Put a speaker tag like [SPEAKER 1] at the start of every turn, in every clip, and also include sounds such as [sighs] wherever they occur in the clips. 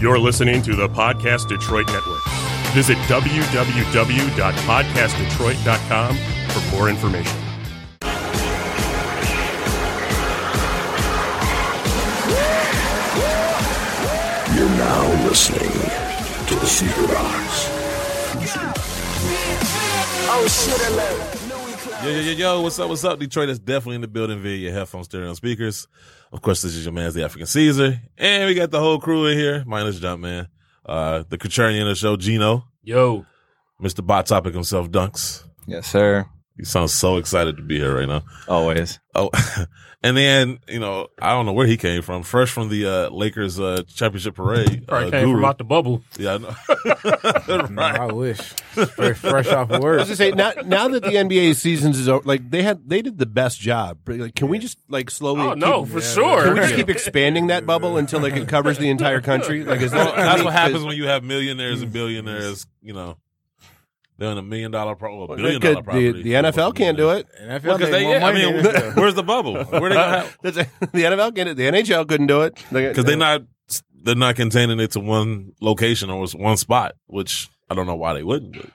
[SPEAKER 1] You're listening to the Podcast Detroit Network. Visit www.podcastdetroit.com for more information.
[SPEAKER 2] You're now listening to the Secret Box. Oh shit, alert.
[SPEAKER 3] Yo, yo, yo, yo, what's up, what's up? Detroit is definitely in the building via your headphone stereo and speakers. Of course, this is your man's the African Caesar. And we got the whole crew in here, minus Jumpman, uh, the Contrarian of the show, Gino,
[SPEAKER 4] Yo,
[SPEAKER 3] Mr. Bot Topic himself, Dunks.
[SPEAKER 5] Yes, sir.
[SPEAKER 3] He sounds so excited to be here right now.
[SPEAKER 5] Always.
[SPEAKER 3] Oh, [laughs] and then, you know, I don't know where he came from. Fresh from the uh, Lakers uh, championship parade.
[SPEAKER 4] probably
[SPEAKER 3] uh,
[SPEAKER 4] came
[SPEAKER 3] guru.
[SPEAKER 4] from out the bubble.
[SPEAKER 3] Yeah, I
[SPEAKER 4] [laughs]
[SPEAKER 3] know. right.
[SPEAKER 6] I wish. Fresh, fresh off of work.
[SPEAKER 7] I was gonna say now, now that the NBA seasons is over, like they had they did the best job. But, Like, can we just like slowly?
[SPEAKER 4] Oh
[SPEAKER 7] keep,
[SPEAKER 4] no, for
[SPEAKER 7] Can
[SPEAKER 4] sure.
[SPEAKER 7] we just keep expanding that bubble until like it covers the entire country? Like, is that
[SPEAKER 3] That's
[SPEAKER 7] I mean,
[SPEAKER 3] what happens when you have millionaires
[SPEAKER 4] Mm.
[SPEAKER 3] and billionaires, you know. They're in a million dollar pro well, billion dollar
[SPEAKER 7] could-
[SPEAKER 3] property.
[SPEAKER 7] the, the NFL can't do it.
[SPEAKER 6] And I feel
[SPEAKER 3] Well, because
[SPEAKER 6] like
[SPEAKER 3] they,
[SPEAKER 6] more
[SPEAKER 3] yeah, I
[SPEAKER 6] money
[SPEAKER 3] mean,
[SPEAKER 6] than this,
[SPEAKER 3] where's the bubble? Where they gonna [laughs] have?
[SPEAKER 7] [laughs] That's the NFL can't. do it. The NHL couldn't do it
[SPEAKER 3] Because they're not they're not containing it to one location or one spot, which I don't know why they wouldn't. But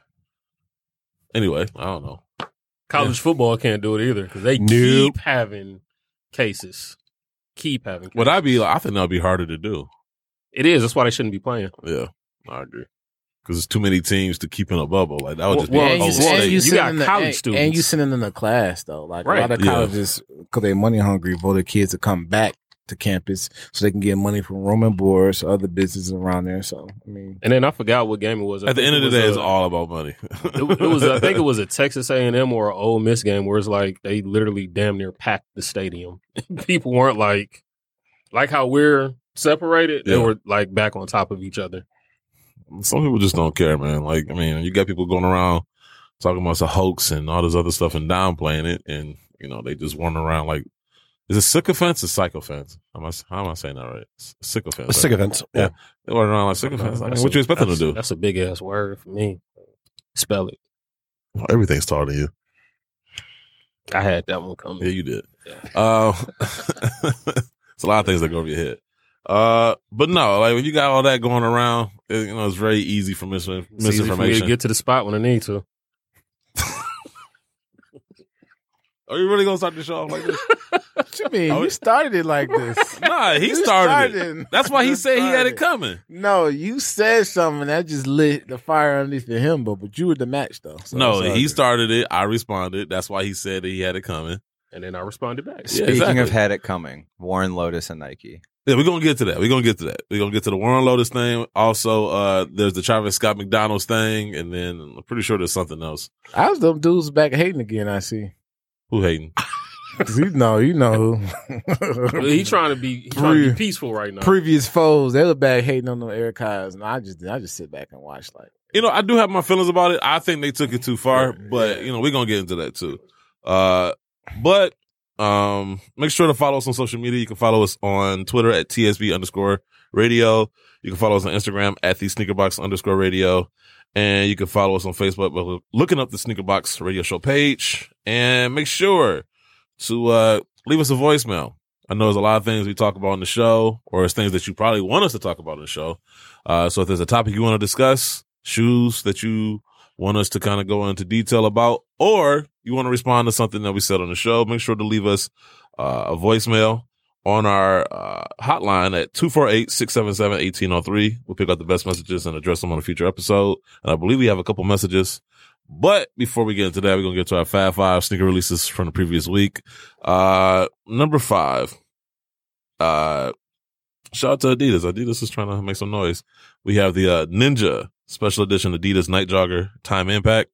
[SPEAKER 3] anyway, I don't know.
[SPEAKER 4] College football can't do it either because they
[SPEAKER 7] Nope.
[SPEAKER 4] keep having cases. Keep having. Cases.
[SPEAKER 3] Would I be? I think that'd be harder to do.
[SPEAKER 4] It is. That's why they shouldn't be playing.
[SPEAKER 3] Yeah, I agree. Because there's too many teams to keep in a bubble. Like that would just
[SPEAKER 4] Well,
[SPEAKER 3] be a
[SPEAKER 6] and
[SPEAKER 3] whole
[SPEAKER 6] you, and
[SPEAKER 4] Oklahoma State.
[SPEAKER 6] oh, you,
[SPEAKER 4] You
[SPEAKER 6] sending
[SPEAKER 4] got
[SPEAKER 6] the-
[SPEAKER 4] college
[SPEAKER 6] and-
[SPEAKER 4] students.
[SPEAKER 6] and you sending them to class though. Like a
[SPEAKER 4] Right.
[SPEAKER 6] lot of
[SPEAKER 3] Yeah.
[SPEAKER 6] colleges, because they're money hungry, but the kids to come back to campus so they can get money from room and board, so other businesses around there. So I mean,
[SPEAKER 4] And then I forgot what game it was. I
[SPEAKER 3] At the
[SPEAKER 4] think
[SPEAKER 3] end of
[SPEAKER 4] it
[SPEAKER 3] the day,
[SPEAKER 4] was
[SPEAKER 3] it's
[SPEAKER 4] a-
[SPEAKER 3] all about money.
[SPEAKER 4] [laughs] It, it was.
[SPEAKER 3] [laughs]
[SPEAKER 4] I think it was a Texas A and M or an Ole Miss game where it's like they literally damn near packed the stadium. [laughs] People weren't like, like how we're separated. They
[SPEAKER 3] Yeah.
[SPEAKER 4] were like back on top of each other.
[SPEAKER 3] some people just don't care, man. Like, I mean, you got people going around talking about it's a hoax and all this other stuff and downplaying it, and you know they just wander around like, is it sycophants or psychophants? Am I how am I saying that right? S- Sycophants.
[SPEAKER 7] uh, sick events.
[SPEAKER 3] Yeah. They wander around like sycophants. I mean, what you expect them to
[SPEAKER 4] That's-
[SPEAKER 3] do?
[SPEAKER 4] That's a big ass word for me. Spell it.
[SPEAKER 3] Well, everything's taller than you.
[SPEAKER 4] I had that one coming.
[SPEAKER 3] Yeah, you did. Uh, [laughs] it's a lot of things that go over your head. Uh, but no, like when you got all that going around, it, you know, it's very easy for misin-
[SPEAKER 4] It's easy for me to
[SPEAKER 3] misinformation.
[SPEAKER 4] get to the spot when I need to.
[SPEAKER 3] Are you really gonna start the show off [laughs] like this?
[SPEAKER 6] [laughs] what you mean?
[SPEAKER 3] I
[SPEAKER 6] You
[SPEAKER 3] was-
[SPEAKER 6] started it like this.
[SPEAKER 3] nah, [laughs] he
[SPEAKER 6] You
[SPEAKER 3] started it.
[SPEAKER 6] started.
[SPEAKER 3] That's why he
[SPEAKER 6] You
[SPEAKER 3] said he had
[SPEAKER 6] started.
[SPEAKER 3] it coming.
[SPEAKER 6] No, you said something that just lit the fire underneath the himbo, but you were the match though. So
[SPEAKER 3] no,
[SPEAKER 6] it's all
[SPEAKER 3] he
[SPEAKER 6] good.
[SPEAKER 3] started it. I responded. That's why he said that he had it coming.
[SPEAKER 4] And then I responded back.
[SPEAKER 3] Yeah,
[SPEAKER 5] Speaking
[SPEAKER 3] exactly.
[SPEAKER 5] of had it coming, Warren Lotus and Nike.
[SPEAKER 3] Yeah, we're gonna get to that. We're gonna get to that. We're gonna get to the Warren Lotus thing. Also, uh, there's the Travis Scott McDonald's thing, and then I'm pretty sure there's something else.
[SPEAKER 6] I was them dudes back hating again. I see.
[SPEAKER 3] Who hating?
[SPEAKER 6] 'Cause You know, you
[SPEAKER 3] [laughs]
[SPEAKER 6] know who.
[SPEAKER 4] He trying to be he trying to
[SPEAKER 6] Pre-
[SPEAKER 4] be peaceful right now.
[SPEAKER 6] previous foes, they were back hating on them Eric Kyles, and I just I just sit back and watch like
[SPEAKER 3] You know, I do have my feelings about it. I think they took it too far, but you know, we're gonna get into that too. Uh, but um, make sure to follow us on social media. You can follow us on Twitter at TSB underscore radio. You can follow us on Instagram at the sneakerbox underscore radio. And you can follow us on Facebook by looking up the Sneakerbox radio show page. And make sure to uh, leave us a voicemail. I know there's a lot of things we talk about on the show, or it's things that you probably want us to talk about on the show. Uh, so if there's a topic you want to discuss, shoes that you want us to kind of go into detail about, or you want to respond to something that we said on the show, make sure to leave us uh, a voicemail on our uh, hotline at 248-677-1803. We'll pick out the best messages and address them on a future episode. And I believe we have a couple messages. But before we get into that, we're going to get to our Fab Five sneaker releases from the previous week. Uh, number five. Uh, shout out to Adidas. Adidas is trying to make some noise. We have the uh, Ninja Special Edition Adidas Night Jogger Time Impact.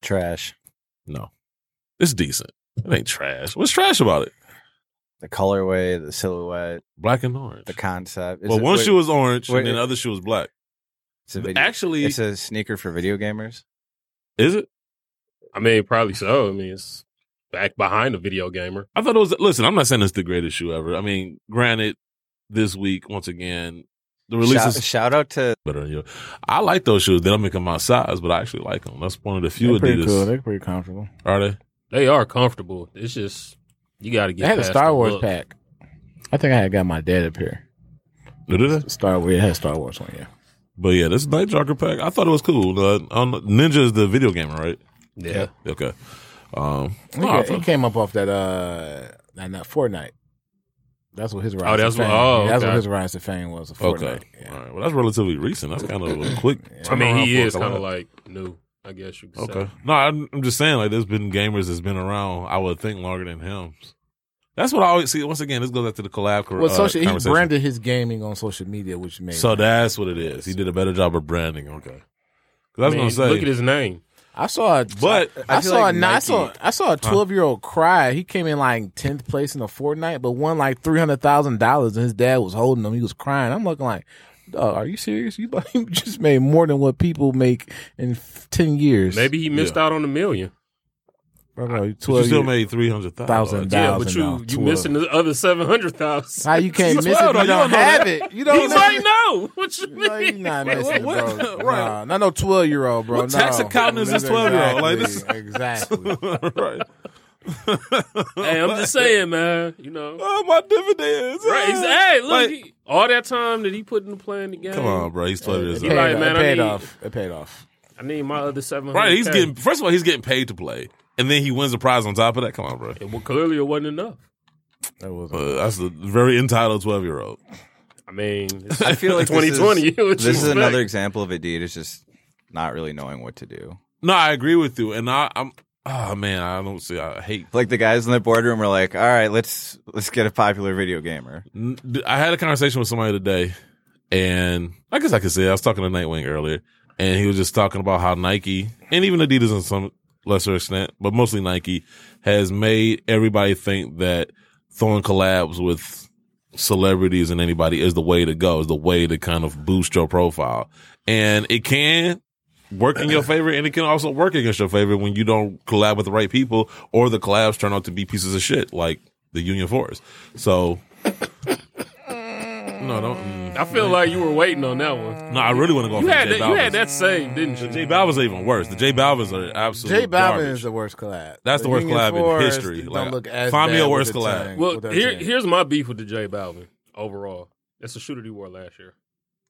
[SPEAKER 5] Trash.
[SPEAKER 3] No, it's decent. It ain't trash. What's trash about it?
[SPEAKER 5] The colorway, the silhouette,
[SPEAKER 3] Black and orange.
[SPEAKER 5] the concept.
[SPEAKER 3] well, one shoe was orange,
[SPEAKER 5] wait,
[SPEAKER 3] and then
[SPEAKER 5] it-
[SPEAKER 3] the other shoe was black.
[SPEAKER 5] it's a, video,
[SPEAKER 4] Actually,
[SPEAKER 5] it's a sneaker for video gamers.
[SPEAKER 3] Is it?
[SPEAKER 4] I mean probably so. I mean it's back behind a video gamer.
[SPEAKER 3] I thought it was. Listen, I'm not saying it's the greatest shoe ever. I mean, granted, this week once again, the
[SPEAKER 5] Shout,
[SPEAKER 3] releases
[SPEAKER 5] shout out to
[SPEAKER 3] better than you. I like those shoes. They don't make them my size, but I actually like them. That's one of the few
[SPEAKER 6] they're pretty
[SPEAKER 3] Adidas.
[SPEAKER 6] cool. eh? They're pretty comfortable.
[SPEAKER 3] Are they?
[SPEAKER 4] They are comfortable. It's just you gotta get
[SPEAKER 6] they had a
[SPEAKER 4] past
[SPEAKER 6] Star
[SPEAKER 4] the
[SPEAKER 6] Wars
[SPEAKER 4] look.
[SPEAKER 6] pack. I think I had got my dad up here.
[SPEAKER 3] Did it?
[SPEAKER 6] Star Wars. It has Star Wars on. Yeah.
[SPEAKER 3] But yeah, this Night Joker pack, I thought it was cool. Uh, I don't know- Ninja is the video gamer, right?
[SPEAKER 4] Yeah.
[SPEAKER 3] Okay. Um,
[SPEAKER 6] He,
[SPEAKER 3] no, I
[SPEAKER 6] ca-
[SPEAKER 3] thought-
[SPEAKER 6] he came up off that uh, not, not Fortnite. That's what his rise.
[SPEAKER 4] Oh, that's
[SPEAKER 6] to fame.
[SPEAKER 4] what- oh,
[SPEAKER 6] yeah, that's
[SPEAKER 4] okay.
[SPEAKER 6] what his rise to fame was. a Fortnite.
[SPEAKER 3] okay.
[SPEAKER 6] Yeah.
[SPEAKER 3] All right. Well, that's relatively recent. That's kind of a quick.
[SPEAKER 4] I mean,
[SPEAKER 3] turnaround
[SPEAKER 4] he
[SPEAKER 3] for a
[SPEAKER 4] is kind
[SPEAKER 3] collab.
[SPEAKER 4] of like new, I guess you could
[SPEAKER 3] Okay.
[SPEAKER 4] say.
[SPEAKER 3] No, I'm, I'm just saying, like, there's been gamers that's been around, I would think, longer than him. That's what I always see. Once again, this goes back to the collab career.
[SPEAKER 6] Well, social, he branded his gaming on social media, which made.
[SPEAKER 3] Uh, So that's what it is. He did a better job of branding. Okay. 'Cause I was
[SPEAKER 4] I mean,
[SPEAKER 3] going to say.
[SPEAKER 4] Look at his name.
[SPEAKER 6] I saw a,
[SPEAKER 3] But
[SPEAKER 6] I,
[SPEAKER 5] I feel
[SPEAKER 6] saw
[SPEAKER 5] like
[SPEAKER 6] a, I
[SPEAKER 5] Nike-
[SPEAKER 6] saw I saw a twelve year old cry. He came in like tenth place in a Fortnite, but won like three hundred thousand dollars, and his dad was holding him. He was crying. I'm looking like, Dog, are you serious? You, about- [laughs] you just made more than what people make in f- ten years.
[SPEAKER 4] Maybe he missed out on a million.
[SPEAKER 6] I don't know,
[SPEAKER 3] but you
[SPEAKER 6] 12
[SPEAKER 3] still
[SPEAKER 6] years.
[SPEAKER 3] made 300000
[SPEAKER 6] Thousand
[SPEAKER 4] Yeah, but
[SPEAKER 6] Thousand
[SPEAKER 4] you
[SPEAKER 6] dollars,
[SPEAKER 4] you
[SPEAKER 6] twelve.
[SPEAKER 4] missing the other seven hundred thousand.
[SPEAKER 6] How you can't
[SPEAKER 3] He's
[SPEAKER 6] miss it?
[SPEAKER 3] wild,
[SPEAKER 6] if
[SPEAKER 3] though.
[SPEAKER 6] You
[SPEAKER 3] You
[SPEAKER 6] don't
[SPEAKER 3] don't know
[SPEAKER 6] have
[SPEAKER 3] that.
[SPEAKER 6] it. You
[SPEAKER 4] He
[SPEAKER 6] don't know.
[SPEAKER 4] might know. What you
[SPEAKER 6] No, you're
[SPEAKER 4] mean?
[SPEAKER 6] not missing it,
[SPEAKER 3] What?
[SPEAKER 6] bro.
[SPEAKER 3] Right.
[SPEAKER 6] Nah, not no twelve year old, bro.
[SPEAKER 3] What tax
[SPEAKER 6] no.
[SPEAKER 3] accountant is this 12-year-old? Like, this-
[SPEAKER 6] exactly.
[SPEAKER 3] [laughs] right.
[SPEAKER 4] Hey, I'm just saying, man. You know,
[SPEAKER 3] Oh, my dividends.
[SPEAKER 4] right? He's, hey, look,
[SPEAKER 3] Like-
[SPEAKER 4] he- all that time that he put into playing the game.
[SPEAKER 3] Come on, bro. He's 12 years
[SPEAKER 6] It
[SPEAKER 3] old.
[SPEAKER 4] He
[SPEAKER 6] paid,
[SPEAKER 4] like,
[SPEAKER 6] it
[SPEAKER 4] man, I
[SPEAKER 6] paid
[SPEAKER 4] need-
[SPEAKER 6] off. It paid off.
[SPEAKER 4] I need my other seven hundred.
[SPEAKER 3] Right, he's getting first of all, he's getting paid to play, and then he wins the prize on top of that. Come on, bro.
[SPEAKER 4] Well, clearly, it wasn't enough.
[SPEAKER 6] That was
[SPEAKER 3] Uh, that's a very entitled twelve year old.
[SPEAKER 4] I mean,
[SPEAKER 3] [laughs]
[SPEAKER 4] it's
[SPEAKER 5] I feel like this is-
[SPEAKER 4] 2020. what you
[SPEAKER 5] This is
[SPEAKER 4] expect?
[SPEAKER 5] another example of it, dude. It's just not really knowing what to do.
[SPEAKER 3] No, I agree with you, and I, I'm. Oh man, I don't see. I hate.
[SPEAKER 5] Like the guys in the boardroom were like, "All right, let's let's get a popular video gamer."
[SPEAKER 3] N- I had a conversation with somebody today, and I guess I could say it. I was talking to Nightwing earlier, and he was just talking about how Nike and even Adidas in some lesser extent, but mostly Nike, has made everybody think that throwing collabs with celebrities and anybody is the way to go, is the way to kind of boost your profile. And it can work in your favor and it can also work against your favor when you don't collab with the right people or the collabs turn out to be pieces of shit like the Union Force. So No, don't mm.
[SPEAKER 4] I feel like you were waiting on that one.
[SPEAKER 3] No, I really want to go
[SPEAKER 4] You
[SPEAKER 3] for
[SPEAKER 4] had
[SPEAKER 3] J
[SPEAKER 4] that,
[SPEAKER 3] Balvin.
[SPEAKER 4] you had that saved, didn't you?
[SPEAKER 3] J Balvin's are even worse. The J Balvin's are absolutely
[SPEAKER 6] J Balvin is
[SPEAKER 3] garbage.
[SPEAKER 6] the worst collab.
[SPEAKER 3] That's the worst
[SPEAKER 6] Union
[SPEAKER 3] collab in
[SPEAKER 6] Force
[SPEAKER 3] history.
[SPEAKER 6] don't
[SPEAKER 3] Like,
[SPEAKER 6] look as
[SPEAKER 3] find me
[SPEAKER 6] bad
[SPEAKER 3] a
[SPEAKER 6] with
[SPEAKER 3] worst
[SPEAKER 6] the
[SPEAKER 3] collab.
[SPEAKER 6] tongue-
[SPEAKER 4] Well,
[SPEAKER 6] with the
[SPEAKER 4] here,
[SPEAKER 6] tongue.
[SPEAKER 4] here's my beef with the J Balvin overall. That's the shooter he wore last year.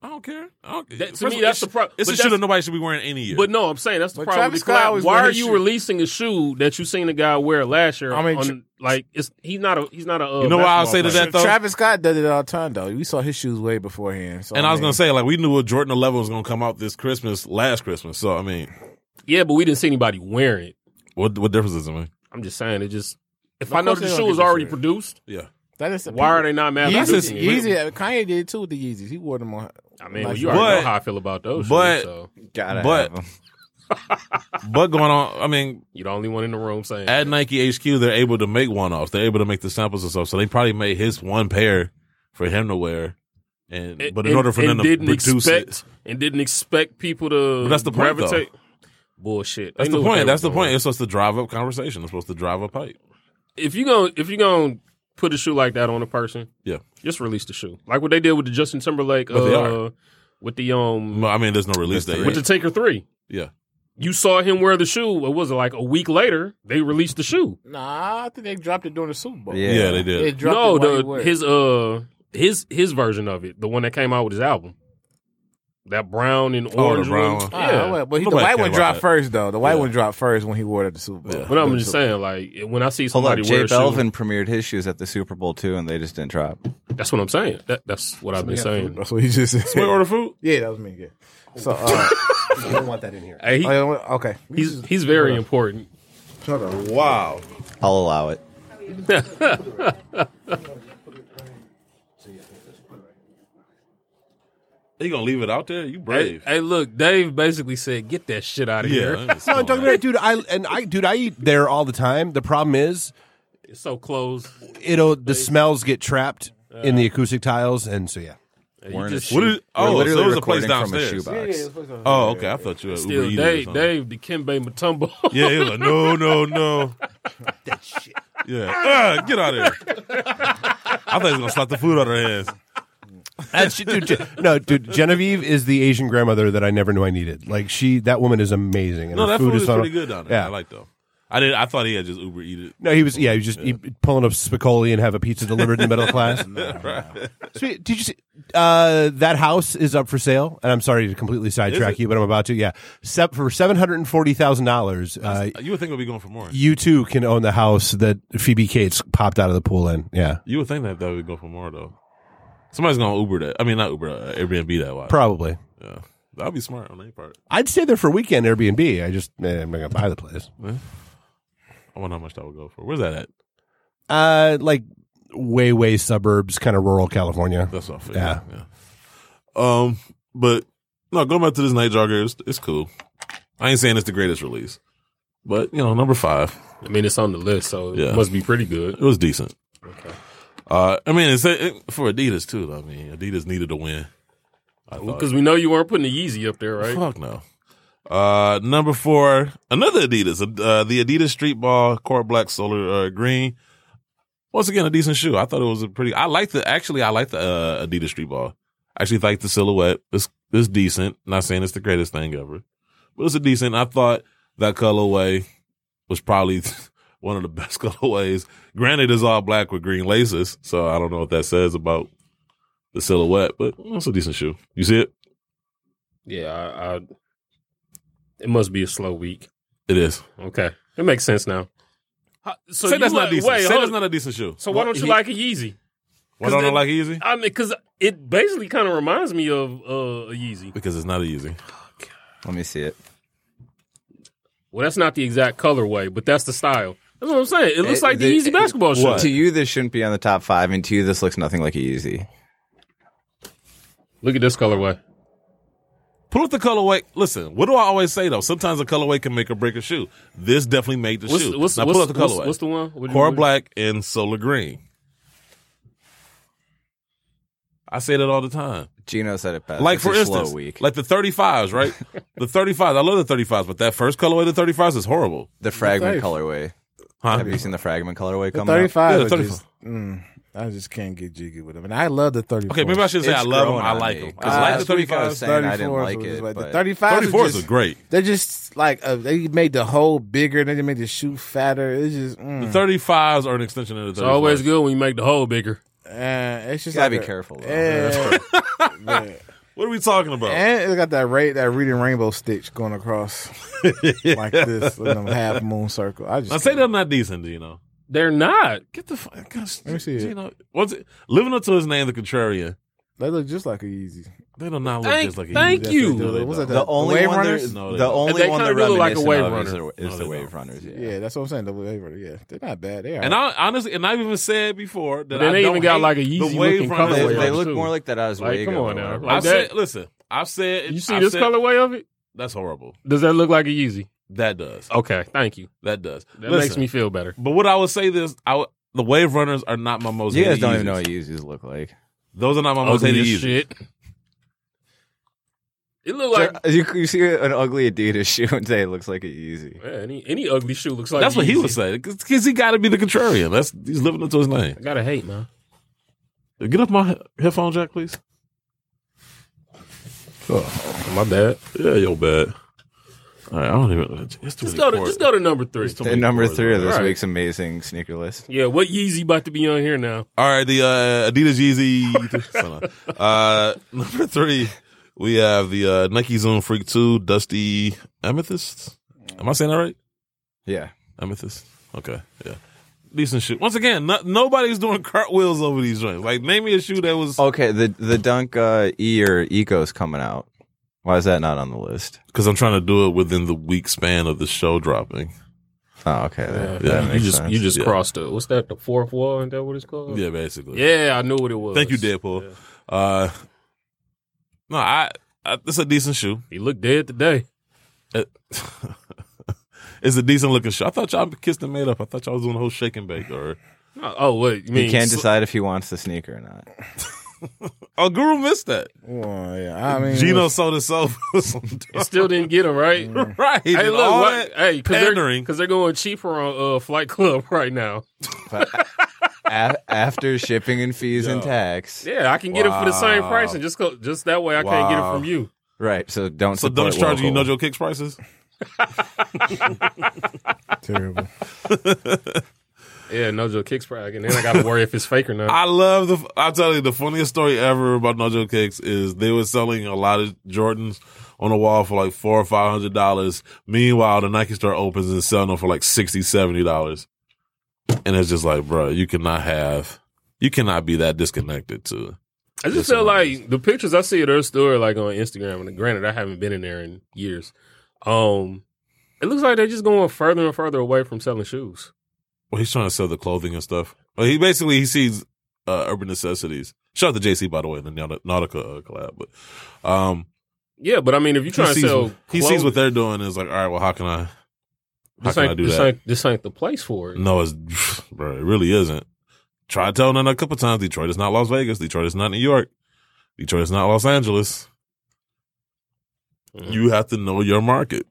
[SPEAKER 3] I don't care. I don't,
[SPEAKER 4] That- to
[SPEAKER 3] First of
[SPEAKER 4] me,
[SPEAKER 3] all,
[SPEAKER 4] that's
[SPEAKER 3] it's-
[SPEAKER 4] the pro-
[SPEAKER 3] It's
[SPEAKER 4] but
[SPEAKER 3] a shoe
[SPEAKER 4] that's-
[SPEAKER 3] that nobody should be wearing any year.
[SPEAKER 4] But no, I'm saying that's the
[SPEAKER 6] But
[SPEAKER 4] problem.
[SPEAKER 6] Travis
[SPEAKER 4] with the collab.
[SPEAKER 6] Scott always
[SPEAKER 4] Why
[SPEAKER 6] wear
[SPEAKER 4] are
[SPEAKER 6] his
[SPEAKER 4] you
[SPEAKER 6] shoe.
[SPEAKER 4] releasing a shoe that you seen a guy wear last year?
[SPEAKER 6] I mean,
[SPEAKER 4] on-
[SPEAKER 6] Tra-
[SPEAKER 4] like it's he's not a he's not a. Uh,
[SPEAKER 3] you know what I'll say to
[SPEAKER 4] basketball
[SPEAKER 3] that though.
[SPEAKER 6] Travis Scott did it all the time though. We saw his shoes way beforehand. So,
[SPEAKER 3] and I was
[SPEAKER 6] mean,
[SPEAKER 3] gonna say, like, we knew what Jordan Eleven was gonna come out this Christmas, last Christmas. So I mean,
[SPEAKER 4] player. Yeah, but we didn't see anybody wearing it.
[SPEAKER 3] what what difference does it make?
[SPEAKER 4] I'm just saying it just. If
[SPEAKER 6] Of
[SPEAKER 4] I know
[SPEAKER 6] course
[SPEAKER 4] the
[SPEAKER 6] they
[SPEAKER 4] shoe
[SPEAKER 6] don't
[SPEAKER 4] was
[SPEAKER 6] get to
[SPEAKER 4] already
[SPEAKER 6] see it.
[SPEAKER 4] produced,
[SPEAKER 3] Yeah,
[SPEAKER 6] that is
[SPEAKER 4] why are they not mad? about
[SPEAKER 6] Yeezy,
[SPEAKER 4] producing it?
[SPEAKER 6] Yeezy, Kanye did it too with the Yeezys. He wore them on.
[SPEAKER 4] I mean,
[SPEAKER 6] like,
[SPEAKER 4] well, you already
[SPEAKER 3] But-
[SPEAKER 4] know how I feel about those.
[SPEAKER 3] but-
[SPEAKER 4] shoes, so
[SPEAKER 5] Gotta
[SPEAKER 3] But-
[SPEAKER 5] have 'em.
[SPEAKER 3] [laughs] but going on, I mean,
[SPEAKER 4] you're the only one in the room saying.
[SPEAKER 3] at Nike HQ, they're able to make one offs. They're able to make the samples and stuff. So they probably made his one pair for him to wear. And but in
[SPEAKER 4] And-
[SPEAKER 3] order for
[SPEAKER 4] and
[SPEAKER 3] them to
[SPEAKER 4] didn't
[SPEAKER 3] produce
[SPEAKER 4] expect,
[SPEAKER 3] it,
[SPEAKER 4] and didn't expect people to.
[SPEAKER 3] But that's the point, though.
[SPEAKER 4] gravitate. Bullshit.
[SPEAKER 3] that's
[SPEAKER 4] They
[SPEAKER 3] the
[SPEAKER 4] knew what they
[SPEAKER 3] point. That's
[SPEAKER 4] were
[SPEAKER 3] the
[SPEAKER 4] doing.
[SPEAKER 3] point. It's supposed to drive up conversation. It's supposed to drive up hype.
[SPEAKER 4] if you going if you gonna put a shoe like that on a person,
[SPEAKER 3] Yeah.
[SPEAKER 4] just release the shoe. Like what they did with the Justin Timberlake,
[SPEAKER 3] But they
[SPEAKER 4] uh, with the um,
[SPEAKER 3] No, I mean, there's no release date.
[SPEAKER 4] with the Taker Three.
[SPEAKER 3] Yeah.
[SPEAKER 4] You saw him wear the shoe. What was it like a week later? They released the shoe.
[SPEAKER 6] Nah, I think they dropped it during the Super Bowl.
[SPEAKER 5] Yeah.
[SPEAKER 3] yeah. they did.
[SPEAKER 6] They dropped it while
[SPEAKER 4] no,
[SPEAKER 6] he
[SPEAKER 4] the
[SPEAKER 6] wore it.
[SPEAKER 4] his uh his his version of it, the one that came out with his album, that brown and
[SPEAKER 3] Oh, the
[SPEAKER 4] orange
[SPEAKER 3] brown
[SPEAKER 4] one.
[SPEAKER 3] one.
[SPEAKER 6] Ah,
[SPEAKER 4] Yeah.
[SPEAKER 6] well, but he, the
[SPEAKER 3] Nobody
[SPEAKER 6] white
[SPEAKER 3] care
[SPEAKER 6] one
[SPEAKER 3] about
[SPEAKER 6] dropped
[SPEAKER 3] that.
[SPEAKER 6] first though. The white
[SPEAKER 3] Yeah.
[SPEAKER 6] one dropped first when he wore it at the Super Bowl.
[SPEAKER 3] Yeah.
[SPEAKER 4] but I'm just saying, like when I see
[SPEAKER 5] Hold
[SPEAKER 4] somebody
[SPEAKER 5] up, Jay
[SPEAKER 4] wear a shoe,
[SPEAKER 5] Belvin premiered his shoes at the Super Bowl too, and they just didn't drop.
[SPEAKER 4] that's what I'm saying. That, that's what I've been saying.
[SPEAKER 6] That's what [laughs] he just said.
[SPEAKER 3] Wait, order food?
[SPEAKER 6] Yeah, that was me. Yeah. So,
[SPEAKER 3] [laughs]
[SPEAKER 6] uh,
[SPEAKER 7] I don't want that in here.
[SPEAKER 4] Hey, he-
[SPEAKER 6] oh, yeah, well, okay.
[SPEAKER 4] he's he's very important.
[SPEAKER 6] Shut up.
[SPEAKER 3] Wow.
[SPEAKER 5] I'll allow it.
[SPEAKER 3] Are you gonna leave it out there? You
[SPEAKER 4] Hey,
[SPEAKER 3] brave.
[SPEAKER 4] hey, look, Dave basically said, "Get that shit out of here." [laughs]
[SPEAKER 3] yeah.
[SPEAKER 7] No, I'm talking about, dude. I and I, dude. I eat there all the time. The problem is,
[SPEAKER 4] It's so close.
[SPEAKER 7] it'll the smells get trapped in the acoustic tiles, and so yeah.
[SPEAKER 4] Hey, you
[SPEAKER 5] We're in a
[SPEAKER 4] just-
[SPEAKER 5] shoe-
[SPEAKER 3] What is?
[SPEAKER 5] We're
[SPEAKER 3] Oh, so
[SPEAKER 5] literally
[SPEAKER 3] there was a place
[SPEAKER 5] recording from a
[SPEAKER 3] downstairs.
[SPEAKER 5] shoebox.
[SPEAKER 3] oh, okay. I thought you were
[SPEAKER 4] still
[SPEAKER 3] Uber Eats or
[SPEAKER 4] Dave,
[SPEAKER 3] something.
[SPEAKER 4] Dave, the Kimbe [laughs] Matumbo.
[SPEAKER 3] Yeah, he was like, no, no, no. that shit. Yeah. Ah, get out of here. I thought he was going to slap the food out of her hands.
[SPEAKER 7] That's, dude, Gen- no, dude. Genevieve is the Asian grandmother that I never knew I needed. Like she, that woman is amazing. And
[SPEAKER 3] No,
[SPEAKER 7] her
[SPEAKER 3] that food, is
[SPEAKER 7] phenomenal.
[SPEAKER 3] pretty good down there.
[SPEAKER 7] Yeah,
[SPEAKER 3] I like, though. I did. I thought he had just Uber eat
[SPEAKER 7] No, he was. Yeah, he was just he- pulling up Spicoli and have a pizza delivered in the middle
[SPEAKER 3] [laughs]
[SPEAKER 7] of class.
[SPEAKER 3] it. Right.
[SPEAKER 7] Sweet. Did you see uh, that house is up for sale? And I'm sorry to completely sidetrack you, but I'm about to. Yeah, Sep- for seven hundred and forty thousand dollars, uh,
[SPEAKER 3] you would think it would be going for more.
[SPEAKER 7] you too can own the house that Phoebe Cates popped out of the pool in. Yeah,
[SPEAKER 3] You would think that that would go for more though. Somebody's gonna Uber that. I mean, not Uber, uh, Airbnb that. Why?
[SPEAKER 7] probably.
[SPEAKER 3] yeah, that'd be smart on their part.
[SPEAKER 7] I'd stay there for a weekend Airbnb. I just eh, I'm not gonna buy the place.
[SPEAKER 3] I wonder how much that would go for. Where's that at?
[SPEAKER 7] Uh, like way way suburbs, kind of rural California.
[SPEAKER 3] That's all. For yeah. yeah. Um, but no, going back to this Night Jogger, it's, it's cool. I ain't saying it's the greatest release, but you know, number five,
[SPEAKER 4] I mean, it's on the list, so
[SPEAKER 3] Yeah.
[SPEAKER 4] it must be pretty good.
[SPEAKER 3] it was decent. Uh, I mean, it's it, for Adidas too. though. I mean, Adidas needed to win. I thought.
[SPEAKER 4] Because we know you weren't putting the Yeezy up there, right?
[SPEAKER 3] Fuck no. Uh, number four, another Adidas, uh, the Adidas Street Ball Court Black Solar uh, Green. Once again, a decent shoe. I thought it was a pretty. I like the actually. I like the uh, Adidas Street Ball. I actually like the silhouette. It's it's decent. Not saying it's the greatest thing ever, but it's a decent. I thought that colorway was probably [laughs] one of the best [laughs] colorways. Granted, it's all black with green laces, so I don't know what that says about the silhouette, but it's a decent shoe. You see it?
[SPEAKER 4] Yeah, I, I, it must be a slow week.
[SPEAKER 3] It is.
[SPEAKER 4] Okay, it makes sense now. Huh, So
[SPEAKER 3] say
[SPEAKER 4] you
[SPEAKER 3] that's
[SPEAKER 4] like-
[SPEAKER 3] not decent.
[SPEAKER 4] wait,
[SPEAKER 3] say
[SPEAKER 4] hold-
[SPEAKER 3] that's not a decent shoe.
[SPEAKER 4] so why don't you
[SPEAKER 3] He-
[SPEAKER 4] like a Yeezy?
[SPEAKER 3] Why don't I
[SPEAKER 4] then-
[SPEAKER 3] like Easy?
[SPEAKER 4] I mean, because it basically kind of reminds me of uh, a Yeezy.
[SPEAKER 3] Because it's not easy.
[SPEAKER 5] Let me see it.
[SPEAKER 4] Well, that's not the exact colorway, but that's the style. That's what I'm saying. It looks
[SPEAKER 5] Eh,
[SPEAKER 4] like the,
[SPEAKER 5] they-
[SPEAKER 4] Yeezy basketball shoe.
[SPEAKER 5] To you, this shouldn't be on the top five, and to you, this looks nothing like a Yeezy.
[SPEAKER 4] Look at this colorway.
[SPEAKER 3] Pull up the colorway. Listen, what do I always say though? Sometimes a colorway can make or break a shoe. This definitely made the
[SPEAKER 4] What's,
[SPEAKER 3] shoe.
[SPEAKER 4] what's,
[SPEAKER 3] now
[SPEAKER 4] what's,
[SPEAKER 3] pull up the
[SPEAKER 4] what's-
[SPEAKER 3] colorway.
[SPEAKER 4] what's the one? What do you-
[SPEAKER 3] Core
[SPEAKER 4] what-
[SPEAKER 3] black and solar green. I say that all the time.
[SPEAKER 5] Gino said it best.
[SPEAKER 3] Like
[SPEAKER 5] It's
[SPEAKER 3] for
[SPEAKER 5] a
[SPEAKER 3] instance,
[SPEAKER 5] slow week.
[SPEAKER 3] like the 35s,
[SPEAKER 5] [laughs]
[SPEAKER 3] right? the 35s. I love the 35s, but that first colorway, the 35s, is horrible.
[SPEAKER 5] the fragment
[SPEAKER 6] Thirty-
[SPEAKER 5] colorway.
[SPEAKER 3] Huh?
[SPEAKER 5] Have you seen the fragment colorway come out?
[SPEAKER 6] 35.
[SPEAKER 3] Yeah,
[SPEAKER 6] I
[SPEAKER 3] 35.
[SPEAKER 6] Just, mm, I just can't get jiggy with him. And I love the 34.
[SPEAKER 3] Okay, maybe I should say
[SPEAKER 5] It's
[SPEAKER 3] I love them.
[SPEAKER 5] growing
[SPEAKER 3] I
[SPEAKER 5] on
[SPEAKER 3] like
[SPEAKER 5] me.
[SPEAKER 3] them.
[SPEAKER 5] Uh,
[SPEAKER 3] I like
[SPEAKER 5] that's
[SPEAKER 3] the
[SPEAKER 5] what we gotta
[SPEAKER 3] 35s.
[SPEAKER 5] say. saying I didn't like it,
[SPEAKER 6] The
[SPEAKER 5] but-
[SPEAKER 6] 35
[SPEAKER 3] 34s
[SPEAKER 6] is
[SPEAKER 3] are
[SPEAKER 6] just,
[SPEAKER 3] great.
[SPEAKER 6] They're just like, uh, they made the hole bigger and they just made the shoe fatter. It's just,
[SPEAKER 3] The
[SPEAKER 6] mm,
[SPEAKER 3] 35s are an extension of the
[SPEAKER 4] It's
[SPEAKER 3] 35s.
[SPEAKER 4] always good when you make the hole bigger.
[SPEAKER 6] uh, it's just
[SPEAKER 5] You gotta
[SPEAKER 6] like
[SPEAKER 5] be
[SPEAKER 6] a-
[SPEAKER 5] careful, though.
[SPEAKER 6] Yeah. Yeah.
[SPEAKER 3] What are we talking about?
[SPEAKER 6] And it got that ra- that reading rainbow stitch
[SPEAKER 3] [laughs]
[SPEAKER 6] going across like this in a half moon circle. I just
[SPEAKER 3] Now say they're not decent, Gino.
[SPEAKER 4] They're not.
[SPEAKER 3] Get the fuck. Gosh,
[SPEAKER 6] Let me see it.
[SPEAKER 3] Gino, what's it? Living up to his name, the contrarian.
[SPEAKER 6] they look just like a Yeezy.
[SPEAKER 3] They do not look
[SPEAKER 4] Thank-
[SPEAKER 3] just like a
[SPEAKER 4] thank
[SPEAKER 3] Yeezy.
[SPEAKER 4] you.
[SPEAKER 3] No, they
[SPEAKER 6] What's
[SPEAKER 3] don't.
[SPEAKER 6] that?
[SPEAKER 5] The only
[SPEAKER 6] Wave
[SPEAKER 5] one they're-
[SPEAKER 6] Runners?
[SPEAKER 3] No, they
[SPEAKER 5] the
[SPEAKER 3] don't.
[SPEAKER 5] only
[SPEAKER 4] They
[SPEAKER 5] one
[SPEAKER 4] kinda
[SPEAKER 5] they're
[SPEAKER 4] do look like a
[SPEAKER 5] reminiscent
[SPEAKER 4] Wave Oh,
[SPEAKER 5] of is
[SPEAKER 4] Runner.
[SPEAKER 5] the-
[SPEAKER 3] No,
[SPEAKER 5] is the
[SPEAKER 3] they
[SPEAKER 5] wave
[SPEAKER 3] don't.
[SPEAKER 5] runners. Yeah.
[SPEAKER 6] Yeah, that's what I'm saying. The Wave Runner. Yeah, they're not bad. They are.
[SPEAKER 3] And I honestly, and I've even said before that
[SPEAKER 4] But then
[SPEAKER 3] I
[SPEAKER 4] they
[SPEAKER 3] don't
[SPEAKER 4] even got
[SPEAKER 3] hate
[SPEAKER 4] like a
[SPEAKER 3] the
[SPEAKER 4] Yeezy
[SPEAKER 3] wave
[SPEAKER 4] looking
[SPEAKER 3] runners.
[SPEAKER 5] They,
[SPEAKER 4] colorway.
[SPEAKER 5] they
[SPEAKER 4] on it,
[SPEAKER 5] look
[SPEAKER 4] too.
[SPEAKER 5] more like that Oswego.
[SPEAKER 4] Like, come on
[SPEAKER 5] or
[SPEAKER 4] now.
[SPEAKER 5] whatever.
[SPEAKER 3] I've
[SPEAKER 4] Like that.
[SPEAKER 3] said, listen, I've said,
[SPEAKER 4] You see
[SPEAKER 3] I've
[SPEAKER 4] this
[SPEAKER 3] said-
[SPEAKER 4] colorway of it?
[SPEAKER 3] That's horrible.
[SPEAKER 4] Does that look like a Yeezy?
[SPEAKER 3] That does.
[SPEAKER 4] Okay, thank you.
[SPEAKER 3] That does.
[SPEAKER 4] Oh. That
[SPEAKER 3] Listen,
[SPEAKER 4] makes me feel better.
[SPEAKER 3] But what I would say this, I would- the wave runners are not my most.
[SPEAKER 5] You guys
[SPEAKER 3] hated
[SPEAKER 5] don't even know
[SPEAKER 3] Yeezys.
[SPEAKER 5] what Yeezys look like.
[SPEAKER 3] Those are not my most
[SPEAKER 4] Ugly
[SPEAKER 3] hated
[SPEAKER 4] as
[SPEAKER 3] Yeezys.
[SPEAKER 4] shit. It look like
[SPEAKER 5] you, you see an ugly Adidas [laughs] shoe and say it looks like a Yeezy.
[SPEAKER 4] Yeah, any any ugly shoe looks like
[SPEAKER 3] That's what he
[SPEAKER 4] Yeezy.
[SPEAKER 3] would say because he got to be the contrarian. That's he's living up to his name.
[SPEAKER 4] I gotta hate, man.
[SPEAKER 3] Get up my he- headphone jack, please.
[SPEAKER 4] My bad.
[SPEAKER 3] Yeah, yo, bad. All right, I don't even. It's too
[SPEAKER 4] Just
[SPEAKER 3] many
[SPEAKER 4] go to
[SPEAKER 3] chords.
[SPEAKER 4] just go to number three.
[SPEAKER 3] It's too
[SPEAKER 5] And
[SPEAKER 3] many
[SPEAKER 5] number
[SPEAKER 3] chords,
[SPEAKER 5] three of
[SPEAKER 3] man.
[SPEAKER 5] this
[SPEAKER 4] Right.
[SPEAKER 5] week's amazing sneaker list.
[SPEAKER 4] Yeah, what Yeezy about to be on here now?
[SPEAKER 3] All right, the uh, Adidas Yeezy. [laughs] uh, number three, we have the uh, Nike Zoom Freak Two Dusty Amethyst. Am I saying that right?
[SPEAKER 5] Yeah.
[SPEAKER 3] Amethyst. Okay, yeah. Decent shoe. Once again, no, nobody's doing cartwheels over these joints. Like, name me a shoe that was
[SPEAKER 5] Okay, the the Dunk uh, E or Eco's coming out. Why is that not on the list?
[SPEAKER 3] because I'm trying to do it within the week span of the show dropping.
[SPEAKER 5] Oh, okay. that- that
[SPEAKER 4] you
[SPEAKER 5] makes
[SPEAKER 4] just
[SPEAKER 5] sense.
[SPEAKER 4] you just
[SPEAKER 3] Yeah.
[SPEAKER 4] crossed the what's that the fourth wall? Is that what it's called?
[SPEAKER 3] Yeah, basically.
[SPEAKER 4] yeah, I knew what it was.
[SPEAKER 3] Thank you, Deadpool. Uh, no, I, I. It's a decent shoe.
[SPEAKER 4] He looked dead today.
[SPEAKER 3] [laughs] It- it's a decent looking shoe. I thought y'all kissed and made up. I thought y'all was doing a whole shake and bake or.
[SPEAKER 4] Oh, oh, wait, you mean
[SPEAKER 5] he can't decide if he wants the sneaker or not.
[SPEAKER 3] Oh, Guru missed that.
[SPEAKER 6] Well, yeah. I mean,
[SPEAKER 3] Gino
[SPEAKER 6] what's-
[SPEAKER 3] sold himself. [laughs]
[SPEAKER 6] [laughs]
[SPEAKER 4] so- [laughs] still didn't get him right?
[SPEAKER 3] right.
[SPEAKER 4] Hey,
[SPEAKER 3] and
[SPEAKER 4] look,
[SPEAKER 3] Mm. all
[SPEAKER 4] why-
[SPEAKER 3] that-
[SPEAKER 4] hey, because they're,
[SPEAKER 3] pandering.
[SPEAKER 4] 'cause they're going cheaper on uh, Flight Club [laughs] right now.
[SPEAKER 5] But a- after shipping and fees and tax.
[SPEAKER 4] Yeah, I can get it for the same
[SPEAKER 3] Wow.
[SPEAKER 4] price, and just go, just that way, I can't get it
[SPEAKER 3] Wow.
[SPEAKER 4] from you.
[SPEAKER 5] Right. So don't
[SPEAKER 3] So don't
[SPEAKER 5] support
[SPEAKER 3] charge you
[SPEAKER 5] local.
[SPEAKER 3] no joke kicks prices.
[SPEAKER 6] Terrible.
[SPEAKER 4] Yeah, no joke. Kicks probably. And then I got to worry if it's fake or
[SPEAKER 3] [laughs]
[SPEAKER 4] not.
[SPEAKER 3] I love the. I'll tell you the funniest story ever about Nojo Cakes is they were selling a lot of Jordans on the wall for like four or five hundred dollars. Meanwhile, the Nike store opens and selling them for like 60 dollars, and it's just like, bro, you cannot have, you cannot be that disconnected to.
[SPEAKER 4] I just
[SPEAKER 3] Listen,
[SPEAKER 4] feel like the pictures I see of their store, like on Instagram, and granted, I haven't been in there in years. Um, it looks like they're just going further and further away from selling shoes.
[SPEAKER 3] Well, he's trying to sell the clothing and stuff. But he basically he sees uh, urban necessities. Shout out to JC by the way in the Nautica Nautica, uh, collab, but um,
[SPEAKER 4] Yeah, but I mean, if you're trying
[SPEAKER 3] he
[SPEAKER 4] to
[SPEAKER 3] sees,
[SPEAKER 4] sell,
[SPEAKER 3] he
[SPEAKER 4] clothes,
[SPEAKER 3] sees what they're doing and is like, all right, well, how can I? How
[SPEAKER 4] this
[SPEAKER 3] can I
[SPEAKER 4] ain't,
[SPEAKER 3] do
[SPEAKER 4] this
[SPEAKER 3] that?
[SPEAKER 4] ain't this ain't the place for it.
[SPEAKER 3] No, it's [sighs] bro, it really isn't. Try telling him a couple times Detroit is not Las Vegas, Detroit is not New York, Detroit is not Los Angeles.
[SPEAKER 4] Mhm.
[SPEAKER 3] You have to know your market.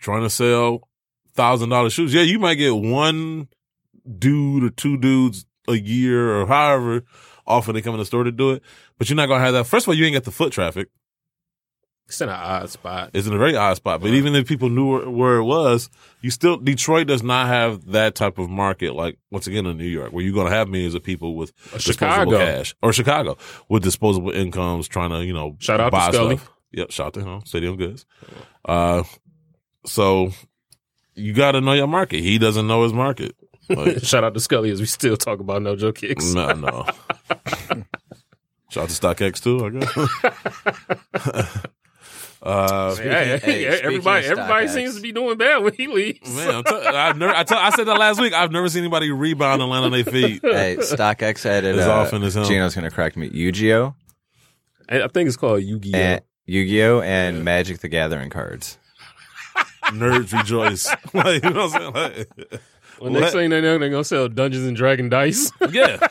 [SPEAKER 3] Trying to sell thousand dollar shoes. Yeah, you might get one dude or two dudes a year or however often they come in the store to do it. But you're not gonna have that. First of all, you ain't got the foot traffic.
[SPEAKER 4] It's in an odd spot.
[SPEAKER 3] It's in a very odd spot. But
[SPEAKER 4] Right.
[SPEAKER 3] even if people knew where, where it was, you still Detroit does not have that type of market like once again in New York, where you're going to have millions of people with disposable
[SPEAKER 4] Chicago.
[SPEAKER 3] cash or Chicago with disposable incomes trying to you know
[SPEAKER 4] Shout out to
[SPEAKER 3] buy
[SPEAKER 4] Scully.
[SPEAKER 3] stuff. Yep, shout out to him, Stadium Goods. Uh, so you got to know your market. He doesn't know his market.
[SPEAKER 4] [laughs]
[SPEAKER 3] Like,
[SPEAKER 4] [laughs] Shout out to Scully as we still talk about no joke kicks.
[SPEAKER 3] no, no. Shout out to StockX too, I guess. [laughs] uh,
[SPEAKER 4] Hey, hey,
[SPEAKER 5] Speaking- hey,
[SPEAKER 4] hey, everybody,
[SPEAKER 5] speaking of
[SPEAKER 4] everybody
[SPEAKER 5] StockX.
[SPEAKER 4] seems to be doing bad when he leaves.
[SPEAKER 3] Man, I'm tell- I've never, I, tell- I said that last week. I've never seen anybody rebound and land on their feet.
[SPEAKER 4] [laughs]
[SPEAKER 5] hey, StockX had it.
[SPEAKER 3] As
[SPEAKER 5] uh,
[SPEAKER 3] often as hell.
[SPEAKER 5] Gino's gonna crack me. Yu-Gi-Oh,
[SPEAKER 4] I I think it's called Yu Gi Oh.
[SPEAKER 5] and Yu-Gi-Oh, and Magic the Gathering cards.
[SPEAKER 3] Nerds rejoice. [laughs] Like, you know what I'm saying?
[SPEAKER 4] Well, next
[SPEAKER 3] Let-
[SPEAKER 4] thing they know, they're gonna sell Dungeons and Dragon dice.
[SPEAKER 3] Like, yeah.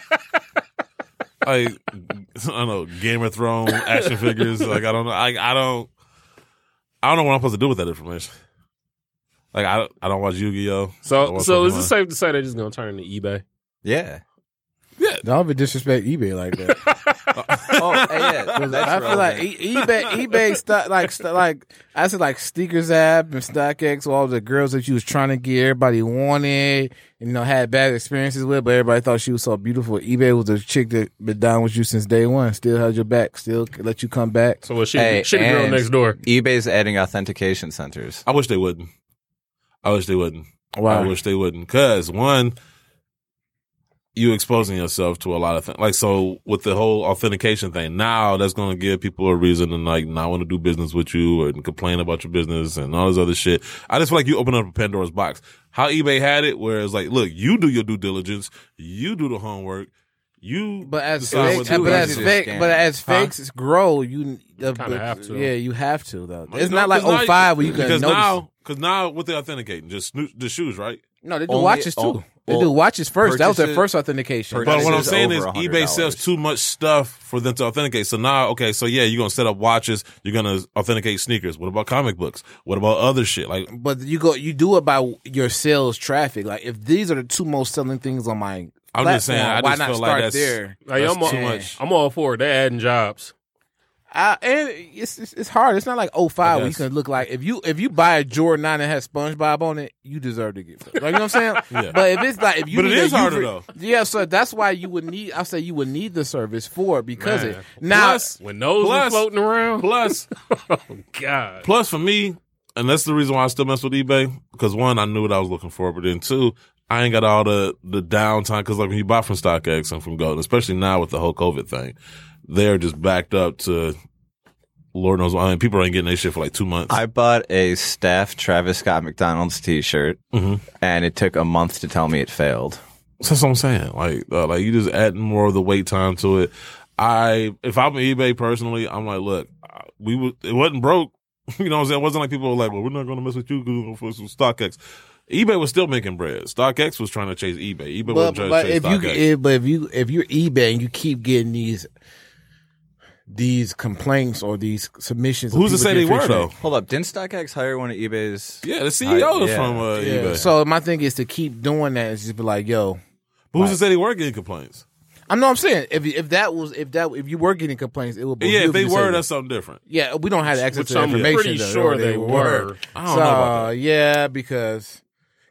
[SPEAKER 3] Like, I don't know, Game of Thrones action figures. Like, I don't know. I, I don't. I don't know what I'm supposed to do with that information. Like, I, I don't watch Yu-Gi-Oh. I don't
[SPEAKER 4] So,
[SPEAKER 3] watch
[SPEAKER 4] so is it
[SPEAKER 3] Pokemon.
[SPEAKER 4] safe to say they're just gonna turn into eBay?
[SPEAKER 5] Yeah.
[SPEAKER 6] Don't ever disrespect eBay like that.
[SPEAKER 5] [laughs] Oh, hey, yeah. [laughs] That's
[SPEAKER 6] 'Cause I feel like
[SPEAKER 5] relevant.
[SPEAKER 6] e- eBay, eBay, stu- like, stu- like I said, like sneakers app and StockX, all the girls that you was trying to get, everybody wanted, and, you know, had bad experiences with, but everybody thought she was so beautiful. eBay was a chick that been down with you since day one, still held your back, still let you come back.
[SPEAKER 4] So what she
[SPEAKER 5] Hey,
[SPEAKER 4] she the girl
[SPEAKER 5] and-
[SPEAKER 4] next door?
[SPEAKER 5] eBay's adding authentication centers.
[SPEAKER 3] I wish they wouldn't. I wish they wouldn't.
[SPEAKER 6] Wow.
[SPEAKER 3] I wish they wouldn't. Because one, you exposing yourself to a lot of things. Like so, with the whole authentication thing, now that's going to give people a reason to like not want to do business with you and complain about your business and all this other shit. I just feel like you open up a Pandora's box. How eBay had it, where it's like, look, you do your due diligence, you do the homework, you.
[SPEAKER 6] But as
[SPEAKER 3] decide
[SPEAKER 6] fake,
[SPEAKER 3] what to
[SPEAKER 5] too
[SPEAKER 6] but
[SPEAKER 3] do.
[SPEAKER 6] as
[SPEAKER 5] easy to
[SPEAKER 6] fake,
[SPEAKER 5] scam.
[SPEAKER 6] but as
[SPEAKER 3] Huh?
[SPEAKER 6] fakes grow, you the-
[SPEAKER 4] kinda have to.
[SPEAKER 6] Yeah, you have to though.
[SPEAKER 3] You
[SPEAKER 6] It's
[SPEAKER 3] know,
[SPEAKER 6] not like
[SPEAKER 3] 'cause now-
[SPEAKER 6] 05 where you can
[SPEAKER 3] because
[SPEAKER 6] notice.
[SPEAKER 3] now because now what they authenticating just snoo- the shoes right.
[SPEAKER 6] no, they do
[SPEAKER 5] only-
[SPEAKER 6] watches too.
[SPEAKER 5] oh,
[SPEAKER 6] they
[SPEAKER 5] well,
[SPEAKER 6] do watches first. That was their
[SPEAKER 5] purchases-
[SPEAKER 6] first authentication.
[SPEAKER 5] purchases-
[SPEAKER 3] But what I'm
[SPEAKER 5] is
[SPEAKER 3] saying
[SPEAKER 5] over
[SPEAKER 3] is
[SPEAKER 5] $100.
[SPEAKER 3] eBay sells too much stuff for them to authenticate. So now, okay, so yeah, you're gonna set up watches, you're gonna authenticate sneakers. What about comic books? What about other shit? Like
[SPEAKER 6] but you go you do it by your sales traffic. Like if these are the two most selling things on my
[SPEAKER 3] I'm just
[SPEAKER 6] platform,
[SPEAKER 3] saying, I
[SPEAKER 6] why
[SPEAKER 3] just
[SPEAKER 6] not
[SPEAKER 3] feel like
[SPEAKER 6] start
[SPEAKER 3] that's-
[SPEAKER 6] there?
[SPEAKER 4] Hey, I'm all,
[SPEAKER 6] too much.
[SPEAKER 4] I'm all for it. They're adding jobs.
[SPEAKER 6] I, and it's, it's it's hard. It's not like 05 where you
[SPEAKER 3] Yes.
[SPEAKER 6] can look like if you if you buy a Jordan nine that has SpongeBob on it, you deserve to get it. Like you know what I'm saying?
[SPEAKER 3] [laughs] Yeah.
[SPEAKER 6] But if it's like if you
[SPEAKER 3] But it
[SPEAKER 6] need a
[SPEAKER 3] is harder,
[SPEAKER 6] Uber-
[SPEAKER 3] though.
[SPEAKER 6] Yeah, so that's why you would need I say you would need the service for it because
[SPEAKER 4] Man.
[SPEAKER 6] it now
[SPEAKER 3] Plus-
[SPEAKER 4] When those were
[SPEAKER 3] Plus-
[SPEAKER 4] floating around, [laughs] Oh,
[SPEAKER 3] plus
[SPEAKER 4] God,
[SPEAKER 3] plus for me, and that's the reason why I still mess with eBay because one, I knew what I was looking for, but then two, I ain't got all the the downtime because like when you buy from StockX and from Gold, especially now with the whole COVID thing, they're just backed up to. Lord knows why. I mean, people ain't getting their shit for like two months.
[SPEAKER 5] I bought a staff Travis Scott McDonald's T-shirt,
[SPEAKER 3] Mhm.
[SPEAKER 5] and it took a month to tell me it failed.
[SPEAKER 3] That's what I'm saying. Like, uh, like you just adding more of the wait time to it. I, if I'm eBay personally, I'm like, look, uh, we would, it wasn't broke. [laughs] You know what I'm saying? It wasn't like people were like, well, we're not going to mess with you because we're going to StockX. eBay was still making bread. StockX was trying to chase eBay. eBay
[SPEAKER 6] but,
[SPEAKER 3] was trying
[SPEAKER 6] but
[SPEAKER 3] to chase
[SPEAKER 6] if you
[SPEAKER 3] StockX.
[SPEAKER 6] if, but if you if you're eBay and you keep getting these these complaints or these submissions, of
[SPEAKER 3] Who's to
[SPEAKER 6] people
[SPEAKER 3] say they
[SPEAKER 6] getting
[SPEAKER 3] were
[SPEAKER 6] featured-
[SPEAKER 3] though?
[SPEAKER 5] Hold up, didn't StockX hire one of eBay's?
[SPEAKER 3] Yeah, the CEO is
[SPEAKER 5] yeah.
[SPEAKER 3] from uh,
[SPEAKER 6] Yeah.
[SPEAKER 3] eBay.
[SPEAKER 6] So my thing is to keep doing that and just be like, yo,
[SPEAKER 3] But who's to say they were getting complaints?
[SPEAKER 6] I know. what I'm saying if if that was if that if you were getting complaints, it would. Be
[SPEAKER 3] yeah,
[SPEAKER 6] you
[SPEAKER 3] if they
[SPEAKER 6] if you
[SPEAKER 3] were,
[SPEAKER 6] said-
[SPEAKER 3] that's something different.
[SPEAKER 6] yeah, we don't have access
[SPEAKER 4] Which
[SPEAKER 6] to that
[SPEAKER 4] I'm
[SPEAKER 6] information.
[SPEAKER 4] pretty
[SPEAKER 6] though,
[SPEAKER 4] sure
[SPEAKER 6] or
[SPEAKER 4] they were.
[SPEAKER 3] I don't know about
[SPEAKER 6] So, yeah, because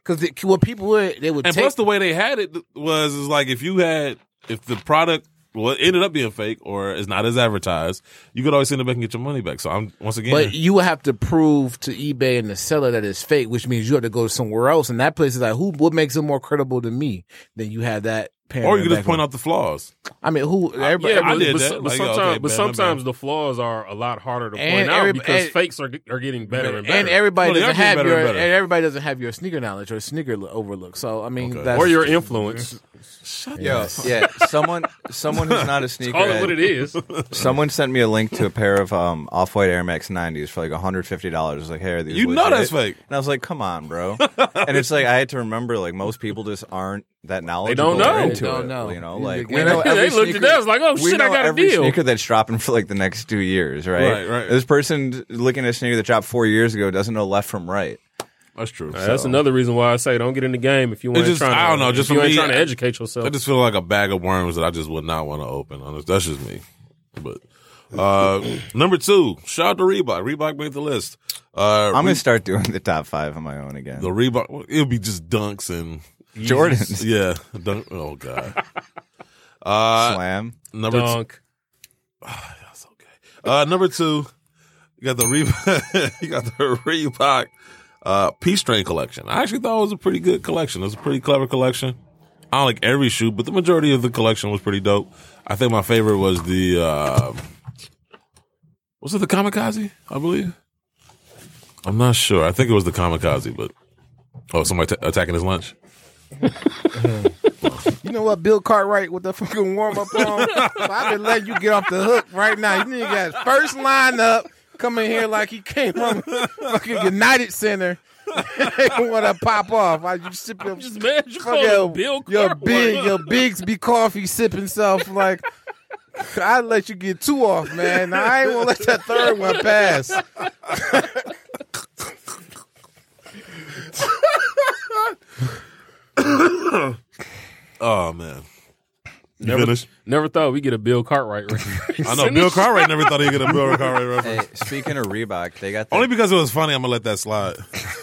[SPEAKER 6] because what people would they would
[SPEAKER 3] And
[SPEAKER 6] take
[SPEAKER 3] plus, the way they had it was is like if you had if the product well it ended up being fake or is not as advertised, you could always send it back and get your money back. So I'm once again,
[SPEAKER 6] But you would have to prove to eBay and the seller that it's fake, which means you have to go somewhere else. And that place is like, who? What makes it more credible to me than you have that?
[SPEAKER 3] or you could
[SPEAKER 6] can
[SPEAKER 3] just point out the flaws.
[SPEAKER 6] I mean, who? Everybody,
[SPEAKER 4] yeah,
[SPEAKER 3] I
[SPEAKER 4] but,
[SPEAKER 3] did
[SPEAKER 4] but,
[SPEAKER 3] that.
[SPEAKER 4] so- but
[SPEAKER 3] Like,
[SPEAKER 4] sometimes,
[SPEAKER 3] okay,
[SPEAKER 4] but
[SPEAKER 3] bad, my
[SPEAKER 4] sometimes
[SPEAKER 3] bad.
[SPEAKER 4] the flaws are a lot harder to point
[SPEAKER 6] And
[SPEAKER 4] out
[SPEAKER 6] every-
[SPEAKER 4] because
[SPEAKER 6] and-
[SPEAKER 4] fakes are are getting better and better.
[SPEAKER 6] and everybody
[SPEAKER 3] Well, they
[SPEAKER 6] doesn't
[SPEAKER 3] are getting
[SPEAKER 6] have
[SPEAKER 3] better
[SPEAKER 6] your
[SPEAKER 3] and
[SPEAKER 6] and
[SPEAKER 3] better.
[SPEAKER 6] everybody doesn't have your sneaker knowledge or sneaker lo- overlook. So I mean,
[SPEAKER 3] Okay.
[SPEAKER 6] that's,
[SPEAKER 4] or your influence.
[SPEAKER 5] Yo, yeah, someone, someone who's not a sneaker.
[SPEAKER 4] Call it what it is.
[SPEAKER 5] Someone sent me a link to a pair of um, off white Air Max 90s for like $150. I was like, hey, are these
[SPEAKER 3] You know
[SPEAKER 5] legit?
[SPEAKER 3] that's fake.
[SPEAKER 5] And I was like, come
[SPEAKER 3] [laughs]
[SPEAKER 5] on, bro. and it's like, I had to remember, like, most people just aren't that knowledgeable.
[SPEAKER 4] don't know.
[SPEAKER 5] or Into
[SPEAKER 6] They don't
[SPEAKER 5] it,
[SPEAKER 6] know.
[SPEAKER 5] You know,
[SPEAKER 6] You
[SPEAKER 5] like,
[SPEAKER 6] get- [laughs] They
[SPEAKER 5] every
[SPEAKER 4] looked at
[SPEAKER 5] sneaker-
[SPEAKER 4] that, I was like, oh,
[SPEAKER 5] we
[SPEAKER 4] shit, I
[SPEAKER 5] know
[SPEAKER 4] got a
[SPEAKER 5] every
[SPEAKER 4] deal.
[SPEAKER 5] sneaker that's dropping for like the next two years, right?
[SPEAKER 3] Right, right.
[SPEAKER 5] This person looking at a sneaker that dropped four years ago doesn't know left from right.
[SPEAKER 3] That's true.
[SPEAKER 4] That's another reason why I say don't get in the game if you ain't
[SPEAKER 3] just-
[SPEAKER 4] trying. To,
[SPEAKER 3] I don't know,
[SPEAKER 4] if
[SPEAKER 3] just
[SPEAKER 4] you
[SPEAKER 3] for
[SPEAKER 4] ain't
[SPEAKER 3] me,
[SPEAKER 4] trying to
[SPEAKER 3] I-
[SPEAKER 4] educate yourself.
[SPEAKER 3] I just feel like a bag of worms that I just would not want to open. Honest, that's just me. But uh number two, shout out to Reebok. Reebok made the list. Uh,
[SPEAKER 5] I'm going to start doing the top five on my own again.
[SPEAKER 3] the Reebok. well, It'll be just dunks and
[SPEAKER 5] Jordans.
[SPEAKER 3] Yeah, dunk. Oh
[SPEAKER 4] [laughs]
[SPEAKER 3] god. Uh,
[SPEAKER 5] Slam.
[SPEAKER 3] number two,
[SPEAKER 4] Dunk.
[SPEAKER 3] That's okay. Uh, number two, you got the Reebok. [laughs] you got the Reebok uh, Peace Train collection. I actually thought it was a pretty good collection. It was a pretty clever collection. I don't like every shoe, but the majority of the collection was pretty dope. I think my favorite was the uh, was it the Kamikaze? I believe. I'm not sure. I think it was the Kamikaze, but oh, somebody t- attacking his lunch.
[SPEAKER 6] you know what? Bill Cartwright with the fucking warm
[SPEAKER 5] [laughs]
[SPEAKER 6] up on. I've been letting you get off the hook right now. You nigga got his first line up. Come in here like he came from fucking United Center. [laughs] they want to pop off. Why you sipping?
[SPEAKER 4] Just mad you
[SPEAKER 6] Fuck
[SPEAKER 4] called
[SPEAKER 6] your-
[SPEAKER 4] him Bill
[SPEAKER 6] Your
[SPEAKER 4] Cartwright.
[SPEAKER 6] big, your Bigsby coffee sipping self. Like [laughs] I let you get two off, man. I ain't gonna let that third one pass.
[SPEAKER 3] Oh man, you
[SPEAKER 4] Never-
[SPEAKER 3] finished?
[SPEAKER 4] [laughs] Never thought we'd get a Bill Cartwright. reference.
[SPEAKER 3] I know Bill Cartwright never thought he'd get a Bill Cartwright reference.
[SPEAKER 5] Hey, speaking of Reebok, they got the
[SPEAKER 3] Only because it was funny, I'm gonna let that slide.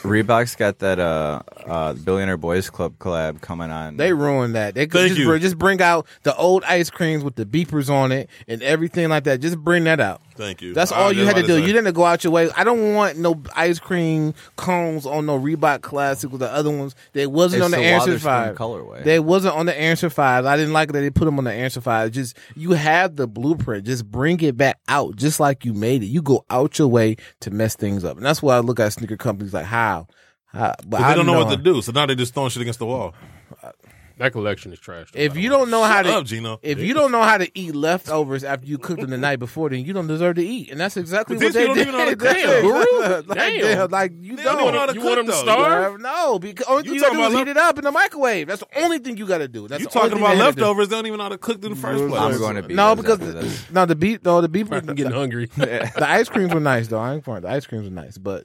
[SPEAKER 5] Reebok's got that uh, uh, Billionaire Boys Club collab coming on.
[SPEAKER 6] They ruined that. They could
[SPEAKER 3] Thank
[SPEAKER 6] just,
[SPEAKER 3] you.
[SPEAKER 6] bring- just bring out the old ice creams with the beepers on it and everything like that. Just bring that out.
[SPEAKER 3] Thank you.
[SPEAKER 6] That's
[SPEAKER 3] I-
[SPEAKER 6] all you
[SPEAKER 3] that's
[SPEAKER 6] had to
[SPEAKER 3] what I
[SPEAKER 6] do.
[SPEAKER 3] said.
[SPEAKER 6] You didn't go out your way. I don't want no ice cream cones on no Reebok Classic with the other ones. They wasn't
[SPEAKER 5] It's
[SPEAKER 6] on the,
[SPEAKER 5] the
[SPEAKER 6] Answer
[SPEAKER 5] Waterspoon
[SPEAKER 6] Five
[SPEAKER 5] colorway.
[SPEAKER 6] They wasn't on the Answer Five. I didn't like that they put them on the Answer Five. Just you have the blueprint. Just bring it back out, just like you made it. You go out your way to mess things up, and that's why I look at sneaker companies like how. How? But
[SPEAKER 3] But they
[SPEAKER 6] I
[SPEAKER 3] don't know what to
[SPEAKER 6] it.
[SPEAKER 3] do, so now they're just throwing shit against the wall.
[SPEAKER 4] [laughs] that collection is trash.
[SPEAKER 6] If you don't know how
[SPEAKER 3] Shut
[SPEAKER 6] to
[SPEAKER 3] up, Gino.
[SPEAKER 6] If you don't know how to eat leftovers after you cooked them the night before, then you don't deserve to eat, and that's exactly
[SPEAKER 3] These
[SPEAKER 6] what they
[SPEAKER 3] people
[SPEAKER 6] did.
[SPEAKER 3] don't even
[SPEAKER 6] [laughs]
[SPEAKER 3] know how to
[SPEAKER 6] That's
[SPEAKER 3] cook.
[SPEAKER 6] it.
[SPEAKER 4] Guru?
[SPEAKER 6] like,
[SPEAKER 4] Damn.
[SPEAKER 6] damn, like you
[SPEAKER 3] They
[SPEAKER 6] don't.
[SPEAKER 3] don't even know how to
[SPEAKER 4] You
[SPEAKER 3] cook,
[SPEAKER 4] want them
[SPEAKER 3] though.
[SPEAKER 4] starve?
[SPEAKER 6] Uh, No, because only
[SPEAKER 3] You
[SPEAKER 6] thing you gotta
[SPEAKER 3] talking
[SPEAKER 6] do is
[SPEAKER 3] about
[SPEAKER 6] heat it up in the microwave. That's the only thing you gotta do. That's
[SPEAKER 3] You
[SPEAKER 6] the only
[SPEAKER 3] talking
[SPEAKER 6] thing they
[SPEAKER 3] about
[SPEAKER 6] had to do.
[SPEAKER 3] leftovers? They don't even know how to cook them in the first place.
[SPEAKER 5] I'm going to be
[SPEAKER 6] No,
[SPEAKER 5] those
[SPEAKER 6] because
[SPEAKER 5] after this.
[SPEAKER 6] no, the beef, no, the beef, the,
[SPEAKER 4] [laughs] I'm getting hungry.
[SPEAKER 6] [laughs] the ice creams were nice though. I ain't for it. The ice creams were nice, but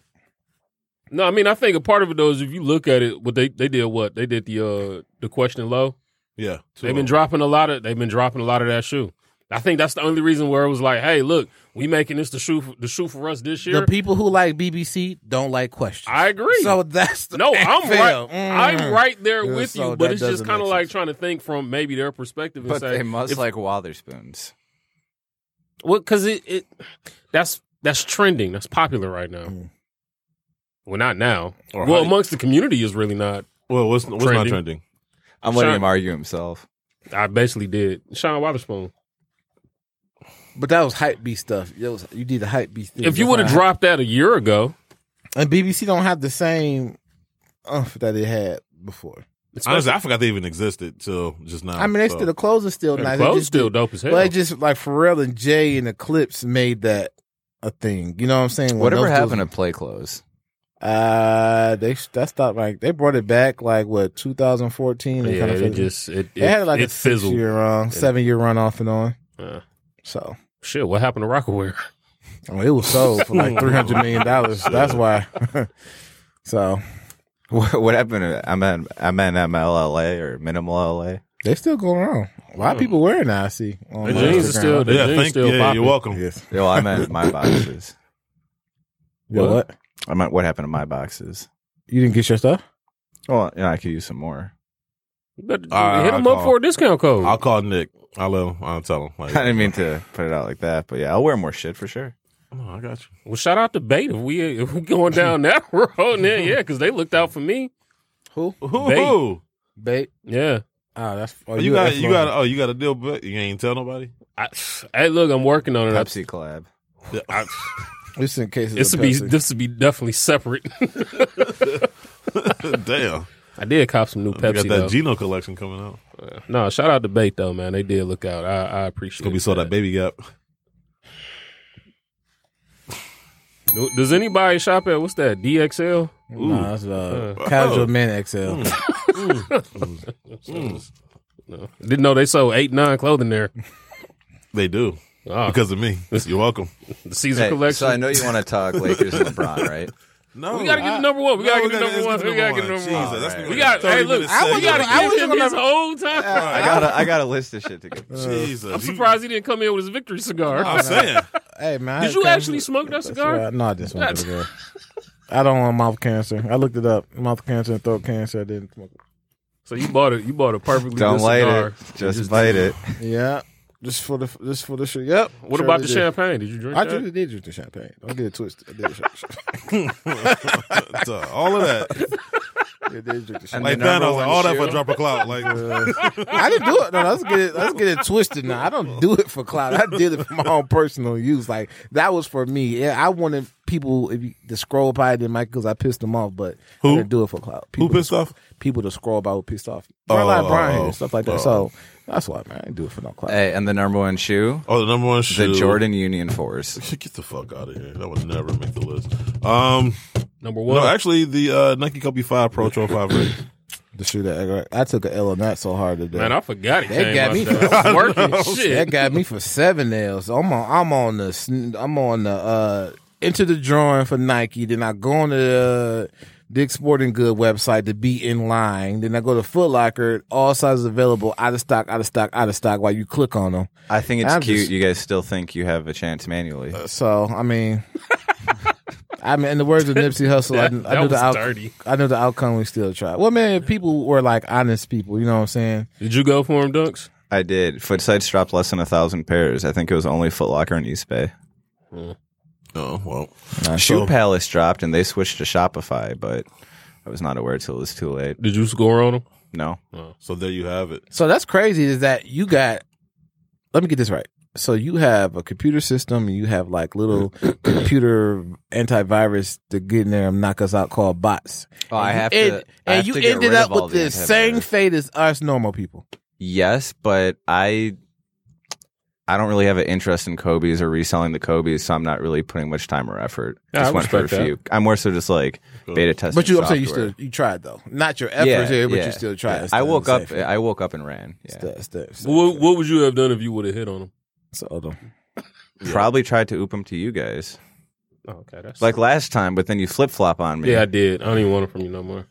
[SPEAKER 4] no, I mean I think a part of it though is if you look at it, what they they did what they did the uh the question low.
[SPEAKER 3] Yeah,
[SPEAKER 4] They've been dropping a lot of they've been dropping a lot of that shoe. I think that's the only reason where it was like, hey, look, we making this the shoe for, the shoe for us this year.
[SPEAKER 6] the people who like BBC don't like questions.
[SPEAKER 4] I agree.
[SPEAKER 6] So that's the [laughs]
[SPEAKER 4] no, I'm
[SPEAKER 6] fail.
[SPEAKER 4] right.
[SPEAKER 6] Mm.
[SPEAKER 4] I'm right there
[SPEAKER 6] Yeah,
[SPEAKER 4] with
[SPEAKER 6] so
[SPEAKER 4] you, but
[SPEAKER 6] that
[SPEAKER 4] it's just
[SPEAKER 6] doesn't
[SPEAKER 4] kind of
[SPEAKER 6] make
[SPEAKER 4] like
[SPEAKER 6] sense.
[SPEAKER 4] trying to think from maybe their perspective and
[SPEAKER 5] But
[SPEAKER 4] say,
[SPEAKER 5] they must
[SPEAKER 4] if-
[SPEAKER 5] like Watherspoons.
[SPEAKER 4] Well, because it, it that's that's trending. That's popular right now. Well, not now.
[SPEAKER 3] Mm. Or
[SPEAKER 4] well,
[SPEAKER 3] hype.
[SPEAKER 4] amongst the community is really not.
[SPEAKER 3] Well, what's, what's not
[SPEAKER 4] Trending.
[SPEAKER 3] trending?
[SPEAKER 5] I'm letting
[SPEAKER 4] Sure.
[SPEAKER 5] him argue himself.
[SPEAKER 4] I basically did Sean Witherspoon.
[SPEAKER 6] Mm. But that was hype beast stuff. That was you did the hype beast. thing.
[SPEAKER 4] If you
[SPEAKER 6] That's
[SPEAKER 4] would have
[SPEAKER 6] not-
[SPEAKER 4] dropped that a year ago,
[SPEAKER 6] and BBC don't have the same umph that it had before.
[SPEAKER 3] Honestly, I forgot they even existed till just now.
[SPEAKER 6] I mean, they
[SPEAKER 3] so.
[SPEAKER 6] still the clothes are still
[SPEAKER 4] the
[SPEAKER 6] nice. They
[SPEAKER 4] clothes
[SPEAKER 6] just
[SPEAKER 4] still
[SPEAKER 6] did-
[SPEAKER 4] dope as hell.
[SPEAKER 6] But it just like Pharrell and Jay and the Clips made that a thing. You know what I'm saying? When
[SPEAKER 5] Whatever
[SPEAKER 6] those dudes-
[SPEAKER 5] happened to play [laughs] clothes?
[SPEAKER 6] Uh, they that stopped like they brought it back like what 2014.
[SPEAKER 4] yeah,
[SPEAKER 6] kind of
[SPEAKER 4] it just it, it,
[SPEAKER 6] it had like
[SPEAKER 4] it
[SPEAKER 6] a six
[SPEAKER 4] fizzled.
[SPEAKER 6] year run, seven year run off and on.
[SPEAKER 4] Uh,
[SPEAKER 6] So
[SPEAKER 4] shit, what happened to Rockaware?
[SPEAKER 6] I mean, it was sold for
[SPEAKER 4] [laughs]
[SPEAKER 6] like 300 million dollars. That's why. [laughs] so
[SPEAKER 5] What, what happened to I'm at I'm at MLLA or Minimal LA?
[SPEAKER 6] They still going around. A lot of people wearing that. I see. on
[SPEAKER 4] The
[SPEAKER 6] my
[SPEAKER 4] Hmm. jeans are still-
[SPEAKER 6] Instagram.
[SPEAKER 4] The
[SPEAKER 3] yeah,
[SPEAKER 4] jeans
[SPEAKER 3] thank
[SPEAKER 4] still
[SPEAKER 3] you. Yeah,
[SPEAKER 4] popping.
[SPEAKER 3] you're welcome.
[SPEAKER 6] Yes.
[SPEAKER 5] Yo, I meant [laughs] my boxes.
[SPEAKER 6] You know what?
[SPEAKER 5] I meant what happened to my boxes.
[SPEAKER 6] You didn't get your stuff?
[SPEAKER 5] Well, yeah, I could use some more. [laughs]
[SPEAKER 4] You better
[SPEAKER 3] All
[SPEAKER 4] hit
[SPEAKER 3] right,
[SPEAKER 4] them
[SPEAKER 3] I'll
[SPEAKER 4] up for a discount code.
[SPEAKER 3] I'll call Nick. I'll let him. I'll tell him.
[SPEAKER 5] I
[SPEAKER 3] Like,
[SPEAKER 6] [laughs]
[SPEAKER 5] didn't mean to put it out like that, but yeah, I'll wear more shit for sure.
[SPEAKER 3] No, "Oh, I got you.
[SPEAKER 4] well, shout out to Bait if we if we going down that [laughs] road. Yeah, yeah, because they looked out for me.
[SPEAKER 6] Who?
[SPEAKER 3] Who?
[SPEAKER 4] Bait.
[SPEAKER 3] who?
[SPEAKER 6] Bait.
[SPEAKER 4] Yeah. Ah,
[SPEAKER 6] Oh, that's oh,
[SPEAKER 3] Oh, you got.
[SPEAKER 6] a
[SPEAKER 3] You got. Oh, you got a deal. But you ain't tell nobody. [laughs]
[SPEAKER 4] I, hey, look, I'm working on it. I-
[SPEAKER 5] Pepsi collab.
[SPEAKER 3] Yeah, I,
[SPEAKER 6] Just in case it's
[SPEAKER 4] This
[SPEAKER 6] a
[SPEAKER 4] would be
[SPEAKER 6] Pepsi.
[SPEAKER 4] this would be definitely separate.
[SPEAKER 3] damn.
[SPEAKER 4] [laughs] I did cop some new
[SPEAKER 3] We got
[SPEAKER 4] Pepsi
[SPEAKER 3] that
[SPEAKER 4] though.
[SPEAKER 3] Gino collection coming out.
[SPEAKER 4] no, shout out to Bait though, man. They did look out. I, I
[SPEAKER 3] It's
[SPEAKER 4] appreciate.
[SPEAKER 3] gonna be sold at Baby Gap.
[SPEAKER 4] Do- Does anybody shop at what's that DXL?
[SPEAKER 6] Nah, that's uh, casual men XL.
[SPEAKER 4] No. Didn't know they sold eight nine clothing there.
[SPEAKER 3] They do
[SPEAKER 4] Ah,
[SPEAKER 3] because of me. You're welcome.
[SPEAKER 4] the season
[SPEAKER 5] Hey,
[SPEAKER 4] collection.
[SPEAKER 5] so I know you want to talk Lakers and LeBron, [laughs] right?
[SPEAKER 3] No,
[SPEAKER 4] we gotta get the number one. We
[SPEAKER 3] No,
[SPEAKER 4] gotta
[SPEAKER 3] we
[SPEAKER 4] get the
[SPEAKER 3] gotta-
[SPEAKER 4] number one.
[SPEAKER 3] let's
[SPEAKER 4] We gotta get the number
[SPEAKER 3] Jesus,
[SPEAKER 4] one.
[SPEAKER 3] that's gonna
[SPEAKER 4] We
[SPEAKER 3] be like
[SPEAKER 4] got.
[SPEAKER 3] a
[SPEAKER 4] Hey, look,
[SPEAKER 3] 30
[SPEAKER 4] I, we
[SPEAKER 3] minute segment.
[SPEAKER 4] gotta give him
[SPEAKER 6] gonna-
[SPEAKER 4] his whole time.
[SPEAKER 5] I got a, I got a list of shit to get.
[SPEAKER 3] Jesus,
[SPEAKER 4] I'm surprised he didn't come in with his victory cigar.
[SPEAKER 3] I'm saying.
[SPEAKER 6] Hey man, I
[SPEAKER 4] Did
[SPEAKER 6] had
[SPEAKER 4] you
[SPEAKER 6] cancer.
[SPEAKER 4] actually smoke that
[SPEAKER 6] That's
[SPEAKER 4] cigar?
[SPEAKER 6] right. No, I didn't smoke that
[SPEAKER 4] [laughs]
[SPEAKER 6] cigar. I don't want mouth cancer. I looked it up. Mouth cancer and throat cancer. I didn't smoke. it.
[SPEAKER 4] So you bought it. You bought a perfectly
[SPEAKER 5] Don't
[SPEAKER 4] good
[SPEAKER 5] light
[SPEAKER 4] cigar.
[SPEAKER 5] it. Just, bite it.
[SPEAKER 6] Yeah, just for the just for the show. Yep.
[SPEAKER 4] What
[SPEAKER 6] Sure
[SPEAKER 4] about the
[SPEAKER 6] did.
[SPEAKER 4] champagne? Did you drink
[SPEAKER 6] I
[SPEAKER 4] that?
[SPEAKER 6] just did drink the champagne. Don't get it twisted. I did, drink the
[SPEAKER 4] [laughs]
[SPEAKER 6] champagne.
[SPEAKER 3] So, uh, all of that.
[SPEAKER 6] I did drink the champagne.
[SPEAKER 3] Like
[SPEAKER 5] The number
[SPEAKER 3] Thanos,
[SPEAKER 5] one
[SPEAKER 3] like, all that for
[SPEAKER 5] shoe.
[SPEAKER 3] drop a clout.
[SPEAKER 4] [laughs]
[SPEAKER 3] Like,
[SPEAKER 6] I didn't do it. No, let's get it. Let's get it twisted. Now I don't do it for cloud. I did it for my own personal use. Like that was for me. Yeah, I wanted people if you, to scroll by then Mike because I pissed them off. But
[SPEAKER 3] Who?
[SPEAKER 6] I didn't do it for cloud.
[SPEAKER 3] who pissed off?
[SPEAKER 6] people to scroll by who pissed off.
[SPEAKER 3] Oh,
[SPEAKER 6] Brian, like Brian
[SPEAKER 3] oh,
[SPEAKER 6] here, stuff like that.
[SPEAKER 3] oh.
[SPEAKER 6] So that's why man, I didn't do it for no cloud.
[SPEAKER 5] Hey, and the number one shoe,
[SPEAKER 3] Oh, the number one
[SPEAKER 5] the
[SPEAKER 3] shoe.
[SPEAKER 5] Jordan Union Fours.
[SPEAKER 3] Get the fuck out of here. That would never make the list. Um,
[SPEAKER 4] Number one.
[SPEAKER 3] no, actually, the uh, Nike Kobe 5 Pro Tro 5
[SPEAKER 4] [laughs]
[SPEAKER 3] ring.
[SPEAKER 6] The shoe that I I took a L on that so hard today.
[SPEAKER 4] Man, I forgot he
[SPEAKER 6] They
[SPEAKER 4] came
[SPEAKER 6] got
[SPEAKER 4] out
[SPEAKER 6] me
[SPEAKER 4] there.
[SPEAKER 6] for-
[SPEAKER 4] I was working
[SPEAKER 6] that
[SPEAKER 4] shit.
[SPEAKER 6] got me for seven nails. I'm on. I'm on the. sn- I'm on the. Uh, into the drawing for Nike. Then I go on the uh, Dick Sporting Good website to be in line. Then I go to Foot Locker. All sizes available. Out of stock. Out of stock. Out of stock. While you click on them.
[SPEAKER 5] I think it's
[SPEAKER 6] I'm
[SPEAKER 5] cute.
[SPEAKER 6] just-
[SPEAKER 5] You guys still think you have a chance manually.
[SPEAKER 6] So I mean, [laughs] I mean, in the words of Nipsey Hussle, I,
[SPEAKER 4] That-
[SPEAKER 6] I knew the
[SPEAKER 4] that was
[SPEAKER 6] out-
[SPEAKER 4] dirty.
[SPEAKER 6] I knew the outcome. We still tried. Well, man, if people were like honest people. You know what I'm saying?
[SPEAKER 4] Did you go for him, Dunks?
[SPEAKER 5] I did. Footsites dropped less than a thousand pairs. I think it was only Foot Locker and East Bay. Uh,
[SPEAKER 3] Oh, well.
[SPEAKER 5] Shoe
[SPEAKER 3] so-
[SPEAKER 5] Palace dropped and they switched to Shopify, but I was not aware till it was too late.
[SPEAKER 4] Did you score on him?
[SPEAKER 5] No.
[SPEAKER 3] So there you have it.
[SPEAKER 6] So that's crazy. Is that you got? Let me get this right. So you have a computer system. and You have like [clears throat] little computer antivirus to get in there and knock us out called bots.
[SPEAKER 5] Oh,
[SPEAKER 6] And
[SPEAKER 5] I
[SPEAKER 6] you
[SPEAKER 5] have
[SPEAKER 6] end-
[SPEAKER 5] to. I
[SPEAKER 6] And
[SPEAKER 5] have
[SPEAKER 6] you
[SPEAKER 5] to get
[SPEAKER 6] ended
[SPEAKER 5] rid
[SPEAKER 6] up
[SPEAKER 5] of all
[SPEAKER 6] with
[SPEAKER 5] the
[SPEAKER 6] the same
[SPEAKER 5] antivirus.
[SPEAKER 6] fate as us normal people.
[SPEAKER 5] Yes, but I I don't really have an interest in Kobe's or reselling the Kobe's, so I'm not really putting much time or effort.
[SPEAKER 4] Yeah, I
[SPEAKER 5] just went for a
[SPEAKER 4] respect
[SPEAKER 5] few. I'm more so just like beta testing.
[SPEAKER 6] But you, I'm saying you
[SPEAKER 5] software.
[SPEAKER 6] still you tried though. Not your efforts here, but you still tried. It's
[SPEAKER 5] I
[SPEAKER 6] the
[SPEAKER 5] woke
[SPEAKER 6] same
[SPEAKER 5] up.
[SPEAKER 6] fate.
[SPEAKER 5] I woke up and ran.
[SPEAKER 6] It's
[SPEAKER 5] Yeah.
[SPEAKER 6] the- it's the- it's the-
[SPEAKER 4] What, what would you have done if you would have hit on him?
[SPEAKER 6] so, hold on.
[SPEAKER 5] Probably tried to oop them to you guys
[SPEAKER 4] Oh, okay, that's
[SPEAKER 5] like last time, but then you flip flop on me.
[SPEAKER 4] yeah, I did. I don't even want it from you no more.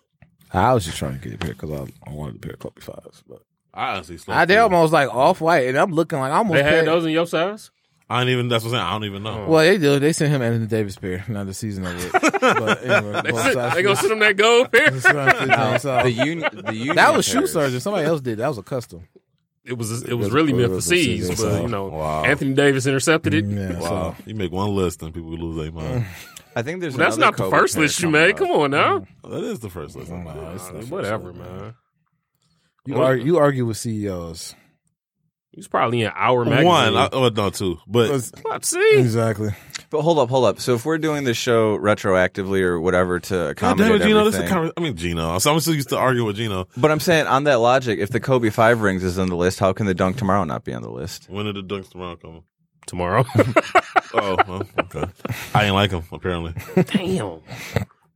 [SPEAKER 6] I was just trying to get a pair because I, I wanted a pair of Kobe fives, but
[SPEAKER 3] I honestly slept
[SPEAKER 6] I they
[SPEAKER 3] through.
[SPEAKER 6] almost like off white, and I'm looking like I almost
[SPEAKER 4] They had
[SPEAKER 6] paid-
[SPEAKER 4] those in your size.
[SPEAKER 3] I ain't even, that's what I'm saying. I don't even
[SPEAKER 4] Oh.
[SPEAKER 3] know.
[SPEAKER 6] Well, they do. They sent him Anthony Davis pair. Not the season
[SPEAKER 4] [laughs]
[SPEAKER 6] of it. But anyway,
[SPEAKER 4] They
[SPEAKER 6] both
[SPEAKER 4] said-
[SPEAKER 6] sides
[SPEAKER 4] they gonna send him that gold pair.
[SPEAKER 6] [laughs] Now,
[SPEAKER 5] The union. The union
[SPEAKER 6] that was shoe
[SPEAKER 5] pairs.
[SPEAKER 6] surgeon. Somebody else did. That was a custom.
[SPEAKER 4] It was it was really meant for C's, but you know
[SPEAKER 3] Wow.
[SPEAKER 4] Anthony Davis intercepted it.
[SPEAKER 6] Yeah,
[SPEAKER 3] Wow. You make one list and people lose their mind.
[SPEAKER 5] I think there's.
[SPEAKER 4] That's
[SPEAKER 5] another
[SPEAKER 4] not the
[SPEAKER 5] Kobe
[SPEAKER 4] first
[SPEAKER 5] pair
[SPEAKER 4] list you
[SPEAKER 5] coming
[SPEAKER 4] made.
[SPEAKER 5] up.
[SPEAKER 4] Come on now,
[SPEAKER 3] Oh, That is the first list. I'm like,
[SPEAKER 4] I mean, whatever, man.
[SPEAKER 6] You argue, you argue with E CEOs.
[SPEAKER 4] He was probably in our magazine.
[SPEAKER 3] One, I, oh, no, two. But
[SPEAKER 4] Let's see.
[SPEAKER 6] Exactly.
[SPEAKER 5] But hold up, hold up. So if we're doing the show retroactively or whatever to
[SPEAKER 3] God damn
[SPEAKER 5] accommodate
[SPEAKER 3] it, Gino. This is
[SPEAKER 5] everything-
[SPEAKER 3] conver- I mean, Gino. So I'm still used to arguing with Gino.
[SPEAKER 5] but I'm saying on that logic, if the Kobe Five rings is on the list, how can the dunk tomorrow not be on the list?
[SPEAKER 3] When did the dunks tomorrow come?
[SPEAKER 4] tomorrow.
[SPEAKER 3] Oh, well, okay. I ain't like him, apparently.
[SPEAKER 4] Damn.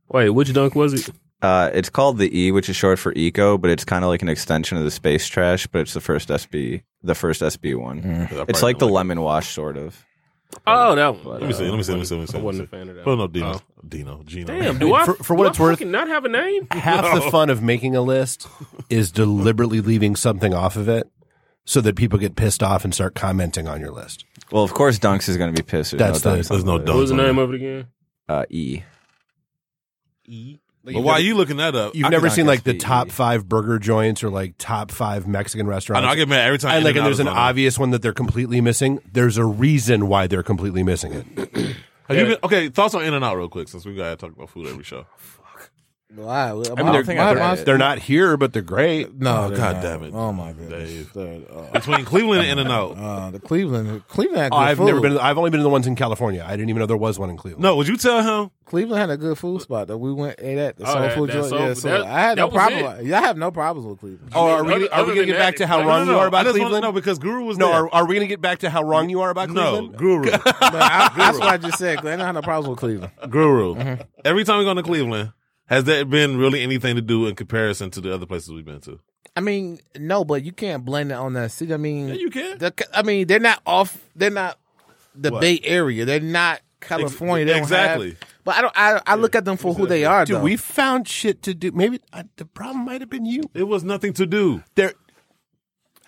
[SPEAKER 4] Wait, which dunk was it?
[SPEAKER 5] Uh, it's called the E, which is short for eco, but it's kind of like an extension of the space trash. But it's the first SB, the first SB one.
[SPEAKER 6] Mm.
[SPEAKER 5] It's like the lemon wash, sort of.
[SPEAKER 4] Oh, that one.
[SPEAKER 3] Let me see. Let me see. Let me see. Let me see.
[SPEAKER 4] I wasn't a fan of that.
[SPEAKER 3] Put it up, Dino.
[SPEAKER 4] Oh.
[SPEAKER 3] Dino, Gino.
[SPEAKER 4] Damn, do I
[SPEAKER 7] For- for what
[SPEAKER 4] do I
[SPEAKER 7] it's worth-
[SPEAKER 4] fucking not have a name?
[SPEAKER 7] half the fun of making a list is deliberately leaving something off of it so that people get pissed off and start commenting on your list.
[SPEAKER 5] Well, of course, Dunks is going to be pissed.
[SPEAKER 7] That's
[SPEAKER 5] no
[SPEAKER 7] the-
[SPEAKER 5] Dunks
[SPEAKER 3] there's
[SPEAKER 5] on
[SPEAKER 3] no
[SPEAKER 5] the
[SPEAKER 4] What
[SPEAKER 5] list.
[SPEAKER 4] was the name of it again?
[SPEAKER 5] Uh, e.
[SPEAKER 3] But why are you looking that up?
[SPEAKER 7] You've
[SPEAKER 3] I,
[SPEAKER 7] never
[SPEAKER 5] could not
[SPEAKER 7] seen like the
[SPEAKER 5] guess the-
[SPEAKER 7] top five burger joins or like top five Mexican
[SPEAKER 3] I
[SPEAKER 7] restaurants.
[SPEAKER 3] know. I get mad every time.
[SPEAKER 7] and like, and
[SPEAKER 3] In-N-Out
[SPEAKER 7] there's
[SPEAKER 3] is
[SPEAKER 7] an
[SPEAKER 3] on there.
[SPEAKER 7] obvious one that they're completely missing. There's a reason why they're completely missing it.
[SPEAKER 3] Have you been, okay, thoughts on In and Out real quick since we gotta talk about food every show.
[SPEAKER 6] Why? I
[SPEAKER 5] mean, they're- they're-
[SPEAKER 7] They're not here, but they're great.
[SPEAKER 6] no,
[SPEAKER 3] Oh,
[SPEAKER 6] they're
[SPEAKER 3] God
[SPEAKER 6] not.
[SPEAKER 3] damn it,
[SPEAKER 6] Oh my goodness.
[SPEAKER 3] Dave.
[SPEAKER 6] They're, uh,
[SPEAKER 3] Between Cleveland and In and
[SPEAKER 7] [laughs]
[SPEAKER 3] Out.
[SPEAKER 6] uh, the Cleveland, Cleveland
[SPEAKER 4] Oh,
[SPEAKER 6] had good
[SPEAKER 7] I've
[SPEAKER 6] food.
[SPEAKER 7] never been. I've only been to the ones in California. I didn't even know there was one in Cleveland.
[SPEAKER 3] No, would you tell him?
[SPEAKER 6] Cleveland had a good food spot that we went ate at the
[SPEAKER 4] Oh,
[SPEAKER 6] soul
[SPEAKER 4] that-
[SPEAKER 6] food
[SPEAKER 4] that
[SPEAKER 6] joint.
[SPEAKER 4] soul
[SPEAKER 6] yeah,
[SPEAKER 4] food-
[SPEAKER 6] so
[SPEAKER 4] that-
[SPEAKER 6] I had no
[SPEAKER 4] that was it.
[SPEAKER 6] problem. Yeah, I have no problems with Cleveland.
[SPEAKER 7] Oh, are we
[SPEAKER 4] Other-
[SPEAKER 7] gonna, are
[SPEAKER 4] other
[SPEAKER 7] we going
[SPEAKER 4] than
[SPEAKER 7] to get back
[SPEAKER 4] that,
[SPEAKER 7] to how
[SPEAKER 4] like-
[SPEAKER 7] wrong
[SPEAKER 4] No,
[SPEAKER 7] you are about
[SPEAKER 3] I just wanna
[SPEAKER 7] Cleveland?
[SPEAKER 3] know because Guru was
[SPEAKER 7] No,
[SPEAKER 3] there.
[SPEAKER 7] are, are we going to get back to how wrong you are about
[SPEAKER 3] no,
[SPEAKER 7] Cleveland?
[SPEAKER 3] Guru,
[SPEAKER 7] [laughs]
[SPEAKER 6] But I, [laughs] that's what I just said. 'cause I don't have no problems with Cleveland.
[SPEAKER 3] Guru. Every time we go to Cleveland, has there been really anything to do in comparison to the other places we've been to?
[SPEAKER 6] I mean, no, but you can't blame it on that city. I mean,
[SPEAKER 3] Yeah, you can.
[SPEAKER 6] the, I mean, they're not off. They're not the
[SPEAKER 3] What?
[SPEAKER 6] Bay Area. They're not California. They don't
[SPEAKER 3] exactly.
[SPEAKER 6] have- but I don't. I, I look at them for who they are.
[SPEAKER 7] Dude,
[SPEAKER 6] though.
[SPEAKER 7] we found shit to do. Maybe uh, the problem might have been you.
[SPEAKER 3] It was nothing to do.
[SPEAKER 7] There,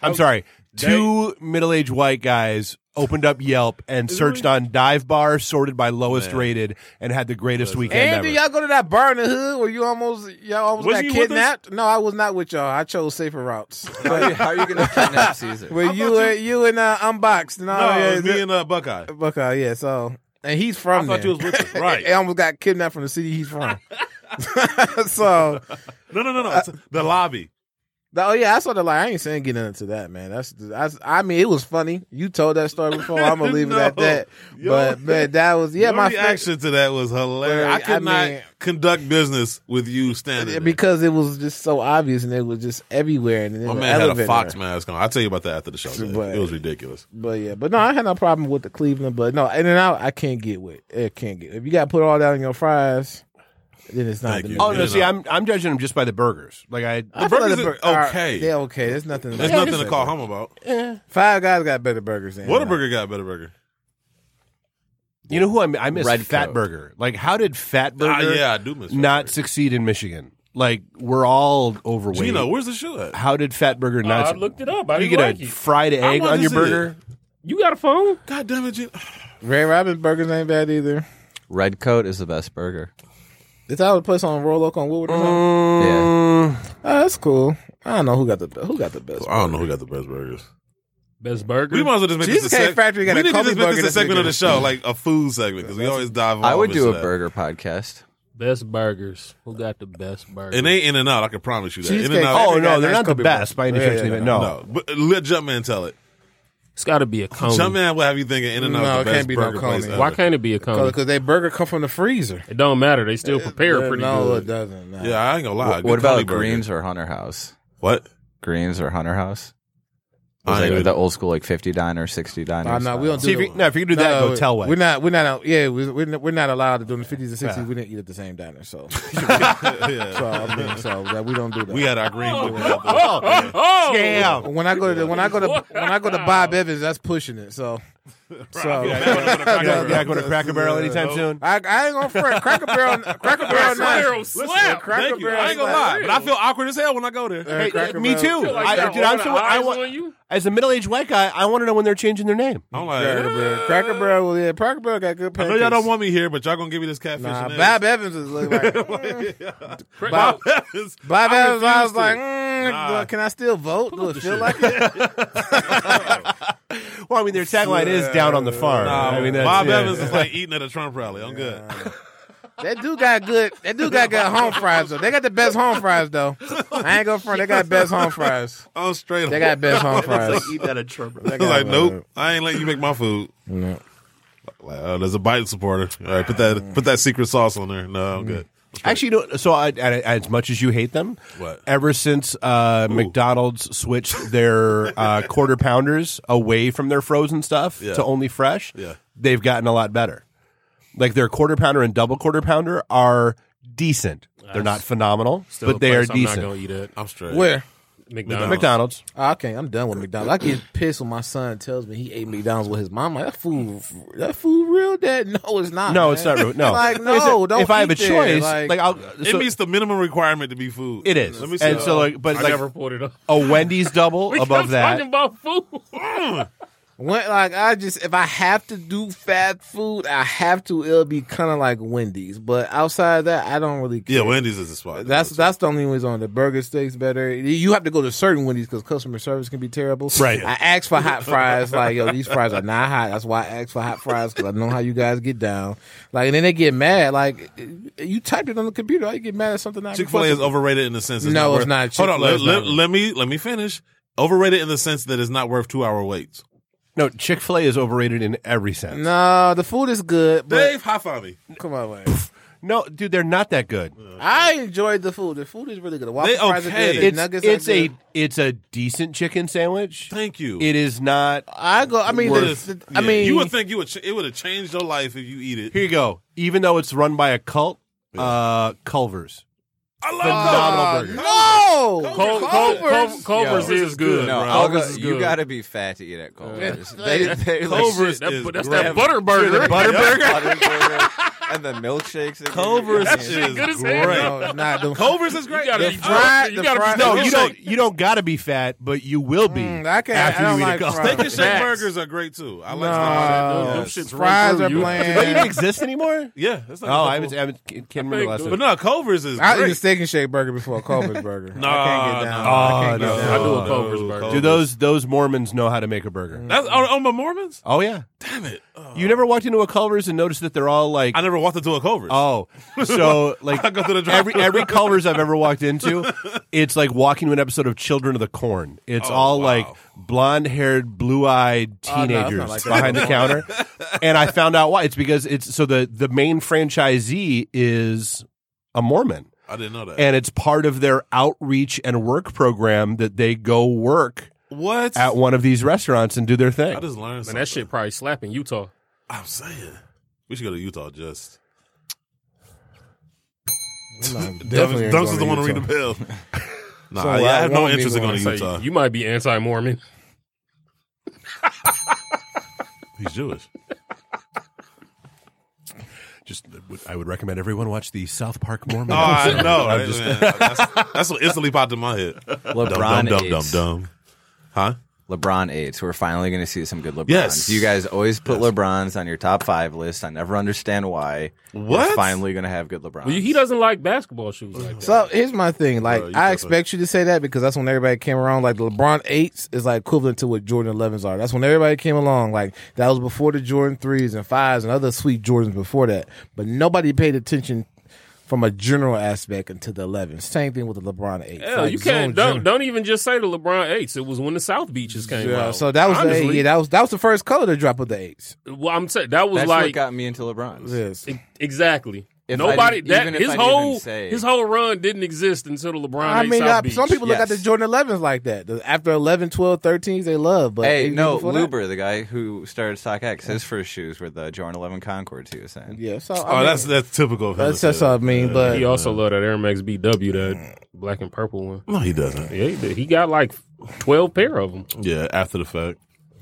[SPEAKER 7] I'm sorry. Two middle-aged white guys opened up Yelp and searched on dive bar, sorted by lowest rated, and had the greatest weekend
[SPEAKER 6] And
[SPEAKER 7] ever.
[SPEAKER 6] did y'all go to that bar in the hood where you almost y'all almost
[SPEAKER 3] Was
[SPEAKER 6] got
[SPEAKER 3] he with us?
[SPEAKER 6] kidnapped? No, I was not with y'all. I chose
[SPEAKER 3] [laughs]
[SPEAKER 6] safer routes.
[SPEAKER 5] How are you, going [laughs] to kidnap Caesar?
[SPEAKER 6] Where you, and you and uh, unboxed and all
[SPEAKER 3] No,
[SPEAKER 6] yeah,
[SPEAKER 3] it was
[SPEAKER 6] is
[SPEAKER 3] me
[SPEAKER 6] it-
[SPEAKER 3] and uh, Buckeye.
[SPEAKER 6] Okay, yeah. So and he's from.
[SPEAKER 3] I thought
[SPEAKER 6] there.
[SPEAKER 3] you was with us.
[SPEAKER 6] [laughs]
[SPEAKER 3] Right.
[SPEAKER 6] I almost got kidnapped from the city he's from. [laughs] so,
[SPEAKER 3] No, no, no, no. It's the lobby.
[SPEAKER 6] the- oh yeah, I saw the like. I ain't saying getting into that, man. That's, that's I mean, it was funny. You told that story
[SPEAKER 3] [laughs]
[SPEAKER 6] before. I'm gonna leave it at
[SPEAKER 3] No.
[SPEAKER 6] that.
[SPEAKER 3] Yo.
[SPEAKER 6] but man, that was yeah.
[SPEAKER 3] Your
[SPEAKER 6] my
[SPEAKER 3] reaction to that was hilarious.
[SPEAKER 6] Well,
[SPEAKER 3] I could
[SPEAKER 6] I
[SPEAKER 3] not
[SPEAKER 6] mean-
[SPEAKER 3] conduct business with you standing.
[SPEAKER 6] fa-
[SPEAKER 3] there.
[SPEAKER 6] because it was just so obvious and it was just everywhere. And it
[SPEAKER 3] my
[SPEAKER 6] was
[SPEAKER 3] man had a
[SPEAKER 6] elevator.
[SPEAKER 3] fox mask on. I'll tell you about that after the show. Dave.
[SPEAKER 6] But-
[SPEAKER 3] It was ridiculous.
[SPEAKER 6] But yeah, but no, I had no problem with the Cleveland. But no, in and out, I can't get with. It can't get. If you got to put all that in your fries, then it's not.
[SPEAKER 3] Thank
[SPEAKER 6] the
[SPEAKER 3] you.
[SPEAKER 6] meal.
[SPEAKER 7] Oh
[SPEAKER 3] In
[SPEAKER 7] no!
[SPEAKER 3] and
[SPEAKER 7] See,
[SPEAKER 3] out.
[SPEAKER 7] I'm I'm judging them just by the burgers. Like I,
[SPEAKER 6] I feel
[SPEAKER 3] burgers
[SPEAKER 6] the
[SPEAKER 3] are
[SPEAKER 6] bur- are-
[SPEAKER 3] okay.
[SPEAKER 6] They're okay. There's nothing.
[SPEAKER 3] There's
[SPEAKER 6] Yeah,
[SPEAKER 3] nothing
[SPEAKER 6] it's
[SPEAKER 3] to call home about.
[SPEAKER 6] Five guys got better burgers than
[SPEAKER 3] Whataburger got better burger.
[SPEAKER 7] you know who I'm, I miss?
[SPEAKER 5] Red
[SPEAKER 7] Fat
[SPEAKER 5] Coat.
[SPEAKER 7] Burger. Like, how did Fat Burger?
[SPEAKER 3] Ah, yeah, I do miss
[SPEAKER 7] not
[SPEAKER 3] Fatburger.
[SPEAKER 7] succeed in Michigan. Like, we're all overweight.
[SPEAKER 3] Gino, where's the show at?
[SPEAKER 7] how did Fat Burger not?
[SPEAKER 4] I
[SPEAKER 7] su-
[SPEAKER 4] looked it up. I
[SPEAKER 7] you
[SPEAKER 4] didn't
[SPEAKER 7] get
[SPEAKER 4] like
[SPEAKER 7] a
[SPEAKER 4] it.
[SPEAKER 7] fried
[SPEAKER 3] I
[SPEAKER 7] egg
[SPEAKER 3] wanted
[SPEAKER 7] on
[SPEAKER 3] to
[SPEAKER 7] your
[SPEAKER 3] see
[SPEAKER 7] burger.
[SPEAKER 3] it.
[SPEAKER 4] You got a phone?
[SPEAKER 3] God damn it, Gino.
[SPEAKER 6] Ray Robin's burgers ain't bad either.
[SPEAKER 5] Red coat is the best burger.
[SPEAKER 6] It's out of place on Roll Oak on Woodward. or something?
[SPEAKER 5] Yeah.
[SPEAKER 6] Oh, that's cool. I don't know who got the who got the best.
[SPEAKER 3] I don't know who got the best burgers.
[SPEAKER 4] Best burger.
[SPEAKER 3] We might as well just make this a
[SPEAKER 6] Cheesecake
[SPEAKER 3] seg-
[SPEAKER 6] Factory got
[SPEAKER 3] we
[SPEAKER 6] a
[SPEAKER 3] need to
[SPEAKER 6] Kobe
[SPEAKER 3] just make
[SPEAKER 6] burger
[SPEAKER 3] this a
[SPEAKER 6] that's
[SPEAKER 3] segment of
[SPEAKER 6] good.
[SPEAKER 3] the show, like a food segment, because we always dive.
[SPEAKER 5] I
[SPEAKER 3] all
[SPEAKER 5] would do
[SPEAKER 3] into
[SPEAKER 5] a
[SPEAKER 3] that.
[SPEAKER 5] burger podcast.
[SPEAKER 4] best burgers. Who got the best burgers?
[SPEAKER 3] and they in and out. I can promise you that. In
[SPEAKER 6] Cheesecake
[SPEAKER 3] and out.
[SPEAKER 7] Oh
[SPEAKER 6] Every guy
[SPEAKER 7] no, they're
[SPEAKER 6] nice
[SPEAKER 7] not the
[SPEAKER 6] Kobe
[SPEAKER 7] best by any
[SPEAKER 6] burger.
[SPEAKER 7] stretch.
[SPEAKER 6] Yeah,
[SPEAKER 7] of the
[SPEAKER 6] yeah,
[SPEAKER 7] ima-
[SPEAKER 3] no,
[SPEAKER 7] No,
[SPEAKER 3] but let Jumpman tell it.
[SPEAKER 4] it's got to be a cone.
[SPEAKER 3] Jumpman will have you thinking in and out
[SPEAKER 6] No,
[SPEAKER 3] the
[SPEAKER 6] it
[SPEAKER 3] best
[SPEAKER 6] can't be no
[SPEAKER 3] burger place.
[SPEAKER 6] Coney.
[SPEAKER 3] ever.
[SPEAKER 4] Why can't it be a cone?
[SPEAKER 6] Because they burger come from the freezer.
[SPEAKER 4] It don't matter. They still prepare
[SPEAKER 6] Yeah,
[SPEAKER 4] pretty
[SPEAKER 6] no,
[SPEAKER 4] good.
[SPEAKER 6] it doesn't. No.
[SPEAKER 3] Yeah, I ain't gonna lie.
[SPEAKER 5] what
[SPEAKER 3] Good Coney
[SPEAKER 5] about
[SPEAKER 3] burger.
[SPEAKER 5] Greens or Hunter House?
[SPEAKER 3] What?
[SPEAKER 5] Greens or Hunter House?
[SPEAKER 3] I
[SPEAKER 5] It's
[SPEAKER 3] ain't
[SPEAKER 5] like
[SPEAKER 3] even-
[SPEAKER 5] the old school, like 50 diner, 60 diner.
[SPEAKER 6] Nah, nah, we
[SPEAKER 5] style.
[SPEAKER 6] don't
[SPEAKER 7] See,
[SPEAKER 6] do
[SPEAKER 7] if you,
[SPEAKER 6] that.
[SPEAKER 7] no, if you can do that, go tell [laughs]
[SPEAKER 6] we're not. We're not. out- Yeah, we're we're not- we're not allowed to do in the fifties and sixties.
[SPEAKER 7] Yeah.
[SPEAKER 6] We didn't eat at the same diner, so
[SPEAKER 3] Yeah.
[SPEAKER 6] [laughs] so, I mean, so that we don't do that.
[SPEAKER 3] We had our green book.
[SPEAKER 4] Oh, oh,
[SPEAKER 6] [laughs]
[SPEAKER 7] Damn.
[SPEAKER 6] when I go to the, when I go to when I go to Bob Evans, that's pushing it. So so
[SPEAKER 7] You're not going to Cracker Barrel anytime soon.
[SPEAKER 6] [laughs] I, I ain't gonna front Cracker Barrel. Cracker Barrel,
[SPEAKER 4] Barrel
[SPEAKER 6] nice. Listen,
[SPEAKER 4] slap.
[SPEAKER 6] Cracker
[SPEAKER 3] Thank you.
[SPEAKER 6] Barrel,
[SPEAKER 3] I ain't gonna lie, but I feel awkward as hell when I go there.
[SPEAKER 6] Hey,
[SPEAKER 7] Hey,
[SPEAKER 6] Cracker
[SPEAKER 7] me
[SPEAKER 6] Barrel.
[SPEAKER 7] too.
[SPEAKER 4] Like
[SPEAKER 7] I,
[SPEAKER 4] that
[SPEAKER 7] dude, I'm
[SPEAKER 4] order
[SPEAKER 7] so, I
[SPEAKER 4] eyes
[SPEAKER 7] want,
[SPEAKER 4] on you?
[SPEAKER 7] as a middle-aged white guy, I want to know when they're changing their name.
[SPEAKER 3] I'm like,
[SPEAKER 6] Cracker Barrel. Cracker Barrel, well, yeah, Cracker Barrel got good
[SPEAKER 3] I
[SPEAKER 6] pancakes.
[SPEAKER 3] know y'all don't want me here, but y'all gonna give me this catfish.
[SPEAKER 6] Nah,
[SPEAKER 3] and
[SPEAKER 6] Bob Evans is looking like.
[SPEAKER 3] eggs. [laughs]
[SPEAKER 4] Bob-
[SPEAKER 3] Bob Evans.
[SPEAKER 6] Bob
[SPEAKER 3] I
[SPEAKER 6] Evans, I was
[SPEAKER 3] refuse
[SPEAKER 6] like,
[SPEAKER 3] to.
[SPEAKER 6] mm,
[SPEAKER 3] Nah.
[SPEAKER 6] can I still vote? Do it feel like it?
[SPEAKER 7] Well, I mean, their tagline is "Down on the Farm."
[SPEAKER 3] Nah,
[SPEAKER 7] I mean, that's,
[SPEAKER 3] Bob
[SPEAKER 7] yeah.
[SPEAKER 3] Evans is like eating at a Trump rally. I'm good.
[SPEAKER 6] That dude got good. That dude got good home fries though. They got the best home fries though. I ain't gonna front. They got best home fries.
[SPEAKER 3] I'm straight.
[SPEAKER 6] They got best home fries.
[SPEAKER 7] eat that at Trump.
[SPEAKER 6] They
[SPEAKER 3] I was
[SPEAKER 6] got-
[SPEAKER 3] like, nope, I ain't letting you make my food. Like, oh, there's a Biden supporter. All right, put that put that secret sauce on there. No, I'm good.
[SPEAKER 7] Actually, you know, so I, and I- as much as you hate them,
[SPEAKER 3] What?
[SPEAKER 7] ever since uh, McDonald's switched
[SPEAKER 4] [laughs]
[SPEAKER 7] their uh, quarter pounders away from their frozen stuff
[SPEAKER 3] Yeah.
[SPEAKER 7] to only fresh,
[SPEAKER 3] Yeah.
[SPEAKER 7] they've gotten a lot better. Like their quarter pounder and double quarter pounder are decent. They're not phenomenal,
[SPEAKER 4] Still a
[SPEAKER 7] but they are
[SPEAKER 4] place I'm not
[SPEAKER 7] decent.
[SPEAKER 4] gonna eat at.
[SPEAKER 3] I'm straight.
[SPEAKER 6] Where?
[SPEAKER 4] McDonald's.
[SPEAKER 7] McDonald's.
[SPEAKER 6] I can't. I'm done with McDonald's. I get pissed when my son tells me he ate McDonald's with his mom. I'm like that food, that food real, Dad? [laughs] No, it's not.
[SPEAKER 7] No,
[SPEAKER 6] man.
[SPEAKER 7] it's not rude. No,
[SPEAKER 6] like
[SPEAKER 7] It's
[SPEAKER 6] no,
[SPEAKER 7] a-
[SPEAKER 6] don't.
[SPEAKER 7] If I have a
[SPEAKER 6] eat there.
[SPEAKER 7] choice,
[SPEAKER 6] like,
[SPEAKER 7] like, I'll.
[SPEAKER 3] it
[SPEAKER 7] so-
[SPEAKER 3] meets the minimum requirement to be food.
[SPEAKER 7] it is.
[SPEAKER 3] Let me see.
[SPEAKER 7] and so like, but
[SPEAKER 4] I
[SPEAKER 7] like
[SPEAKER 4] never pulled it up.
[SPEAKER 7] a Wendy's double
[SPEAKER 4] [laughs] We
[SPEAKER 7] above
[SPEAKER 4] kept
[SPEAKER 7] that.
[SPEAKER 4] talking about food.
[SPEAKER 6] when, like I just if I have to do fast food, I have to. It'll be kind of like Wendy's, but outside of that, I don't really. Care.
[SPEAKER 3] yeah, Wendy's is the spot.
[SPEAKER 6] That's that's the only reason. The burger steaks better. You have to go to certain Wendy's because customer service can be terrible.
[SPEAKER 3] Right.
[SPEAKER 6] I asked for hot fries. Like yo, these fries are not hot. That's why I asked for hot fries because I know how you guys get down. Like and then they get mad. Like you typed it on the computer. How you get mad at something? I
[SPEAKER 3] Chick Fil A is
[SPEAKER 6] requested?
[SPEAKER 3] overrated in the sense.
[SPEAKER 6] No, it's
[SPEAKER 3] worth-
[SPEAKER 6] not.
[SPEAKER 3] Hold on,
[SPEAKER 6] Chick-fil-A
[SPEAKER 3] let,
[SPEAKER 6] is not
[SPEAKER 3] let,
[SPEAKER 6] overrated.
[SPEAKER 3] let me let me finish. Overrated in the sense that it's not worth two hour waits.
[SPEAKER 7] No, Chick Fil A is overrated in every sense.
[SPEAKER 6] No, the food is good. But
[SPEAKER 3] Dave, high five me.
[SPEAKER 6] come on, man.
[SPEAKER 7] No, dude, they're not that good.
[SPEAKER 6] I enjoyed the food. The food is really good. The waffle
[SPEAKER 3] They
[SPEAKER 6] fries are
[SPEAKER 3] okay.
[SPEAKER 6] good. The
[SPEAKER 7] It's
[SPEAKER 6] nuggets
[SPEAKER 7] it's
[SPEAKER 6] are
[SPEAKER 7] a
[SPEAKER 6] good.
[SPEAKER 7] it's a decent chicken sandwich.
[SPEAKER 3] Thank you.
[SPEAKER 7] It is not.
[SPEAKER 6] I go. I mean,
[SPEAKER 3] Worth-
[SPEAKER 6] the, the, I
[SPEAKER 3] yeah.
[SPEAKER 6] mean,
[SPEAKER 3] you would think you would. Ch- it would have changed your life if you eat it.
[SPEAKER 7] Here you go. Even though it's run by a cult, uh, Culver's.
[SPEAKER 3] I love
[SPEAKER 7] Phenomenal
[SPEAKER 3] that.
[SPEAKER 7] burger.
[SPEAKER 6] uh, no,
[SPEAKER 4] Col- Col- Col- Culver's
[SPEAKER 3] Yo.
[SPEAKER 4] is good.
[SPEAKER 5] No,
[SPEAKER 4] bro.
[SPEAKER 5] I'll
[SPEAKER 4] Culver's
[SPEAKER 5] go-
[SPEAKER 4] is
[SPEAKER 5] you
[SPEAKER 4] good.
[SPEAKER 5] got to be fat to eat
[SPEAKER 4] [laughs]
[SPEAKER 5] at Culver's. they, they like
[SPEAKER 3] Culver's
[SPEAKER 4] That-
[SPEAKER 3] is
[SPEAKER 4] but that's
[SPEAKER 3] great.
[SPEAKER 4] that butter burger.
[SPEAKER 5] the butter burger, and the milkshakes. they give you.
[SPEAKER 3] Culver's
[SPEAKER 5] I mean,
[SPEAKER 3] is
[SPEAKER 4] shit good as hell.
[SPEAKER 3] great.
[SPEAKER 6] No, it's not. The-
[SPEAKER 3] Culver's is
[SPEAKER 4] You
[SPEAKER 3] great.
[SPEAKER 4] gotta
[SPEAKER 6] The
[SPEAKER 4] be
[SPEAKER 6] fry-
[SPEAKER 4] you
[SPEAKER 6] the
[SPEAKER 4] gotta
[SPEAKER 6] fry-
[SPEAKER 4] be
[SPEAKER 7] No,
[SPEAKER 6] Milkshake.
[SPEAKER 7] you don't. You don't got to be fat, but you will be.
[SPEAKER 6] Mm, I can't-
[SPEAKER 7] After
[SPEAKER 6] I don't
[SPEAKER 7] you eat
[SPEAKER 6] like
[SPEAKER 7] a cult.
[SPEAKER 6] fries.
[SPEAKER 3] Steak and shake
[SPEAKER 4] Facts.
[SPEAKER 3] burgers are great too. I like
[SPEAKER 6] No.
[SPEAKER 3] no.
[SPEAKER 4] Them shits run
[SPEAKER 6] fries
[SPEAKER 4] through
[SPEAKER 6] are
[SPEAKER 4] you.
[SPEAKER 7] Do they even
[SPEAKER 6] bland. [laughs]
[SPEAKER 7] exist anymore?
[SPEAKER 3] Yeah, that's not
[SPEAKER 7] Oh, I
[SPEAKER 3] cool.
[SPEAKER 7] haven't, I haven't can't remember last
[SPEAKER 3] But
[SPEAKER 7] week.
[SPEAKER 3] no, Culver's is
[SPEAKER 6] I eat a
[SPEAKER 3] great.
[SPEAKER 6] steak and shake burger before a Culver's burger.
[SPEAKER 3] No,
[SPEAKER 6] I can't get down. I can't
[SPEAKER 7] Ah, no.
[SPEAKER 6] get
[SPEAKER 4] I
[SPEAKER 6] down.
[SPEAKER 4] do
[SPEAKER 3] No,
[SPEAKER 4] a Culver's
[SPEAKER 3] Oh, no,
[SPEAKER 4] burger.
[SPEAKER 3] Culver's.
[SPEAKER 7] Do those those Mormons know how to make a burger?
[SPEAKER 6] Mm.
[SPEAKER 3] That's on, on my Mormons.
[SPEAKER 7] Oh yeah.
[SPEAKER 3] Damn it! Oh.
[SPEAKER 7] You never walked into a Culver's and noticed that they're all like.
[SPEAKER 3] I never walked into a Culver's.
[SPEAKER 7] Oh,
[SPEAKER 6] [laughs]
[SPEAKER 7] so like
[SPEAKER 3] I go to the drive-
[SPEAKER 7] every every Culver's I've ever walked into, it's like walking to an episode of Children of the Corn. It's all
[SPEAKER 3] wow.
[SPEAKER 7] like blonde haired, blue eyed
[SPEAKER 6] Oh, no, it's not
[SPEAKER 7] teenagers
[SPEAKER 6] like that.
[SPEAKER 7] behind the
[SPEAKER 6] [laughs]
[SPEAKER 7] counter, and I found out why. It's because it's so the the main franchisee is a Mormon,
[SPEAKER 3] I didn't know that.
[SPEAKER 7] and it's part of their outreach and work program that they go work
[SPEAKER 3] what?
[SPEAKER 7] at one of these restaurants and do their thing.
[SPEAKER 3] I just learned
[SPEAKER 4] Man,
[SPEAKER 3] something.
[SPEAKER 4] that shit probably slap in Utah.
[SPEAKER 3] I'm saying we should go to Utah. Just [laughs]
[SPEAKER 6] I'm not- definitely ain't
[SPEAKER 3] Dunks is
[SPEAKER 6] going
[SPEAKER 3] the one to ring
[SPEAKER 6] Utah.
[SPEAKER 3] the bell. Nah,
[SPEAKER 6] So
[SPEAKER 3] I,
[SPEAKER 6] I
[SPEAKER 3] I have no
[SPEAKER 6] won't be
[SPEAKER 3] interest in going
[SPEAKER 6] going.
[SPEAKER 3] to
[SPEAKER 4] Say,
[SPEAKER 3] Utah.
[SPEAKER 4] you might be anti-Mormon.
[SPEAKER 3] He's Jewish.
[SPEAKER 7] Just I would recommend everyone watch the South Park Mormon.
[SPEAKER 3] Oh, [laughs] I know.
[SPEAKER 7] I'm
[SPEAKER 3] right,
[SPEAKER 7] just-
[SPEAKER 3] man. That's, that's what instantly popped in my head.
[SPEAKER 5] LeBron
[SPEAKER 3] dumb, dumb, dumb,
[SPEAKER 5] eights.
[SPEAKER 3] dumb. Huh?
[SPEAKER 5] LeBron eights. We're finally going to see some good LeBrons.
[SPEAKER 3] Yes.
[SPEAKER 5] You guys always put LeBrons on your top five list. I never understand why.
[SPEAKER 3] What?
[SPEAKER 5] We're finally going to have good LeBrons.
[SPEAKER 4] Well, he doesn't like basketball shoes like that.
[SPEAKER 6] So here's my thing. Like
[SPEAKER 3] Bro, you
[SPEAKER 6] I
[SPEAKER 3] tripping.
[SPEAKER 6] expect you to say that because that's when everybody came around. Like the LeBron eights is like equivalent to what Jordan elevens are. That's when everybody came along. Like that was before the Jordan threes and fives and other sweet Jordans before that. But nobody paid attention from a general aspect until the elevens. Same thing with the LeBron eights.
[SPEAKER 4] Hell,
[SPEAKER 6] Like,
[SPEAKER 4] you can't.
[SPEAKER 6] zone
[SPEAKER 4] Don't,
[SPEAKER 6] general-
[SPEAKER 4] don't even just say the LeBron eights. It was when the South Beaches came
[SPEAKER 6] Yeah,
[SPEAKER 4] out.
[SPEAKER 6] so that was the,
[SPEAKER 4] Honestly,
[SPEAKER 6] yeah, that was that was the first color to drop of the eights.
[SPEAKER 4] well, I'm saying that was
[SPEAKER 5] That's
[SPEAKER 4] like
[SPEAKER 5] what got me into LeBrons.
[SPEAKER 6] Yes.
[SPEAKER 4] e- exactly.
[SPEAKER 5] If I
[SPEAKER 4] Nobody
[SPEAKER 5] didn't-
[SPEAKER 4] that
[SPEAKER 5] even if
[SPEAKER 4] his
[SPEAKER 5] I didn't
[SPEAKER 4] whole
[SPEAKER 5] even say-
[SPEAKER 4] his whole run didn't exist until the LeBron.
[SPEAKER 6] I
[SPEAKER 4] eight
[SPEAKER 6] mean,
[SPEAKER 4] South
[SPEAKER 6] I,
[SPEAKER 4] Beach.
[SPEAKER 6] some people look at the
[SPEAKER 5] Yes.
[SPEAKER 6] Jordan 11s like that. The- After 11, 12, 13s, they love. But
[SPEAKER 5] Hey,
[SPEAKER 6] even
[SPEAKER 5] no,
[SPEAKER 6] before that-
[SPEAKER 5] Luber, the guy who started StockX, his first shoes were the Jordan 11 Concords, he was saying.
[SPEAKER 6] Yeah, so I
[SPEAKER 3] Oh,
[SPEAKER 6] mean,
[SPEAKER 3] that's that's typical of him. to
[SPEAKER 6] that's
[SPEAKER 3] say
[SPEAKER 6] that's
[SPEAKER 3] that.
[SPEAKER 6] what I mean. But
[SPEAKER 4] He also loved that Air Max BW, that black and purple one.
[SPEAKER 3] No, he doesn't.
[SPEAKER 4] Yeah, he, did. he got like twelve pair of them.
[SPEAKER 3] Yeah, after the fact,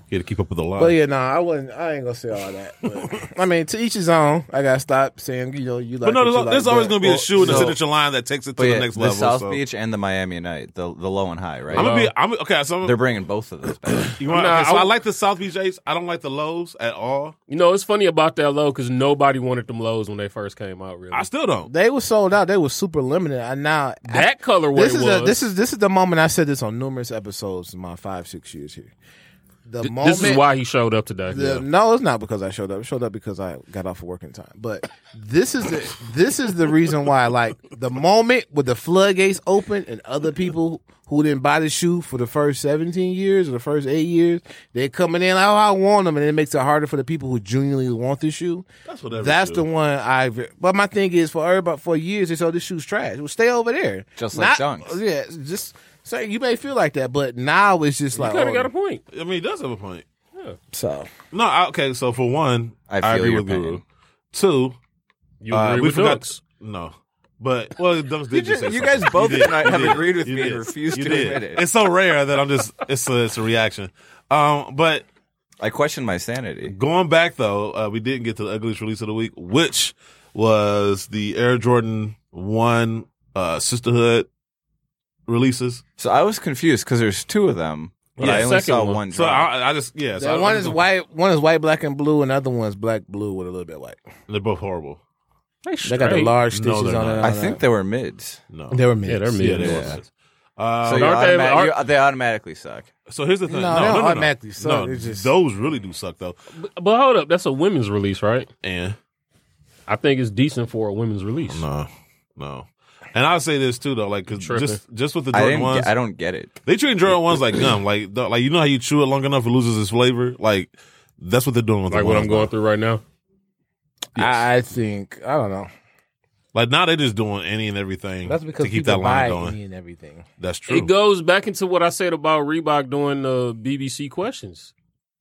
[SPEAKER 3] he had to keep up with the lie.
[SPEAKER 6] But yeah, nah, I wasn't. I ain't gonna say all that. But, I mean, to each his own. I gotta stop saying, you know, you like.
[SPEAKER 3] But no,
[SPEAKER 6] what
[SPEAKER 3] there's,
[SPEAKER 6] you like,
[SPEAKER 3] there's always
[SPEAKER 6] but-
[SPEAKER 3] going to be a shoe in the
[SPEAKER 5] so-
[SPEAKER 3] signature line that takes it to
[SPEAKER 5] But yeah,
[SPEAKER 3] the next
[SPEAKER 5] the
[SPEAKER 3] level.
[SPEAKER 5] South
[SPEAKER 3] so.
[SPEAKER 5] Beach and the Miami Unite, the, the low and high, right?
[SPEAKER 3] I'm gonna be. I'm okay. So, I'm,
[SPEAKER 5] They're bringing both of those back.
[SPEAKER 3] you want,
[SPEAKER 4] Nah,
[SPEAKER 3] okay, so
[SPEAKER 4] I-
[SPEAKER 3] I, like the South Beach eights. I don't like the lows at all.
[SPEAKER 4] You know, it's funny about that low because nobody wanted them lows when they first came out. Really,
[SPEAKER 3] I still don't.
[SPEAKER 6] They were sold out. They were super limited. I now
[SPEAKER 4] that colorway
[SPEAKER 6] this is
[SPEAKER 4] was
[SPEAKER 6] a, this is this is the moment I said this on numerous episodes in my five six years here. The
[SPEAKER 4] Th-
[SPEAKER 6] moment
[SPEAKER 4] This is why he showed up today.
[SPEAKER 6] The,
[SPEAKER 4] Yeah.
[SPEAKER 6] No, it's not because I showed up. I showed up because I got off of work in time. But this is the this is the reason why. Like the moment with the floodgates open and other people who didn't buy the shoe for the first seventeen years or the first eight years, they're coming in. like, Oh, I want them, and it makes it harder for the people who genuinely want the shoe.
[SPEAKER 3] That's what every
[SPEAKER 6] That's
[SPEAKER 3] shoe.
[SPEAKER 6] the one I. But my thing is for everybody for years they said this shoe's trash. Well, stay over there.
[SPEAKER 5] Just like
[SPEAKER 6] Not-
[SPEAKER 5] Dunks.
[SPEAKER 6] Yeah, just. say you may feel like that, but now it's just like
[SPEAKER 4] Kind
[SPEAKER 6] oh,
[SPEAKER 4] of got a point.
[SPEAKER 3] I mean, he does have a point.
[SPEAKER 6] so.
[SPEAKER 3] No, I, okay. So for one,
[SPEAKER 5] I
[SPEAKER 3] I,
[SPEAKER 5] feel
[SPEAKER 3] agree
[SPEAKER 5] your
[SPEAKER 3] with Guru.
[SPEAKER 5] pain.
[SPEAKER 3] Two,
[SPEAKER 4] You
[SPEAKER 3] uh,
[SPEAKER 4] agree
[SPEAKER 3] we
[SPEAKER 4] with
[SPEAKER 3] forgot.
[SPEAKER 4] Dunks?
[SPEAKER 3] No, But well, Dubs did
[SPEAKER 5] You
[SPEAKER 3] just, say
[SPEAKER 5] ju- you
[SPEAKER 3] something.
[SPEAKER 5] guys both
[SPEAKER 3] did,
[SPEAKER 5] tonight
[SPEAKER 3] you
[SPEAKER 5] have
[SPEAKER 3] did,
[SPEAKER 5] agreed with
[SPEAKER 3] you
[SPEAKER 5] me and
[SPEAKER 3] did,
[SPEAKER 5] refused
[SPEAKER 3] you
[SPEAKER 5] to
[SPEAKER 3] did.
[SPEAKER 5] admit it.
[SPEAKER 3] It's so rare that I'm just it's a it's a reaction. Um, but
[SPEAKER 5] I question my sanity.
[SPEAKER 3] Going back though, uh, we didn't get to the ugliest release of the week, which was the Air Jordan One uh, Sisterhood releases.
[SPEAKER 5] So I was confused because there's two of them, but
[SPEAKER 3] Yeah,
[SPEAKER 5] I only
[SPEAKER 4] second
[SPEAKER 5] saw
[SPEAKER 4] one.
[SPEAKER 5] one.
[SPEAKER 3] So
[SPEAKER 5] drop.
[SPEAKER 3] I, I just yeah, so
[SPEAKER 6] That
[SPEAKER 3] I-
[SPEAKER 6] one
[SPEAKER 3] I'm
[SPEAKER 6] is
[SPEAKER 3] just-
[SPEAKER 6] white. One is white, black, and blue. and the other one's black, blue with a little bit of white.
[SPEAKER 3] They're both horrible.
[SPEAKER 6] They got the large
[SPEAKER 3] No,
[SPEAKER 6] stitches
[SPEAKER 3] they're
[SPEAKER 6] on
[SPEAKER 3] not.
[SPEAKER 6] it.
[SPEAKER 5] I, think they were mids.
[SPEAKER 3] No,
[SPEAKER 6] they were mid.
[SPEAKER 4] Yeah, they're
[SPEAKER 3] yeah,
[SPEAKER 4] mid.
[SPEAKER 3] they
[SPEAKER 5] Yeah.
[SPEAKER 3] were. Uh,
[SPEAKER 5] So
[SPEAKER 3] so,
[SPEAKER 5] you
[SPEAKER 4] aren't they-
[SPEAKER 5] automa-
[SPEAKER 4] aren't-
[SPEAKER 5] you- they automatically suck.
[SPEAKER 3] here's the thing. No,
[SPEAKER 6] No, they
[SPEAKER 3] no,
[SPEAKER 6] don't
[SPEAKER 3] no, no.
[SPEAKER 6] automatically suck.
[SPEAKER 3] No,
[SPEAKER 6] It's just-
[SPEAKER 3] those really do suck though.
[SPEAKER 4] But hold up, that's a women's release, right?
[SPEAKER 3] And
[SPEAKER 4] I think it's decent for a women's release.
[SPEAKER 3] no, no. And I'll say this too though, like 'cause
[SPEAKER 4] Tripping.
[SPEAKER 3] just just with the
[SPEAKER 5] I
[SPEAKER 3] Jordan
[SPEAKER 5] didn't.
[SPEAKER 3] ones,
[SPEAKER 5] Get, I don't get it.
[SPEAKER 3] They treat Jordan ones like gum, like the, like you know how you chew it long enough it loses its flavor. Like that's what they're doing with
[SPEAKER 4] Like
[SPEAKER 3] the
[SPEAKER 4] what
[SPEAKER 3] ones
[SPEAKER 4] I'm going
[SPEAKER 3] now.
[SPEAKER 4] through right now.
[SPEAKER 6] I I think I don't know.
[SPEAKER 3] Like now they're just doing any and everything
[SPEAKER 6] That's because
[SPEAKER 3] to keep
[SPEAKER 6] people
[SPEAKER 3] that line
[SPEAKER 6] buy
[SPEAKER 3] going.
[SPEAKER 6] any and everything.
[SPEAKER 3] That's true.
[SPEAKER 4] It goes back into what I said about Reebok doing the BBC questions.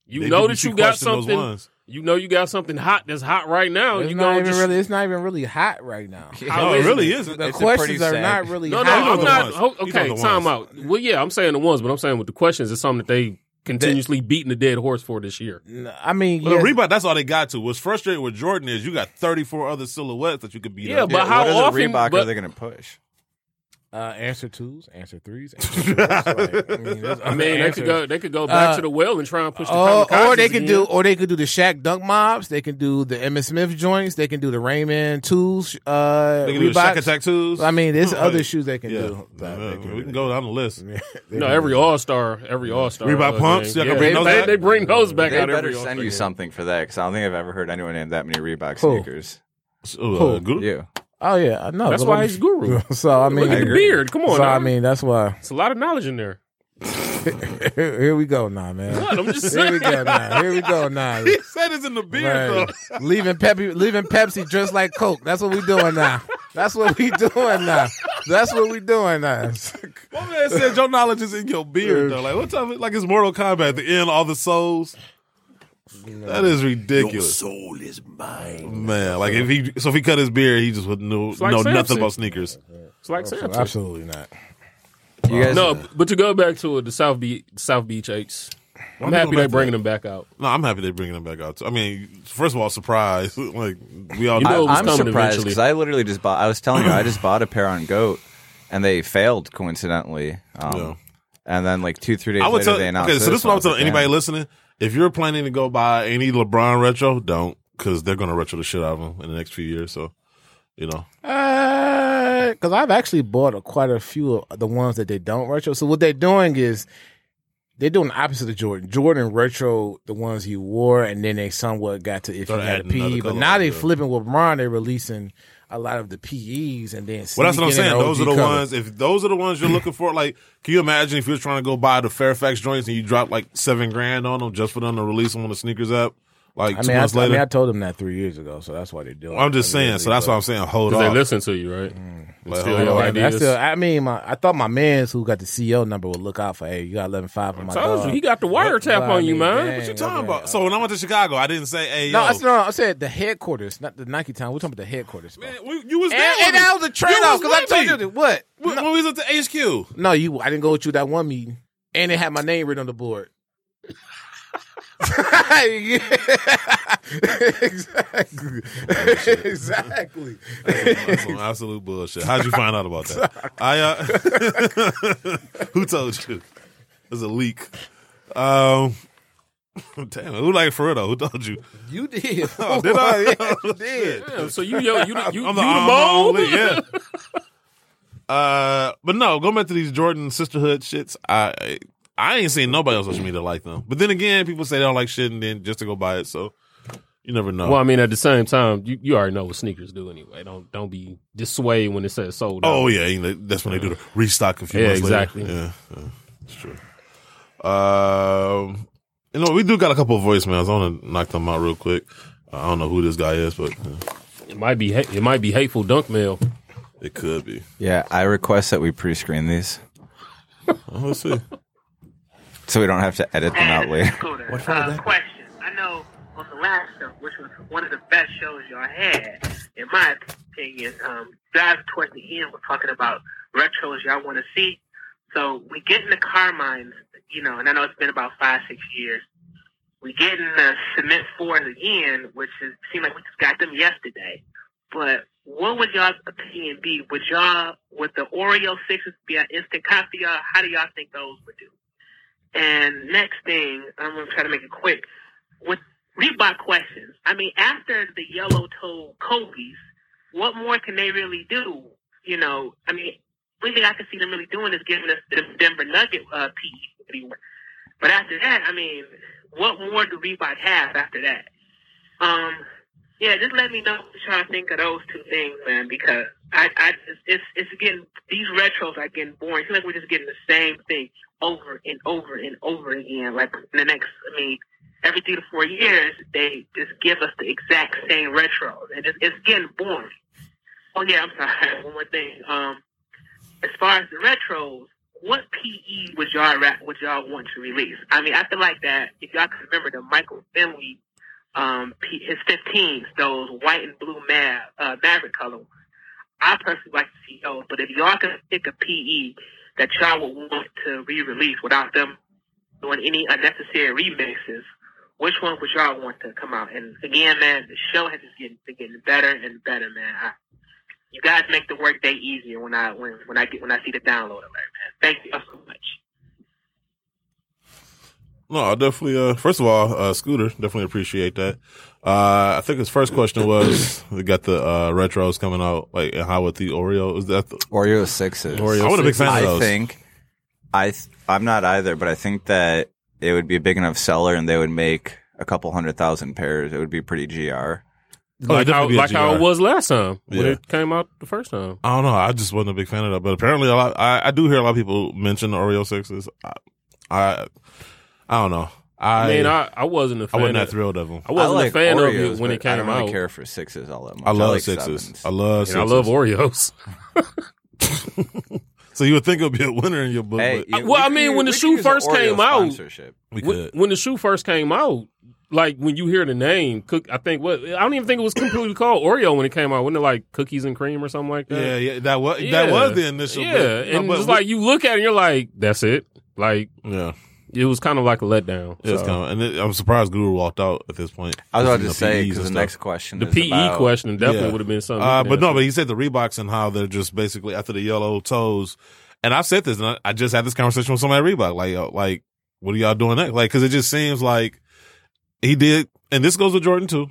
[SPEAKER 4] You
[SPEAKER 3] They
[SPEAKER 4] know
[SPEAKER 3] didn't
[SPEAKER 4] that you
[SPEAKER 3] see
[SPEAKER 4] got
[SPEAKER 3] question those
[SPEAKER 4] something.
[SPEAKER 3] ones.
[SPEAKER 4] You know you got something hot that's hot right now.
[SPEAKER 6] It's
[SPEAKER 4] Oh, you
[SPEAKER 6] not
[SPEAKER 4] gonna
[SPEAKER 6] even
[SPEAKER 4] just,
[SPEAKER 6] really. It's not even really hot right now.
[SPEAKER 3] No, it really isn't.
[SPEAKER 6] The
[SPEAKER 5] It's a pretty
[SPEAKER 6] questions are
[SPEAKER 5] sad-
[SPEAKER 6] not really.
[SPEAKER 4] No,
[SPEAKER 6] hot.
[SPEAKER 4] no,
[SPEAKER 3] You know
[SPEAKER 4] I'm
[SPEAKER 3] the
[SPEAKER 4] not.
[SPEAKER 3] ones.
[SPEAKER 4] ho-
[SPEAKER 3] You
[SPEAKER 4] Okay,
[SPEAKER 3] know the
[SPEAKER 4] time
[SPEAKER 3] ones.
[SPEAKER 4] out. Well, yeah, I'm saying the ones, but I'm saying with the questions, it's something that they continuously beating the dead horse for this year.
[SPEAKER 6] No, I mean,
[SPEAKER 3] But
[SPEAKER 6] yes.
[SPEAKER 3] the Reebok, that's all they got to. What's frustrating with Jordan is you got 34 other silhouettes that you could beat
[SPEAKER 4] Yeah,
[SPEAKER 3] up.
[SPEAKER 4] but how
[SPEAKER 5] what other
[SPEAKER 4] often-
[SPEAKER 5] Reebok
[SPEAKER 4] but-
[SPEAKER 5] are they going to push?
[SPEAKER 6] uh, answer twos, answer threes. Answer fours. Like, I mean, there's
[SPEAKER 4] I
[SPEAKER 6] other
[SPEAKER 4] mean, they
[SPEAKER 6] answers.
[SPEAKER 4] could go. They could go back
[SPEAKER 6] Uh,
[SPEAKER 4] to the well and try and push the.
[SPEAKER 6] Oh, or
[SPEAKER 4] kamikazes
[SPEAKER 6] they could
[SPEAKER 4] again.
[SPEAKER 6] do, or they could do the Shaq dunk mobs. They can do the Emmitt Smith joints. They can do the Raymond twos. Uh,
[SPEAKER 3] They can do the
[SPEAKER 6] Reeboks.
[SPEAKER 3] Shaka tattoos.
[SPEAKER 6] I mean, there's
[SPEAKER 3] Like,
[SPEAKER 6] other shoes they can
[SPEAKER 3] yeah.
[SPEAKER 6] do.
[SPEAKER 3] Yeah, we can go down the list.
[SPEAKER 4] No, every all star, every all star.
[SPEAKER 3] Reebok pumps? Y'all
[SPEAKER 4] Yeah,
[SPEAKER 3] gonna
[SPEAKER 4] they,
[SPEAKER 3] bring those
[SPEAKER 4] they,
[SPEAKER 3] back?
[SPEAKER 4] they bring those back
[SPEAKER 5] They
[SPEAKER 4] out
[SPEAKER 5] better
[SPEAKER 4] every all
[SPEAKER 5] send you something for that because I don't think I've ever heard anyone name that many Reebok
[SPEAKER 6] Who?
[SPEAKER 5] sneakers.
[SPEAKER 3] Ooh, uh,
[SPEAKER 6] Who?
[SPEAKER 3] Guru-
[SPEAKER 5] You.
[SPEAKER 6] Oh yeah, I know.
[SPEAKER 4] That's
[SPEAKER 6] But
[SPEAKER 4] why
[SPEAKER 6] I'm-
[SPEAKER 3] [laughs]
[SPEAKER 4] he's guru.
[SPEAKER 6] [laughs] So I mean,
[SPEAKER 4] Look at the beard. Come on,
[SPEAKER 6] So
[SPEAKER 4] now.
[SPEAKER 6] I mean, that's why. [laughs]
[SPEAKER 4] it's a lot of knowledge in there.
[SPEAKER 6] Here we go now, man.
[SPEAKER 4] I'm just
[SPEAKER 6] Here
[SPEAKER 4] saying.
[SPEAKER 6] we go now. Here we go
[SPEAKER 4] [laughs]
[SPEAKER 6] now.
[SPEAKER 3] He said it's in the beard,
[SPEAKER 6] Right.
[SPEAKER 3] though.
[SPEAKER 6] leaving Pepsi, leaving Pepsi just like Coke. That's what we doing now. That's what we [laughs] doing now. That's what we doing
[SPEAKER 4] [laughs]
[SPEAKER 6] now.
[SPEAKER 3] My man said your knowledge is in your beard,
[SPEAKER 6] Yeah.
[SPEAKER 3] though. Like, what type of, like, it's Mortal Kombat at the end, all the souls. That is
[SPEAKER 2] Your
[SPEAKER 3] ridiculous.
[SPEAKER 2] soul is mine.
[SPEAKER 3] Man, like if he so if he cut his beard, he just would know
[SPEAKER 4] like
[SPEAKER 3] know nothing
[SPEAKER 4] Samson.
[SPEAKER 3] about sneakers.
[SPEAKER 4] It's
[SPEAKER 6] Oh,
[SPEAKER 4] like Samson.
[SPEAKER 6] Absolutely not.
[SPEAKER 5] You guys,
[SPEAKER 4] No, but to go back to the South Beach, South Beach Eights. I'm
[SPEAKER 3] they
[SPEAKER 4] happy
[SPEAKER 3] going
[SPEAKER 4] they're
[SPEAKER 3] back to
[SPEAKER 4] bringing
[SPEAKER 3] that?
[SPEAKER 4] them back out.
[SPEAKER 3] No, I'm happy they're bringing him back out. too. I mean, first of all, surprise! [laughs] like we all
[SPEAKER 4] You know-
[SPEAKER 5] I,
[SPEAKER 3] know.
[SPEAKER 4] was
[SPEAKER 5] I'm
[SPEAKER 4] coming
[SPEAKER 5] surprised
[SPEAKER 4] eventually.
[SPEAKER 5] because I literally just bought. I was telling you, I
[SPEAKER 3] [clears throat]
[SPEAKER 5] just bought a pair on Goat, and they failed coincidentally. Um,
[SPEAKER 3] Yeah.
[SPEAKER 5] And then like two, three days
[SPEAKER 3] I would
[SPEAKER 5] later,
[SPEAKER 3] tell.
[SPEAKER 5] they
[SPEAKER 3] Okay,
[SPEAKER 5] announced.
[SPEAKER 3] so this is
[SPEAKER 5] and I
[SPEAKER 3] what I'm
[SPEAKER 5] was
[SPEAKER 3] telling
[SPEAKER 5] like,
[SPEAKER 3] anybody
[SPEAKER 5] "Damn."
[SPEAKER 3] listening: if you're planning to go buy any LeBron retro, don't because they're going to retro the shit out of them in the next few years. So, you know,
[SPEAKER 6] Because Uh, I've actually bought a, quite a few of the ones that they don't retro. So what they're doing is they're doing the opposite of Jordan. Jordan retro the ones he wore, and then they somewhat got to if
[SPEAKER 3] Started
[SPEAKER 6] you had a
[SPEAKER 3] adding another
[SPEAKER 6] PE. But
[SPEAKER 3] color
[SPEAKER 6] now
[SPEAKER 3] on
[SPEAKER 6] they
[SPEAKER 3] there.
[SPEAKER 6] flipping with Bron. They're releasing a lot of the PEs, and then
[SPEAKER 3] well, that's what I'm
[SPEAKER 6] sneaking in
[SPEAKER 3] saying. Those are
[SPEAKER 6] OG
[SPEAKER 3] the
[SPEAKER 6] color.
[SPEAKER 3] ones. If those are the ones you're looking for, like, can you imagine if you're trying to go buy the Fairfax joints and you drop like seven grand on them just for them to release them on the sneakers app, like
[SPEAKER 6] I
[SPEAKER 3] two
[SPEAKER 6] mean, I,
[SPEAKER 3] months
[SPEAKER 6] I
[SPEAKER 3] later?
[SPEAKER 6] mean, I told them that three years ago, so that's why they're doing.
[SPEAKER 3] I'm just
[SPEAKER 6] it.
[SPEAKER 3] saying. So that's why I'm saying. Hold
[SPEAKER 4] 'Cause
[SPEAKER 3] on.
[SPEAKER 4] They listen to you, right?
[SPEAKER 3] Like,
[SPEAKER 4] Steal
[SPEAKER 3] hold
[SPEAKER 4] your
[SPEAKER 3] on.
[SPEAKER 6] Yeah, but I
[SPEAKER 4] ideas.
[SPEAKER 6] still, I mean, my, I thought my man's who got the CEO number would look out for. Hey, you got eleven five on my.
[SPEAKER 4] Told
[SPEAKER 6] dog."
[SPEAKER 4] you, he got the wiretap
[SPEAKER 6] Well, I
[SPEAKER 4] on you,
[SPEAKER 6] mean,
[SPEAKER 4] man.
[SPEAKER 6] dang,
[SPEAKER 3] What you
[SPEAKER 6] I
[SPEAKER 3] talking
[SPEAKER 6] mean,
[SPEAKER 3] about?
[SPEAKER 6] uh,
[SPEAKER 3] So when I went to Chicago, I didn't say, "Hey,
[SPEAKER 6] no,
[SPEAKER 3] yo.
[SPEAKER 6] I, said- no, I said the headquarters, not the Nike town. We're talking about the headquarters. bro.
[SPEAKER 3] Man, we- you was
[SPEAKER 6] and,
[SPEAKER 3] there.
[SPEAKER 6] and
[SPEAKER 3] with
[SPEAKER 6] that
[SPEAKER 3] me.
[SPEAKER 6] was a trade off
[SPEAKER 3] You
[SPEAKER 6] because I
[SPEAKER 3] with
[SPEAKER 6] told
[SPEAKER 3] me.
[SPEAKER 6] you that- what?
[SPEAKER 3] When, when we was at the HQ,
[SPEAKER 6] No, you. I didn't go with you that one meeting, and it had my name written on the board. [laughs] Yeah. exactly. exactly.
[SPEAKER 3] [laughs] That's some absolute bullshit. How'd you find out about [laughs] that? I uh, [laughs] who told you? It's a leak. Um, [laughs] damn, who like for real though? Who told [laughs] you?
[SPEAKER 6] You did.
[SPEAKER 3] Oh, Did I? [laughs]
[SPEAKER 6] Yeah, you did.
[SPEAKER 4] Yeah, so you, yo, you, the- you, you
[SPEAKER 3] I'm
[SPEAKER 4] the
[SPEAKER 3] the, I'm the
[SPEAKER 4] mole?
[SPEAKER 3] only- [laughs] yeah. Uh, but no, going back to these Jordan sisterhood shits, I I- I ain't seen nobody on social media like them. But then again, people say they don't like shit, and then just to go buy it, so you never know.
[SPEAKER 4] Well, I mean, at the same time, you, you already know what sneakers do anyway. Don't don't be dissuaded when it says sold. out.
[SPEAKER 3] Oh yeah, you know, that's when they do the restock a few
[SPEAKER 4] Yeah,
[SPEAKER 3] months later.
[SPEAKER 4] exactly.
[SPEAKER 3] Yeah, yeah, it's true. Um, you know, we do got a couple of voicemails. I want to knock them out real quick. I don't know who this guy is, but uh,
[SPEAKER 4] it might be ha- it might be hateful dunk mail.
[SPEAKER 3] it could be.
[SPEAKER 5] Yeah, I request that we pre-screen these
[SPEAKER 3] Oh, let's
[SPEAKER 4] [laughs]
[SPEAKER 3] see.
[SPEAKER 5] so we don't have to edit them
[SPEAKER 3] [laughs]
[SPEAKER 5] out later.
[SPEAKER 8] Scooter, uh, question. I know on the last show, which was one of the best shows y'all had, in my opinion, opinion. Um, Dad, towards the end, was talking about retros y'all want to see. So we get in the Carmines, you know, and I know it's been about five, six years. We get in the Cement Fours again, which is, seemed like we just got them yesterday. But what would y'all's opinion be? Would y'all, would the Oreo Sixes be an instant cop for y'all? How do y'all think those would do? And next thing, I'm going to try to make it quick. With Reebok questions, I mean, after the yellow toe Kobe's, what more can they really do? You know, I mean, only thing I can see them really doing is giving us the Denver Nugget uh, piece. But after that, I mean, what more do Reebok have after that? Um, yeah, just let me know what y'all think of those two things, man, because I, I it's it's getting these retros are getting boring. I feel like we're just getting the same thing over and over and over again. Like in the next, I mean, every three to four years, they just give us the exact same retros, and it's, it's getting boring. Oh yeah, I'm sorry. [laughs] One more thing. Um, as far as the retros, what PE would y'all ra would y'all want to release? I mean, I feel like that if y'all can remember the Michael Finley um, P- his 15s, those white and blue ma- uh, Maverick color ones. I personally like to see those, but if y'all can pick a PE that y'all would want to re release without them doing any unnecessary remixes, which one would y'all want to come out? And again, man, the show has just getting, been getting better and better, man. I, you guys make the workday easier when I when, when I get when I see the download alert, man. Thank you so much.
[SPEAKER 3] No, I definitely. Uh, first of all, uh, Scooter definitely appreciate that. Uh, I think his first question was we got the uh, retros coming out, like and how with the Oreo is that the,
[SPEAKER 5] Oreo sixes.
[SPEAKER 3] Oreo I wasn't a big sixes. fan of
[SPEAKER 5] I
[SPEAKER 3] those.
[SPEAKER 5] think I th- I'm not either, but I think that it would be a big enough seller, and they would make a couple hundred thousand pairs. It would be pretty gr.
[SPEAKER 3] Oh,
[SPEAKER 4] like
[SPEAKER 3] it'd definitely
[SPEAKER 4] how,
[SPEAKER 3] be a
[SPEAKER 4] like how it
[SPEAKER 3] GR.
[SPEAKER 4] was last time when
[SPEAKER 3] Yeah.
[SPEAKER 4] it came out the first time.
[SPEAKER 3] I don't know. I just wasn't a big fan of that, but apparently a lot. I, I do hear a lot of people mention the Oreo sixes. I, I, I don't know. I
[SPEAKER 4] I, mean, I, I wasn't a
[SPEAKER 3] I
[SPEAKER 4] fan.
[SPEAKER 3] wasn't that
[SPEAKER 4] of,
[SPEAKER 3] thrilled of them.
[SPEAKER 4] I wasn't a fan of it when
[SPEAKER 5] but
[SPEAKER 4] it came
[SPEAKER 5] I don't
[SPEAKER 4] out.
[SPEAKER 5] really care for sixes all that much.
[SPEAKER 3] I love
[SPEAKER 5] like
[SPEAKER 3] sixes.
[SPEAKER 5] sevens.
[SPEAKER 3] I love
[SPEAKER 4] And
[SPEAKER 3] sixes.
[SPEAKER 4] I love Oreos. [laughs]
[SPEAKER 3] so you would think it would be a winner in your book,
[SPEAKER 5] Hey,
[SPEAKER 3] but
[SPEAKER 5] you-
[SPEAKER 4] Uh, well,
[SPEAKER 5] we
[SPEAKER 4] I
[SPEAKER 5] could
[SPEAKER 4] mean,
[SPEAKER 5] use-
[SPEAKER 4] when the
[SPEAKER 5] we could
[SPEAKER 4] shoe
[SPEAKER 5] use an
[SPEAKER 4] first
[SPEAKER 5] Oreo
[SPEAKER 4] came out-
[SPEAKER 5] sponsorship.
[SPEAKER 3] we
[SPEAKER 4] when,
[SPEAKER 3] could.
[SPEAKER 4] when the shoe first came out, like when you hear the name, cook, I think what I don't even think it was completely called Oreo when it came out. Wasn't it like cookies and cream or something like that?
[SPEAKER 3] yeah, yeah, that was
[SPEAKER 4] Yeah.
[SPEAKER 3] that was the initial.
[SPEAKER 4] Yeah,
[SPEAKER 3] bit. No,
[SPEAKER 4] and
[SPEAKER 3] but
[SPEAKER 4] it's
[SPEAKER 3] we-
[SPEAKER 4] like you look at it, and you're like, that's it. Like
[SPEAKER 3] yeah,
[SPEAKER 4] it was kind of like a letdown.
[SPEAKER 3] it was
[SPEAKER 4] So,
[SPEAKER 3] kind of. And it, I'm surprised Guru walked out at this point.
[SPEAKER 5] I was about
[SPEAKER 3] You know,
[SPEAKER 4] E
[SPEAKER 5] to say
[SPEAKER 3] PEs and
[SPEAKER 5] because the
[SPEAKER 3] stuff.
[SPEAKER 5] next question,
[SPEAKER 4] the
[SPEAKER 5] is
[SPEAKER 4] PE
[SPEAKER 5] about-
[SPEAKER 4] question definitely
[SPEAKER 3] Yeah.
[SPEAKER 4] would have been something.
[SPEAKER 3] Uh,
[SPEAKER 4] you could
[SPEAKER 3] but no,
[SPEAKER 4] answer.
[SPEAKER 3] but he said the Reeboks and how they're just basically after the yellow toes. And I've said this, and I, I just had this conversation with somebody at Reebok. Like, yo, like, what are y'all doing next? Like, because it just seems like he did, and this goes with Jordan too.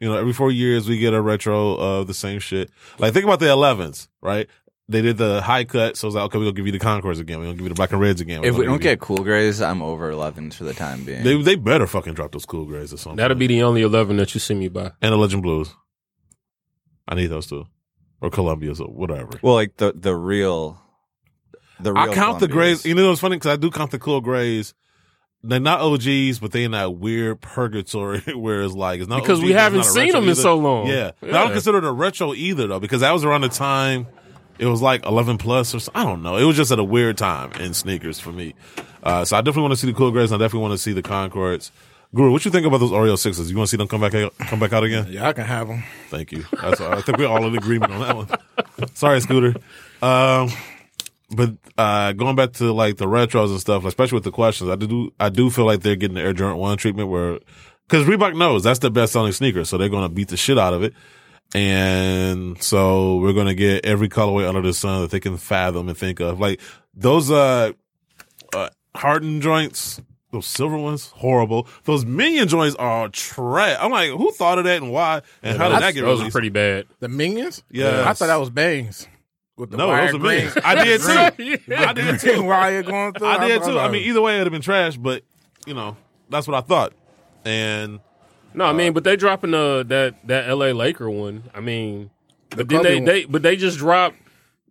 [SPEAKER 3] You know, every four years we get a retro of the same shit. Like, think about the 11s, right? They did the high cut, so it's like, okay, we're gonna give you the Concords again. We're gonna give you the black and reds again. We're
[SPEAKER 5] If we
[SPEAKER 3] gonna
[SPEAKER 5] don't
[SPEAKER 4] E.
[SPEAKER 3] give
[SPEAKER 5] get cool grays, I'm over 11s for the time being.
[SPEAKER 3] you- they they better fucking drop those cool grays or something.
[SPEAKER 4] that'll be the only eleven that you see me buy.
[SPEAKER 3] and the Legend Blues. I need those two, or Columbia's or whatever.
[SPEAKER 5] well, like the the real, the real
[SPEAKER 3] I count the
[SPEAKER 5] Columbias.
[SPEAKER 3] grays. You know what's funny? Because I do count the cool grays. They're not OGs, but they in that weird purgatory [laughs] where it's like it's not
[SPEAKER 4] Because
[SPEAKER 3] OG,
[SPEAKER 4] we
[SPEAKER 3] but it's
[SPEAKER 4] haven't
[SPEAKER 3] not a
[SPEAKER 4] seen
[SPEAKER 3] retro
[SPEAKER 4] them in
[SPEAKER 3] either.
[SPEAKER 4] so long.
[SPEAKER 3] Yeah, But I
[SPEAKER 4] Yeah.
[SPEAKER 3] don't consider it a retro either though, because that was around the time it was like eleven plus or so. I don't know. It was just at a weird time in sneakers for me. Uh, so I definitely want to see the cool grays. And I definitely want to see the Concords. Guru, what you think about those Oreo sixes? You want to see them come back out, come back out again?
[SPEAKER 6] Yeah, I can have them.
[SPEAKER 3] Thank you. That's all. I think we're all in agreement on that one. Sorry, Scooter. Um, but uh, going back to like the retros and stuff, especially with the questions, I do I do feel like they're getting the Air Jordan One treatment where because Reebok knows that's the best selling sneaker, so they're going to beat the shit out of it. And so we're going to get every colorway under the sun that they can fathom and think of. Like those uh, uh hardened joints, those silver ones, horrible. Those minion joints are trash. I'm like, who thought of that and why? And how did that get
[SPEAKER 4] Those are
[SPEAKER 3] released? [laughs]
[SPEAKER 4] pretty bad.
[SPEAKER 6] The minions?
[SPEAKER 3] Yes.
[SPEAKER 6] I thought that was bangs. With the
[SPEAKER 3] no,
[SPEAKER 6] wire
[SPEAKER 3] those are
[SPEAKER 6] green. [laughs]
[SPEAKER 3] minions. I
[SPEAKER 4] [laughs]
[SPEAKER 3] did too. I did too.
[SPEAKER 6] Green wire going through.
[SPEAKER 3] I did
[SPEAKER 6] thought
[SPEAKER 3] too. I
[SPEAKER 6] that
[SPEAKER 3] mean,
[SPEAKER 6] was-
[SPEAKER 3] either way, it'd have been trash, but you know, that's what I thought. And
[SPEAKER 4] No, I mean, but they dropping uh, that that L.A. Laker one. I mean, but then
[SPEAKER 6] Kobe
[SPEAKER 4] they,
[SPEAKER 6] one.
[SPEAKER 4] they but they just dropped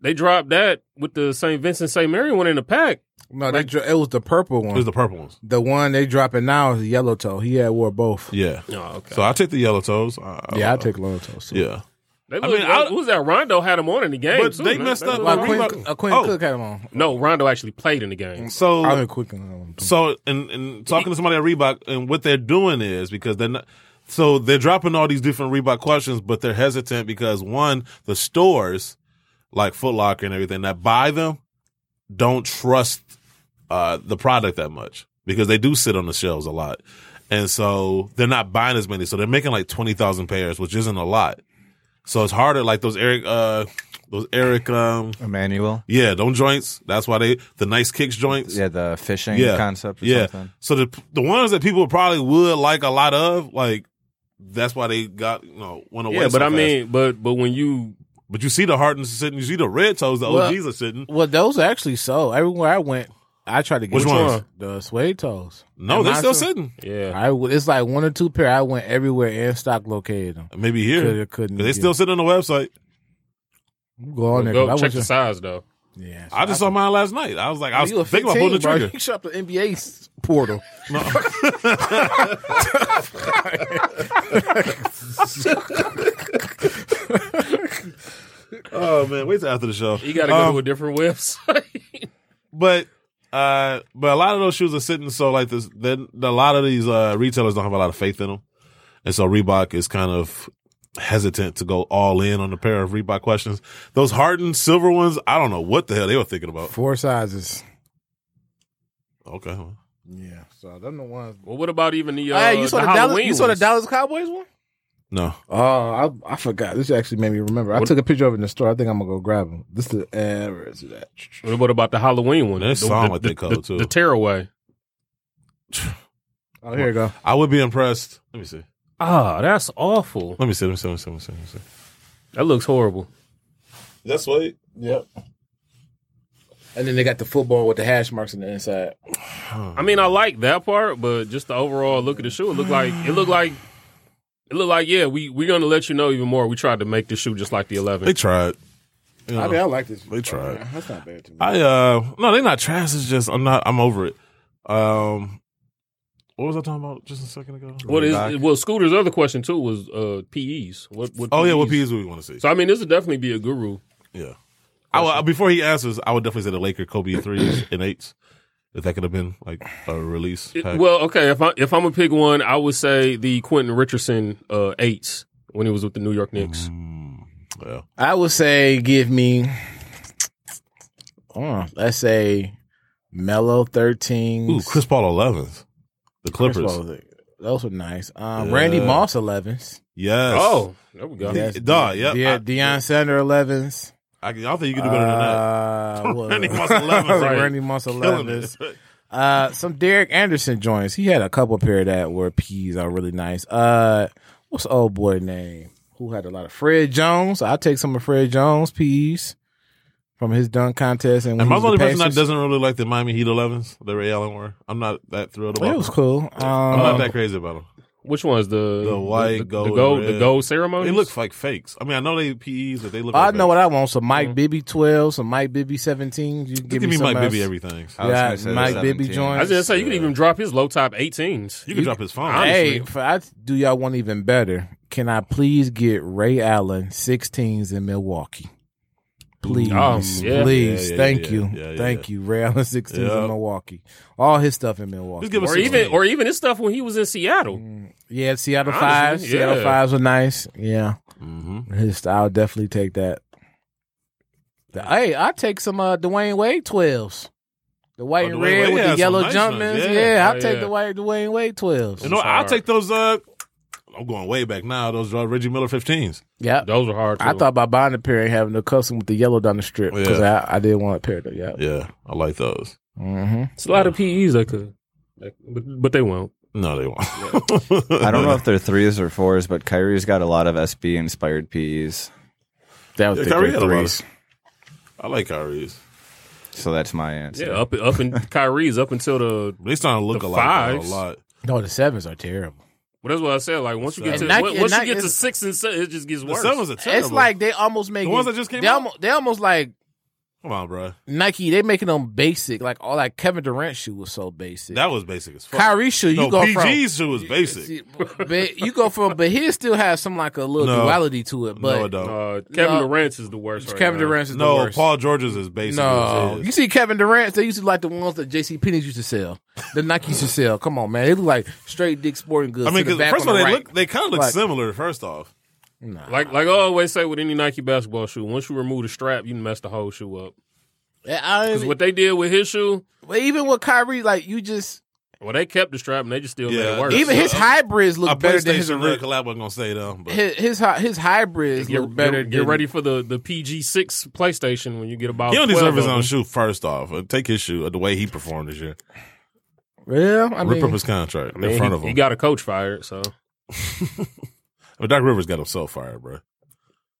[SPEAKER 4] they dropped that with the St. Vincent St. Mary one in the pack.
[SPEAKER 6] no, they dro- it was the purple
[SPEAKER 3] it
[SPEAKER 6] one.
[SPEAKER 3] was the purple ones.
[SPEAKER 6] The one they dropping now is the yellow toe. He had wore both.
[SPEAKER 3] Yeah.
[SPEAKER 4] Oh, okay.
[SPEAKER 3] So I take the yellow toes. I,
[SPEAKER 6] Yeah, I take yellow toe. too.
[SPEAKER 3] Oh, Yeah.
[SPEAKER 4] They
[SPEAKER 3] I
[SPEAKER 4] looked-
[SPEAKER 3] mean, I-
[SPEAKER 4] who was that? Rondo had him on in the game.
[SPEAKER 3] But
[SPEAKER 4] too,
[SPEAKER 3] they
[SPEAKER 4] man.
[SPEAKER 3] messed
[SPEAKER 4] That
[SPEAKER 3] up
[SPEAKER 6] Well,
[SPEAKER 4] looked
[SPEAKER 3] Reebok-
[SPEAKER 4] like-
[SPEAKER 6] Quinn,
[SPEAKER 3] Reebok-
[SPEAKER 6] uh, Quinn
[SPEAKER 3] Oh.
[SPEAKER 6] Cook had him on.
[SPEAKER 4] No, Rondo actually played in the game.
[SPEAKER 3] So
[SPEAKER 6] I was Quinn Cook. had 'em on.
[SPEAKER 3] So, and, and talking to somebody at Reebok, and what they're doing is because they're not, so they're dropping all these different Reebok questions, but they're hesitant because one, the stores like Foot Locker and everything that buy them don't trust uh, the product that much because they do sit on the shelves a lot, and so they're not buying as many. So they're making like twenty thousand pairs, which isn't a lot. So it's harder. Like those Eric, uh, those Eric, um,
[SPEAKER 5] Emmanuel.
[SPEAKER 3] yeah, don't joints. That's why they the nice kicks joints.
[SPEAKER 5] Yeah, the fishing
[SPEAKER 3] Yeah.
[SPEAKER 5] concept or
[SPEAKER 3] Yeah.
[SPEAKER 5] something.
[SPEAKER 3] So the the ones that people probably would like a lot of, like that's why they got you know went away.
[SPEAKER 4] Yeah,
[SPEAKER 3] so
[SPEAKER 4] but I
[SPEAKER 3] fast.
[SPEAKER 4] mean, but but when you
[SPEAKER 3] but you see the Hartons sitting, you see the red toes, the
[SPEAKER 6] Well-
[SPEAKER 3] OGs are sitting.
[SPEAKER 6] Well, those actually sold everywhere I went. I tried to get
[SPEAKER 3] Which ones?
[SPEAKER 6] the suede toes.
[SPEAKER 3] No,
[SPEAKER 6] And
[SPEAKER 3] they're
[SPEAKER 6] mine
[SPEAKER 3] still
[SPEAKER 6] too.
[SPEAKER 3] sitting.
[SPEAKER 4] yeah,
[SPEAKER 6] I w- it's like one or two pair. I went everywhere and stock located them.
[SPEAKER 3] Maybe here,
[SPEAKER 6] Coulda- couldn't
[SPEAKER 3] 'Cause they
[SPEAKER 6] get
[SPEAKER 3] still sitting on the website.
[SPEAKER 6] Go on there.
[SPEAKER 4] go
[SPEAKER 6] 'cause I
[SPEAKER 4] check the
[SPEAKER 6] wish
[SPEAKER 4] size though.
[SPEAKER 6] I- yeah,
[SPEAKER 3] I just saw mine last night. I was like, I was
[SPEAKER 6] you a
[SPEAKER 3] thinking
[SPEAKER 6] 15,
[SPEAKER 3] about pulling the
[SPEAKER 6] bro.
[SPEAKER 3] trigger.
[SPEAKER 4] [laughs]
[SPEAKER 6] You shop the NBA 's portal.
[SPEAKER 3] Oh man, wait till after the show. Um,
[SPEAKER 4] You got to go to a different website. [laughs]
[SPEAKER 3] but uh, but a lot of those shoes are sitting. So like this, then a lot of these uh, retailers don't have a lot of faith in them, and so Reebok is kind of hesitant to go all in on a pair of Reebok questions. Those hardened silver ones, I don't know what the hell they were thinking about.
[SPEAKER 6] Four sizes.
[SPEAKER 3] Okay, well,
[SPEAKER 6] Yeah, so them the ones.
[SPEAKER 4] well, what about even the uh,
[SPEAKER 6] hey, Ah, you saw the, Dallas,
[SPEAKER 4] Halloween
[SPEAKER 6] you saw the
[SPEAKER 4] ones?
[SPEAKER 6] Dallas Cowboys one?
[SPEAKER 3] no,
[SPEAKER 6] Oh, I, I forgot. This actually made me remember. I took a picture of it in the store. I think I'm gonna go grab them. This is the average of that.
[SPEAKER 4] What what about the Halloween one?
[SPEAKER 3] They
[SPEAKER 4] the,
[SPEAKER 3] sound
[SPEAKER 4] the-
[SPEAKER 3] like
[SPEAKER 4] the-
[SPEAKER 3] they color,
[SPEAKER 4] the-
[SPEAKER 3] too.
[SPEAKER 4] The tearaway.
[SPEAKER 6] Oh, here you go.
[SPEAKER 3] I would be impressed. Let me see.
[SPEAKER 4] Ah, that's awful.
[SPEAKER 3] Let me see. Let me see. Let me see. Let me see. Let me see.
[SPEAKER 4] That looks horrible.
[SPEAKER 3] That's what.
[SPEAKER 6] Yep. And then they got the football with the hash marks on the inside.
[SPEAKER 4] I mean, I like that part, but just the overall look of the shoe, it looked like it looked like it looked like yeah, we we're gonna let you know even more. We tried to make the shoe just like the
[SPEAKER 3] They
[SPEAKER 4] eleven.
[SPEAKER 3] tried. You
[SPEAKER 6] I
[SPEAKER 3] know.
[SPEAKER 6] mean, I like this.
[SPEAKER 3] They tried.
[SPEAKER 6] That's not bad to me.
[SPEAKER 3] I uh no, they're not trash. It's just I'm not. I'm over it. Um, what was I talking about just a second ago?
[SPEAKER 4] What is well, Scooter's other question too was uh PEs. What? what
[SPEAKER 3] Oh yeah, what P's do we want to see?
[SPEAKER 4] So I mean, this would definitely be a guru.
[SPEAKER 3] Yeah. I would- before he answers, I would definitely say the Laker Kobe threes and eights. If that could have been like a release.
[SPEAKER 4] It-
[SPEAKER 3] pack.
[SPEAKER 4] well, okay, if I if I'm gonna pick one, I would say the Quentin Richardson uh eights when he was with the New York
[SPEAKER 3] Mm.
[SPEAKER 4] Knicks.
[SPEAKER 6] Mm.
[SPEAKER 3] yeah.
[SPEAKER 6] I would say give me, uh, let's say, Mellow thirteen.
[SPEAKER 3] Ooh, Chris Paul elevens. The Clippers.
[SPEAKER 6] Those were nice. Um, Randy
[SPEAKER 3] Yeah.
[SPEAKER 6] Moss 11s.
[SPEAKER 3] Yes.
[SPEAKER 4] Oh, there we go.
[SPEAKER 3] Yeah. Duh, yep.
[SPEAKER 6] Yeah,
[SPEAKER 3] I-
[SPEAKER 6] Deion Sander 11s.
[SPEAKER 3] I, I don't think you can do better than that.
[SPEAKER 6] Uh, what-
[SPEAKER 3] Randy Moss
[SPEAKER 6] [laughs]
[SPEAKER 3] 11s, right.
[SPEAKER 6] Randy
[SPEAKER 3] [laughs]
[SPEAKER 6] Moss
[SPEAKER 3] Killing
[SPEAKER 6] 11s.
[SPEAKER 3] it.
[SPEAKER 6] Uh, some Derek Anderson joints. He had a couple pair that were P's are really nice. Uh, what's the old boy name? Who had a lot of Fred Jones? I take some of Fred Jones P's from his dunk contest. And, when
[SPEAKER 3] Am
[SPEAKER 6] he
[SPEAKER 3] I
[SPEAKER 6] was
[SPEAKER 3] the only
[SPEAKER 6] with the
[SPEAKER 3] person that
[SPEAKER 6] Pacers.
[SPEAKER 3] doesn't really like the Miami Heat 11s that Ray Allen wore? I'm not that thrilled about
[SPEAKER 6] It
[SPEAKER 3] them.
[SPEAKER 6] was cool.
[SPEAKER 3] I'm
[SPEAKER 6] Um,
[SPEAKER 3] not that crazy about them.
[SPEAKER 4] Which one's the
[SPEAKER 3] The white,
[SPEAKER 4] the,
[SPEAKER 3] gold,
[SPEAKER 4] the gold,
[SPEAKER 3] red.
[SPEAKER 4] the gold ceremony?
[SPEAKER 3] They look like fakes. I mean, I know they PEs, but they look
[SPEAKER 6] I
[SPEAKER 3] like
[SPEAKER 6] know
[SPEAKER 3] fakes.
[SPEAKER 6] what I want. Some Mike Bibby 12, some Mike Bibby 17. You can
[SPEAKER 3] Mm-hmm. Give,
[SPEAKER 6] give, me
[SPEAKER 3] me
[SPEAKER 6] some
[SPEAKER 3] Mike
[SPEAKER 6] else.
[SPEAKER 3] Bibby everything.
[SPEAKER 5] I was
[SPEAKER 6] Yeah,
[SPEAKER 5] gonna say the
[SPEAKER 6] Mike Bibby
[SPEAKER 5] 17.
[SPEAKER 6] joined.
[SPEAKER 4] I was just say you could
[SPEAKER 5] Yeah.
[SPEAKER 4] even drop his low top 18s.
[SPEAKER 3] You can drop his phone.
[SPEAKER 6] Hey, for, I do y'all want even better? Can I please get Ray Allen 16s in Milwaukee? Please,
[SPEAKER 4] Um, yeah.
[SPEAKER 6] please,
[SPEAKER 3] Yeah, yeah,
[SPEAKER 6] thank
[SPEAKER 3] yeah,
[SPEAKER 6] you,
[SPEAKER 3] yeah, yeah,
[SPEAKER 6] thank you, Ray Allen 16s
[SPEAKER 3] Yeah.
[SPEAKER 6] in Milwaukee. All his stuff in Milwaukee.
[SPEAKER 3] Just give us
[SPEAKER 4] or even or even his stuff when he was in Seattle.
[SPEAKER 6] yeah, Seattle
[SPEAKER 4] Honestly,
[SPEAKER 6] fives, Seattle
[SPEAKER 4] yeah.
[SPEAKER 6] fives were nice. Yeah,
[SPEAKER 3] hmm
[SPEAKER 6] his I'll definitely take that. The- hey, I take some uh, Dwayne Wade 12s. The white
[SPEAKER 3] Oh,
[SPEAKER 6] and
[SPEAKER 3] Dwayne
[SPEAKER 6] red
[SPEAKER 3] Wade
[SPEAKER 6] with
[SPEAKER 3] has
[SPEAKER 6] the yellow
[SPEAKER 3] some nice ones.
[SPEAKER 6] jumpmans.
[SPEAKER 3] Yeah.
[SPEAKER 6] Yeah, I'll
[SPEAKER 4] Oh,
[SPEAKER 6] take
[SPEAKER 4] yeah.
[SPEAKER 6] the white Dwayne Wade 12s.
[SPEAKER 3] You know,
[SPEAKER 4] Sorry.
[SPEAKER 3] I'll take those. Uh, I'm going way back now. Those uh, Reggie Miller 15s.
[SPEAKER 6] yeah,
[SPEAKER 4] Those are hard. Too.
[SPEAKER 6] I thought about buying a pair and having a custom with the yellow down the strip
[SPEAKER 3] Oh, Yeah.
[SPEAKER 6] because I, I did want a pair though. Yeah.
[SPEAKER 3] Yeah, I like those.
[SPEAKER 6] Mm-hmm.
[SPEAKER 4] it's a lot of PEs that could, like, but, but they won't.
[SPEAKER 3] No, they won't.
[SPEAKER 6] [laughs]
[SPEAKER 5] I don't
[SPEAKER 3] [laughs]
[SPEAKER 5] know if they're threes or fours, but Kyrie's got a lot of SB inspired PEs.
[SPEAKER 6] That was
[SPEAKER 3] Yeah,
[SPEAKER 6] the
[SPEAKER 3] Kyrie had a lot
[SPEAKER 6] good
[SPEAKER 3] of-
[SPEAKER 6] threes.
[SPEAKER 3] I like Kyrie's.
[SPEAKER 5] So that's my answer.
[SPEAKER 4] Yeah, up
[SPEAKER 3] [laughs]
[SPEAKER 4] up in Kyrie's up until the.
[SPEAKER 3] They starting to look
[SPEAKER 4] The
[SPEAKER 3] a lot. A
[SPEAKER 4] fives.
[SPEAKER 3] lot.
[SPEAKER 6] No, the sevens are terrible.
[SPEAKER 4] Well, that's what I said. Like once you get to
[SPEAKER 6] And not-
[SPEAKER 4] once
[SPEAKER 6] and not-
[SPEAKER 4] you get to
[SPEAKER 6] it's-
[SPEAKER 4] six and seven, it just gets
[SPEAKER 3] The
[SPEAKER 4] worse.
[SPEAKER 3] sevens are terrible.
[SPEAKER 6] It's like they almost make
[SPEAKER 3] The ones
[SPEAKER 6] it-
[SPEAKER 3] that just came
[SPEAKER 6] They
[SPEAKER 3] out?
[SPEAKER 6] almost, they almost like
[SPEAKER 3] Come on, bro.
[SPEAKER 6] Nike, they making them basic. Like all that Kevin Durant shoe was so basic.
[SPEAKER 3] That was basic as fuck.
[SPEAKER 6] Kyrie shoe, you
[SPEAKER 3] no,
[SPEAKER 6] go from
[SPEAKER 3] PG's shoe was basic.
[SPEAKER 6] See, but you go from, but he still has some like a little
[SPEAKER 3] No.
[SPEAKER 6] duality to it. But
[SPEAKER 3] no, it don't.
[SPEAKER 4] Uh, Kevin
[SPEAKER 6] No.
[SPEAKER 4] Durant's is the worst. Right
[SPEAKER 6] Kevin
[SPEAKER 4] now.
[SPEAKER 6] Durant's is the
[SPEAKER 3] no,
[SPEAKER 6] worst.
[SPEAKER 3] Paul George's is basic.
[SPEAKER 6] no,
[SPEAKER 3] as it
[SPEAKER 6] you
[SPEAKER 3] is.
[SPEAKER 6] see Kevin Durant's. They used to like the ones that J.C. Penney's used to sell. The Nike used to sell. Come on, man, they look like straight dick sporting goods.
[SPEAKER 3] I mean,
[SPEAKER 6] to the
[SPEAKER 3] because
[SPEAKER 6] back
[SPEAKER 3] first of all,
[SPEAKER 6] on
[SPEAKER 3] they
[SPEAKER 6] the right.
[SPEAKER 3] look they kind of look
[SPEAKER 6] Like-
[SPEAKER 3] similar. First off,
[SPEAKER 6] Nah.
[SPEAKER 4] Like like I always say with any Nike basketball shoe, once you remove the strap, you mess the whole shoe up.
[SPEAKER 6] Yeah, I don't
[SPEAKER 4] Because
[SPEAKER 6] even-
[SPEAKER 4] what they did with his shoe,
[SPEAKER 6] well, even with Kyrie, like you just
[SPEAKER 4] well, they kept the strap and they just still made
[SPEAKER 3] Yeah.
[SPEAKER 4] it worse.
[SPEAKER 6] even his hybrids
[SPEAKER 3] a
[SPEAKER 6] look better than his
[SPEAKER 3] PlayStation Red
[SPEAKER 6] original.
[SPEAKER 3] collab wasn't gonna say them, but
[SPEAKER 6] His his, hy- his hybrids
[SPEAKER 4] Get,
[SPEAKER 6] look better.
[SPEAKER 4] get, get
[SPEAKER 6] than-
[SPEAKER 4] ready for the, the PG6 PlayStation when you get about.
[SPEAKER 3] he don't
[SPEAKER 4] 12
[SPEAKER 3] deserve his
[SPEAKER 4] of
[SPEAKER 3] own
[SPEAKER 4] them.
[SPEAKER 3] shoe. First off, Uh, take his shoe uh, the way he performed this year.
[SPEAKER 6] Yeah, I
[SPEAKER 3] Rip up
[SPEAKER 6] mean,
[SPEAKER 3] his contract
[SPEAKER 4] I mean,
[SPEAKER 3] in front
[SPEAKER 4] he,
[SPEAKER 3] of him.
[SPEAKER 4] He got a coach fired, so
[SPEAKER 3] but Doc Rivers got himself fired, bro.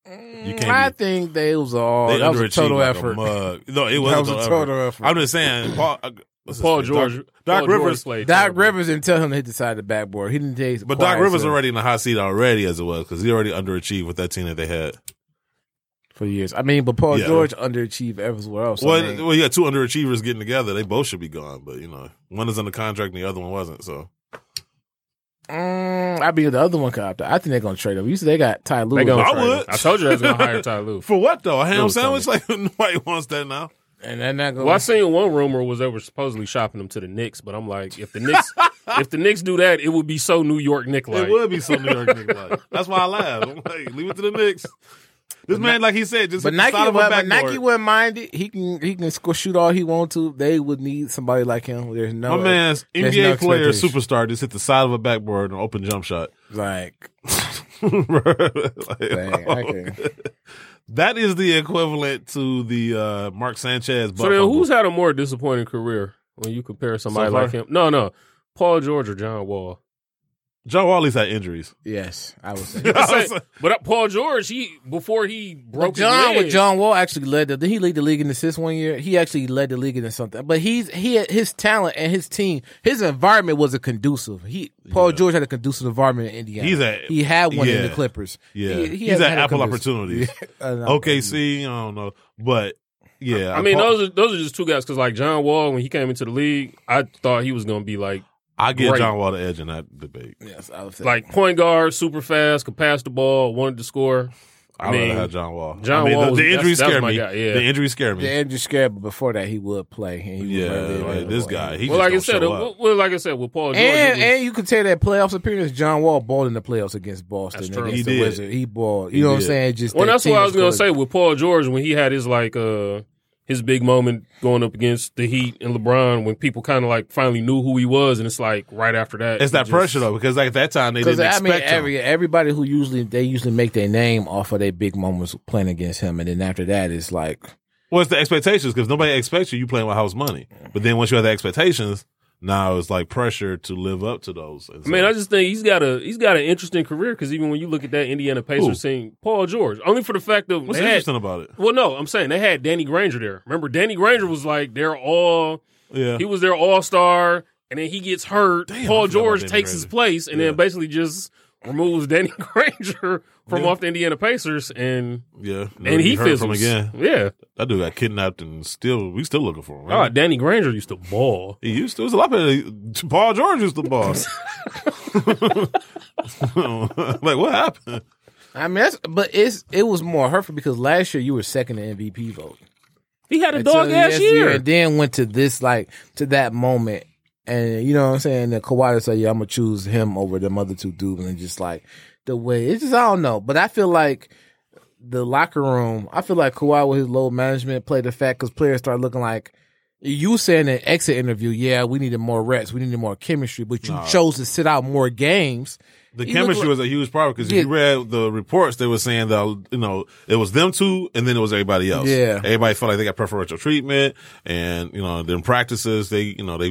[SPEAKER 3] You can't
[SPEAKER 6] I
[SPEAKER 3] be-
[SPEAKER 6] think they was all
[SPEAKER 3] they
[SPEAKER 6] Oh, that was a
[SPEAKER 3] underachieved
[SPEAKER 6] total
[SPEAKER 3] like
[SPEAKER 6] effort.
[SPEAKER 3] mug. No, it
[SPEAKER 6] that
[SPEAKER 3] wasn't
[SPEAKER 6] was a
[SPEAKER 3] total effort.
[SPEAKER 6] total effort.
[SPEAKER 3] I'm just saying, Paul, uh, what's his
[SPEAKER 4] Paul
[SPEAKER 3] name?
[SPEAKER 4] George.
[SPEAKER 3] Doc,
[SPEAKER 4] Paul
[SPEAKER 3] Doc
[SPEAKER 4] George
[SPEAKER 3] Rivers,
[SPEAKER 4] played
[SPEAKER 6] Doc
[SPEAKER 4] terrible.
[SPEAKER 6] Rivers didn't tell him to hit the side of the backboard. He didn't take.
[SPEAKER 3] but Doc Rivers
[SPEAKER 6] so-
[SPEAKER 3] already in the hot seat already as it was because he already underachieved with that team that they had.
[SPEAKER 6] for years. I mean, but Paul
[SPEAKER 3] Yeah.
[SPEAKER 6] George underachieved everywhere else. I
[SPEAKER 3] well,
[SPEAKER 6] mean,
[SPEAKER 3] well, you got two underachievers getting together. They both should be gone, but you know, one is under contract and the other one wasn't. So
[SPEAKER 6] mm, I mean, the other one could opt out. I think they're gonna trade him. You see, they got Ty Lue.
[SPEAKER 4] They gonna
[SPEAKER 3] I
[SPEAKER 4] trade
[SPEAKER 3] would.
[SPEAKER 4] him. I told you I was gonna hire Ty Lue.
[SPEAKER 3] for what though? A
[SPEAKER 6] It
[SPEAKER 3] ham
[SPEAKER 6] was
[SPEAKER 3] sandwich? [laughs] Like nobody wants that now.
[SPEAKER 6] and they're not gonna.
[SPEAKER 4] Well, I seen one rumor was they were supposedly shopping him to the Knicks, but I'm like, if the Knicks if the Knicks do that, it would be so New York Knicks like.
[SPEAKER 3] it would be some New York Knicks like. That's why I laughed. I'm like, leave it to the Knicks. This man, like he said, just
[SPEAKER 6] but
[SPEAKER 3] hit the
[SPEAKER 6] Nike,
[SPEAKER 3] side
[SPEAKER 6] would,
[SPEAKER 3] of a
[SPEAKER 6] but
[SPEAKER 3] backboard.
[SPEAKER 6] Nike wouldn't mind it. He can he can score, shoot all he want to. They would need somebody like him. There's no
[SPEAKER 3] My man's
[SPEAKER 6] there's
[SPEAKER 3] NBA
[SPEAKER 6] no
[SPEAKER 3] player
[SPEAKER 6] expectation.
[SPEAKER 3] superstar just hit the side of a backboard and open jump shot. [laughs]
[SPEAKER 6] like.
[SPEAKER 3] Like,
[SPEAKER 6] Dang,
[SPEAKER 3] [laughs]
[SPEAKER 6] I can't.
[SPEAKER 3] That is the equivalent to the uh, Mark Sanchez.
[SPEAKER 4] So then, who's had a more disappointing career when you compare somebody
[SPEAKER 3] So far?
[SPEAKER 4] like him? No, no, Paul George or John Wall.
[SPEAKER 3] John Wally's had injuries.
[SPEAKER 4] [laughs]
[SPEAKER 6] Yes, I would say.
[SPEAKER 3] [laughs]
[SPEAKER 4] I say- but uh, Paul George, he before he broke his
[SPEAKER 6] John
[SPEAKER 4] leg,
[SPEAKER 6] with John Wall actually led the did he lead the league in assists one year? He actually led the league in something. But he's he had- his talent and his team, his environment was a conducive. He Paul George had a conducive environment in Indiana.
[SPEAKER 3] He's at-
[SPEAKER 6] he had one in
[SPEAKER 3] yeah.
[SPEAKER 6] the Clippers.
[SPEAKER 3] Yeah,
[SPEAKER 6] He- he
[SPEAKER 3] he's
[SPEAKER 6] had-
[SPEAKER 3] at
[SPEAKER 6] had a
[SPEAKER 3] Apple
[SPEAKER 6] conducive- [laughs]
[SPEAKER 3] Opportunities.
[SPEAKER 6] Uh, no.
[SPEAKER 3] OKC, I don't know, but yeah.
[SPEAKER 4] I mean,
[SPEAKER 3] Paul-
[SPEAKER 4] those are those are just two guys because like John Wall, when he came into the league, I thought he was gonna be like
[SPEAKER 3] I give
[SPEAKER 4] great.
[SPEAKER 3] John Wall the edge in that debate.
[SPEAKER 6] Yes, I would say.
[SPEAKER 4] like point guard, super fast, could pass the ball, wanted to score.
[SPEAKER 3] I,
[SPEAKER 4] I mean,
[SPEAKER 3] rather have John Wall.
[SPEAKER 4] John
[SPEAKER 3] I mean,
[SPEAKER 4] Wall
[SPEAKER 3] the,
[SPEAKER 4] was-
[SPEAKER 3] the
[SPEAKER 4] that's-
[SPEAKER 3] injuries
[SPEAKER 4] that's
[SPEAKER 3] scare
[SPEAKER 4] my
[SPEAKER 3] me.
[SPEAKER 4] guy, yeah.
[SPEAKER 3] The injuries scare
[SPEAKER 6] the
[SPEAKER 3] me.
[SPEAKER 6] Andrew scared, but before that he would play. And he was
[SPEAKER 3] yeah,
[SPEAKER 6] really
[SPEAKER 3] like,
[SPEAKER 6] available.
[SPEAKER 3] this guy. He
[SPEAKER 4] well, like I
[SPEAKER 3] just
[SPEAKER 4] said,
[SPEAKER 3] don't show
[SPEAKER 4] uh,
[SPEAKER 3] up.
[SPEAKER 4] well, like I said, with Paul George,
[SPEAKER 6] And,
[SPEAKER 4] it was-
[SPEAKER 6] and you could tell that playoffs appearance, John Wall balled in the playoffs against Boston.
[SPEAKER 4] That's true.
[SPEAKER 6] Against
[SPEAKER 3] He
[SPEAKER 6] the
[SPEAKER 3] did.
[SPEAKER 6] Wizards. He balled. You
[SPEAKER 3] He
[SPEAKER 6] know what I'm
[SPEAKER 3] did.
[SPEAKER 6] saying? Just
[SPEAKER 4] well,
[SPEAKER 6] that
[SPEAKER 4] that's
[SPEAKER 6] team
[SPEAKER 4] what I was gonna
[SPEAKER 6] scored.
[SPEAKER 4] say with Paul George when he had his like uh his big moment going up against the Heat and LeBron when people kind of like finally knew who he was, and it's like right after that,
[SPEAKER 3] It's
[SPEAKER 4] he
[SPEAKER 3] that
[SPEAKER 4] just-
[SPEAKER 3] pressure though, because like at that time they
[SPEAKER 6] Because
[SPEAKER 3] didn't
[SPEAKER 6] I mean,
[SPEAKER 3] expect
[SPEAKER 6] every,
[SPEAKER 3] him.
[SPEAKER 6] everybody who usually they usually make their name off of their big moments playing against him, and then after that, it's like
[SPEAKER 3] Well, it's the expectations because nobody expects you. You playing with house money, but then once you have the expectations, now it's like pressure to live up to those. And
[SPEAKER 4] I mean,
[SPEAKER 3] so-
[SPEAKER 4] I just think he's got a he's got an interesting career because even when you look at that Indiana Pacers
[SPEAKER 3] Who?
[SPEAKER 4] team, Paul George, only for the fact of
[SPEAKER 3] what's
[SPEAKER 4] they had-
[SPEAKER 3] interesting about it?
[SPEAKER 4] well, no, I'm saying they had Danny Granger there. Remember, Danny Granger was like they're all
[SPEAKER 3] Yeah,
[SPEAKER 4] he was their all star, and then he gets hurt.
[SPEAKER 3] Damn, I
[SPEAKER 4] Paul
[SPEAKER 3] forgot about
[SPEAKER 4] George
[SPEAKER 3] Danny
[SPEAKER 4] takes his
[SPEAKER 3] Granger.
[SPEAKER 4] place, and
[SPEAKER 3] Yeah.
[SPEAKER 4] then basically just removes Danny [laughs] Granger from
[SPEAKER 3] Yeah.
[SPEAKER 4] off the Indiana Pacers, and
[SPEAKER 3] yeah,
[SPEAKER 4] and he
[SPEAKER 3] You heard from
[SPEAKER 4] fizzles.
[SPEAKER 3] again.
[SPEAKER 4] Yeah,
[SPEAKER 3] That dude got kidnapped and still we still looking for him.
[SPEAKER 4] oh,
[SPEAKER 3] Right?
[SPEAKER 4] Danny Granger used to ball.
[SPEAKER 3] He used to. It was a lot better. Paul George used to
[SPEAKER 4] [laughs]
[SPEAKER 3] boss. [laughs] like what happened?
[SPEAKER 6] I mean, that's, but it's it was more hurtful because last year you were second in MVP vote,
[SPEAKER 4] He had a
[SPEAKER 6] Until
[SPEAKER 4] dog ass
[SPEAKER 6] last
[SPEAKER 4] year.
[SPEAKER 6] and then went to this like to that moment, and you know what I'm saying. The Kawhi said, "Yeah, I'm gonna choose him over the other two dudes," and just like the way it's just I don't know, but I feel like. The locker room, I feel like Kawhi with his low management played the fact because players start looking like You said in an exit interview, yeah, we needed more reps, we needed more chemistry, but you chose to sit out more games.
[SPEAKER 3] The
[SPEAKER 6] He
[SPEAKER 3] chemistry was
[SPEAKER 6] looked
[SPEAKER 3] a huge problem because if you read the reports, they were saying that you know it was them two, and then it was everybody else.
[SPEAKER 6] Yeah.
[SPEAKER 3] everybody felt like they got preferential treatment, and you know, then practices they you know they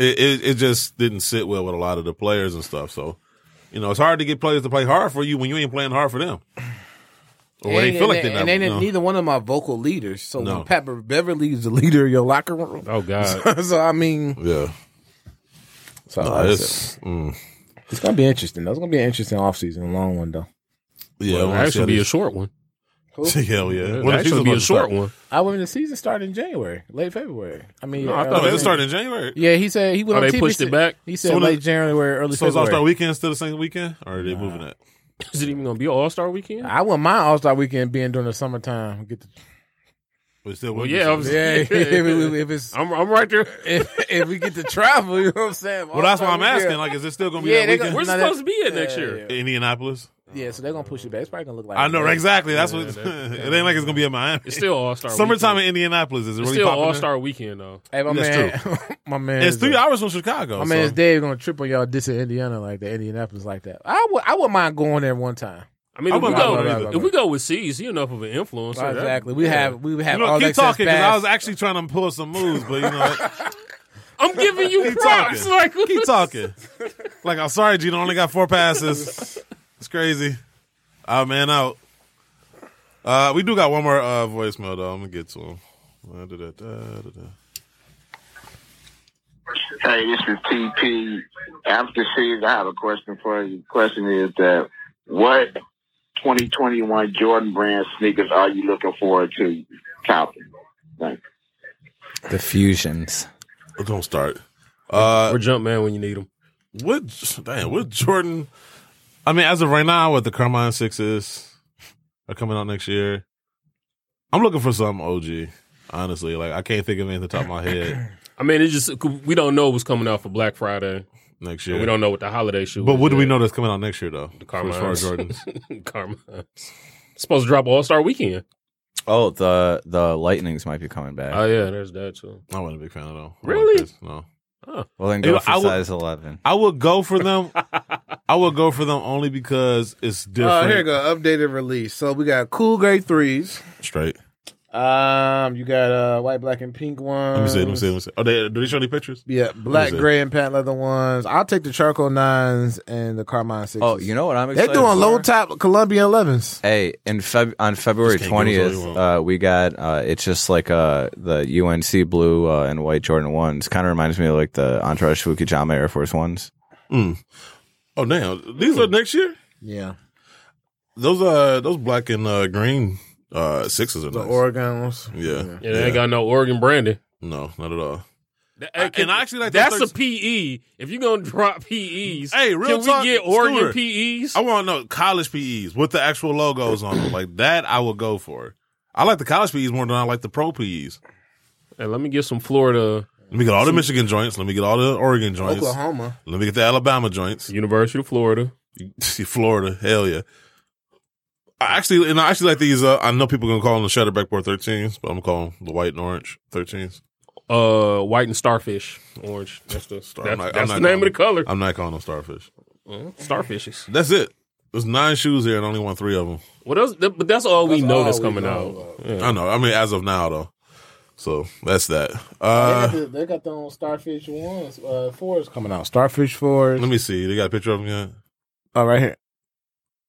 [SPEAKER 3] it, it it just didn't sit well with a lot of the players and stuff. So you know, it's hard to get players to play hard for you when you ain't playing hard for them, or when they
[SPEAKER 6] and,
[SPEAKER 3] feel like
[SPEAKER 6] and-
[SPEAKER 3] they're not.
[SPEAKER 6] and they
[SPEAKER 3] you
[SPEAKER 6] didn't-
[SPEAKER 3] know.
[SPEAKER 6] neither one of my vocal leaders. So
[SPEAKER 3] No.
[SPEAKER 6] when Pat Beverly is the leader of your locker room, [laughs]
[SPEAKER 4] Oh God,
[SPEAKER 6] so I mean,
[SPEAKER 3] yeah,
[SPEAKER 6] so
[SPEAKER 3] Nah,
[SPEAKER 4] Oh,
[SPEAKER 6] like I said, it's,
[SPEAKER 3] it's, mm,
[SPEAKER 6] gonna be interesting. That's gonna be an interesting offseason, a long one though.
[SPEAKER 3] [laughs] yeah. I wanna see how
[SPEAKER 4] actually be a
[SPEAKER 3] this-
[SPEAKER 4] short one.
[SPEAKER 3] [laughs] Hell yeah.
[SPEAKER 4] It'd
[SPEAKER 3] When the
[SPEAKER 4] actually
[SPEAKER 3] season's
[SPEAKER 4] be
[SPEAKER 3] about
[SPEAKER 4] a
[SPEAKER 3] to
[SPEAKER 4] short
[SPEAKER 3] start. [laughs]
[SPEAKER 4] one.
[SPEAKER 6] I went the season started in January, late February. I mean,
[SPEAKER 4] No, I
[SPEAKER 6] uh,
[SPEAKER 4] thought
[SPEAKER 3] Oh,
[SPEAKER 4] it
[SPEAKER 3] they
[SPEAKER 4] was-
[SPEAKER 3] started in January.
[SPEAKER 6] yeah, he said he went
[SPEAKER 4] Oh,
[SPEAKER 6] on
[SPEAKER 4] they
[SPEAKER 6] TV.
[SPEAKER 4] pushed
[SPEAKER 6] said-
[SPEAKER 4] it back?
[SPEAKER 6] He said
[SPEAKER 3] So
[SPEAKER 6] late
[SPEAKER 3] the-
[SPEAKER 6] January, early
[SPEAKER 3] So it's All Star
[SPEAKER 6] February.
[SPEAKER 3] Weekend still the same weekend, or are they moving it?
[SPEAKER 4] Is it even gonna be All Star Weekend?
[SPEAKER 6] I want my All Star Weekend being during the summertime. Get the
[SPEAKER 3] But still,
[SPEAKER 4] Well,
[SPEAKER 3] we-
[SPEAKER 4] yeah, I was-
[SPEAKER 6] yeah, [laughs] if, it- if it's
[SPEAKER 4] I'm I'm right there.
[SPEAKER 6] [laughs] if, if we get to travel, you know what I'm saying.
[SPEAKER 3] Well, that's why I'm
[SPEAKER 6] All-Star
[SPEAKER 3] asking.
[SPEAKER 6] Weekend.
[SPEAKER 3] Like, is it still going to be
[SPEAKER 6] Yeah,
[SPEAKER 3] that
[SPEAKER 6] they
[SPEAKER 3] weekend?
[SPEAKER 6] gonna-
[SPEAKER 4] We're
[SPEAKER 6] No,
[SPEAKER 4] supposed to
[SPEAKER 6] that-
[SPEAKER 4] be at next
[SPEAKER 6] yeah,
[SPEAKER 4] year.
[SPEAKER 6] yeah.
[SPEAKER 3] Indianapolis.
[SPEAKER 6] yeah, so they're gonna push it back. It's probably gonna look like
[SPEAKER 3] I know exactly. That's what.
[SPEAKER 4] that-
[SPEAKER 3] [laughs] it ain't like it's going to be in Miami.
[SPEAKER 4] It's still All Star.
[SPEAKER 3] summertime in Indianapolis. Is it
[SPEAKER 4] It's
[SPEAKER 3] really
[SPEAKER 4] still
[SPEAKER 3] popping
[SPEAKER 4] All
[SPEAKER 3] there?
[SPEAKER 4] Star Weekend though.
[SPEAKER 6] Hey, my
[SPEAKER 3] That's
[SPEAKER 6] man, [laughs] my man,
[SPEAKER 3] It's
[SPEAKER 6] is
[SPEAKER 3] three
[SPEAKER 6] a-
[SPEAKER 3] hours from Chicago.
[SPEAKER 6] My man's
[SPEAKER 3] so-
[SPEAKER 6] Dave gonna trip on y'all dissing Indiana like the Indianapolis like that. I would I wouldn't mind going there one time.
[SPEAKER 4] I mean,
[SPEAKER 3] I
[SPEAKER 4] if we
[SPEAKER 3] wouldn't
[SPEAKER 4] go
[SPEAKER 3] mind that either.
[SPEAKER 4] if we go with C's, he enough of an influencer. That-
[SPEAKER 6] exactly. We have we would have
[SPEAKER 3] You know,
[SPEAKER 6] all
[SPEAKER 3] keep
[SPEAKER 6] that
[SPEAKER 3] talking because I
[SPEAKER 6] fast.
[SPEAKER 3] was actually trying to pull some moves, but you know,
[SPEAKER 4] I'm giving
[SPEAKER 3] [laughs]
[SPEAKER 4] you
[SPEAKER 3] Keep
[SPEAKER 4] props.
[SPEAKER 3] talking.
[SPEAKER 4] Like
[SPEAKER 3] [laughs] keep talking. Like I'm sorry, Gino only got four passes. It's crazy. Oh man, out. Uh, we do got one more uh, voicemail though. I'm gonna get to him. Uh, da, da, da, da, da.
[SPEAKER 9] Hey, this is TP. After season, I have a question for you. The question is that what 2021 Jordan brand sneakers are you looking forward to copping? Thanks.
[SPEAKER 5] The fusions.
[SPEAKER 3] Oh, Don't start. Uh,
[SPEAKER 4] or jump man when you need him.
[SPEAKER 3] what? Damn, what Jordan? I mean, as of right now, what the Carmine Sixes are coming out next year. I'm looking for some OG. Honestly, like I can't think of anything off the top of my head
[SPEAKER 4] I mean, it's just we don't know what's coming out for Black Friday.
[SPEAKER 3] next
[SPEAKER 4] and
[SPEAKER 3] year.
[SPEAKER 4] We don't know what the holiday shoe.
[SPEAKER 3] But
[SPEAKER 4] is
[SPEAKER 3] what do we
[SPEAKER 4] yet.
[SPEAKER 3] know that's coming out next year though?
[SPEAKER 4] The
[SPEAKER 3] For as far as
[SPEAKER 4] Carmines.
[SPEAKER 3] Jordans.
[SPEAKER 4] [laughs] Karma. It's supposed to drop All Star Weekend.
[SPEAKER 5] Oh, the the lightnings might be coming back.
[SPEAKER 4] Oh yeah, there's that too.
[SPEAKER 3] I wasn't a big fan of them.
[SPEAKER 4] Really?
[SPEAKER 3] no.
[SPEAKER 5] well,
[SPEAKER 3] You
[SPEAKER 5] then go
[SPEAKER 3] know,
[SPEAKER 5] for
[SPEAKER 3] I would-
[SPEAKER 5] size eleven.
[SPEAKER 3] I would go for them. I would go for them only because it's different.
[SPEAKER 6] Uh, here we go, updated release. So we got cool grade threes.
[SPEAKER 3] Straight.
[SPEAKER 6] Um, you got uh white, black, and pink ones.
[SPEAKER 3] Let me see. Let me see. Let me see. Oh, they, do they show any pictures?
[SPEAKER 6] Yeah, black,
[SPEAKER 3] see.
[SPEAKER 6] gray, and patent leather ones. I'll take the charcoal nines and the Carmine sixes.
[SPEAKER 5] Oh, you know what I'm
[SPEAKER 6] they're
[SPEAKER 5] excited
[SPEAKER 6] doing low
[SPEAKER 5] for?
[SPEAKER 6] top Columbia elevens.
[SPEAKER 5] Hey, in Feb on February
[SPEAKER 3] Just can't give us all you
[SPEAKER 5] twentieth, uh, we got uh, it's just like uh, the UNC blue uh, and white Jordan ones. Kind of reminds me of like the Entourage Fukuyama Air Force ones.
[SPEAKER 3] Oh, damn. These are next year.
[SPEAKER 6] Yeah,
[SPEAKER 3] Those uh, those black and uh, green uh sixes are
[SPEAKER 6] the
[SPEAKER 3] nice.
[SPEAKER 6] Oregon ones.
[SPEAKER 3] yeah.
[SPEAKER 4] Yeah, they ain't got no Oregon branding.
[SPEAKER 3] No, not at all.
[SPEAKER 4] That-
[SPEAKER 3] I-
[SPEAKER 4] can-
[SPEAKER 3] and I actually like the
[SPEAKER 4] that's
[SPEAKER 3] third-
[SPEAKER 4] a PE. If you're gonna drop PEs,
[SPEAKER 3] Hey, real
[SPEAKER 4] can
[SPEAKER 3] talk,
[SPEAKER 4] we get Oregon E
[SPEAKER 3] Stuart.
[SPEAKER 4] PEs?
[SPEAKER 3] I want to know college PEs with the actual logos
[SPEAKER 4] [clears throat]
[SPEAKER 3] on them. Like that, I would go for. I like the college PEs more than I like the pro PEs.
[SPEAKER 4] Hey, let me get some Florida
[SPEAKER 3] Let me get all the Michigan joints. Let me get all the Oregon joints.
[SPEAKER 6] Oklahoma.
[SPEAKER 3] Let me get the Alabama joints.
[SPEAKER 4] University of Florida.
[SPEAKER 3] [laughs] See, Florida, hell yeah. I actually, and I actually like these. Uh, I know people gonna call them the Shutterbackboard 13s, but I'm calling the white and orange 13s.
[SPEAKER 4] Uh, white and starfish, orange. That's the
[SPEAKER 3] Star-
[SPEAKER 4] that's,
[SPEAKER 3] I'm not-
[SPEAKER 4] that's
[SPEAKER 3] I'm
[SPEAKER 4] the
[SPEAKER 3] not
[SPEAKER 4] name of the color.
[SPEAKER 3] I'm not calling them starfish.
[SPEAKER 4] Mm, starfishes.
[SPEAKER 3] That's it. There's nine shoes here, and I only want three of them.
[SPEAKER 4] What else? Th- but that's all we
[SPEAKER 6] That's
[SPEAKER 4] know
[SPEAKER 6] all
[SPEAKER 4] that's
[SPEAKER 6] we
[SPEAKER 4] coming
[SPEAKER 6] know.
[SPEAKER 4] out. Yeah.
[SPEAKER 3] I know. I mean, as of now, though. So that's that. Uh,
[SPEAKER 6] they, got the, they got their own Starfish ones, uh, fours coming out. Starfish fours.
[SPEAKER 3] let me see. They got a picture of them yet?
[SPEAKER 6] Oh, right here.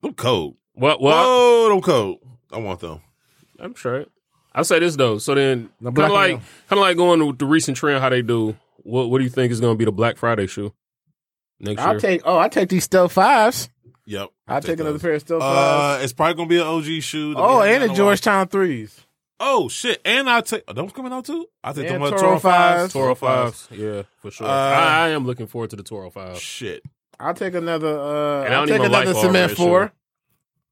[SPEAKER 3] Them cold.
[SPEAKER 4] What? Well,
[SPEAKER 3] Whoa, them cold. I want them.
[SPEAKER 4] I'm sure. I say this though. So then,
[SPEAKER 6] The black
[SPEAKER 4] kind of
[SPEAKER 6] and
[SPEAKER 4] like,
[SPEAKER 6] yellow.
[SPEAKER 4] kind of like going with the recent trend, how they do. What What do you think is going to be the Black Friday shoe next
[SPEAKER 6] I'll
[SPEAKER 4] year?
[SPEAKER 6] take. Oh, I take these stealth fives.
[SPEAKER 3] Yep.
[SPEAKER 6] I take, another
[SPEAKER 3] those.
[SPEAKER 6] pair of stealth
[SPEAKER 3] Uh,
[SPEAKER 6] fives.
[SPEAKER 3] it's probably gonna be an OG shoe. that we haven't
[SPEAKER 6] Oh,
[SPEAKER 3] done
[SPEAKER 6] and the
[SPEAKER 3] in a while.
[SPEAKER 6] Georgetown threes.
[SPEAKER 3] Oh shit! And I take oh, those coming out too. I take
[SPEAKER 6] And
[SPEAKER 3] them uh,
[SPEAKER 6] Toro
[SPEAKER 3] Toro fives.
[SPEAKER 6] fives.
[SPEAKER 4] Toro fives. Yeah, for sure.
[SPEAKER 3] Uh,
[SPEAKER 4] I, I am looking forward to the Toro fives.
[SPEAKER 3] Shit.
[SPEAKER 6] I'll take another. Uh,
[SPEAKER 4] And I
[SPEAKER 6] I'll
[SPEAKER 4] don't
[SPEAKER 6] take
[SPEAKER 4] even like
[SPEAKER 6] another
[SPEAKER 4] all
[SPEAKER 6] cement
[SPEAKER 4] red
[SPEAKER 6] four.
[SPEAKER 4] shoes.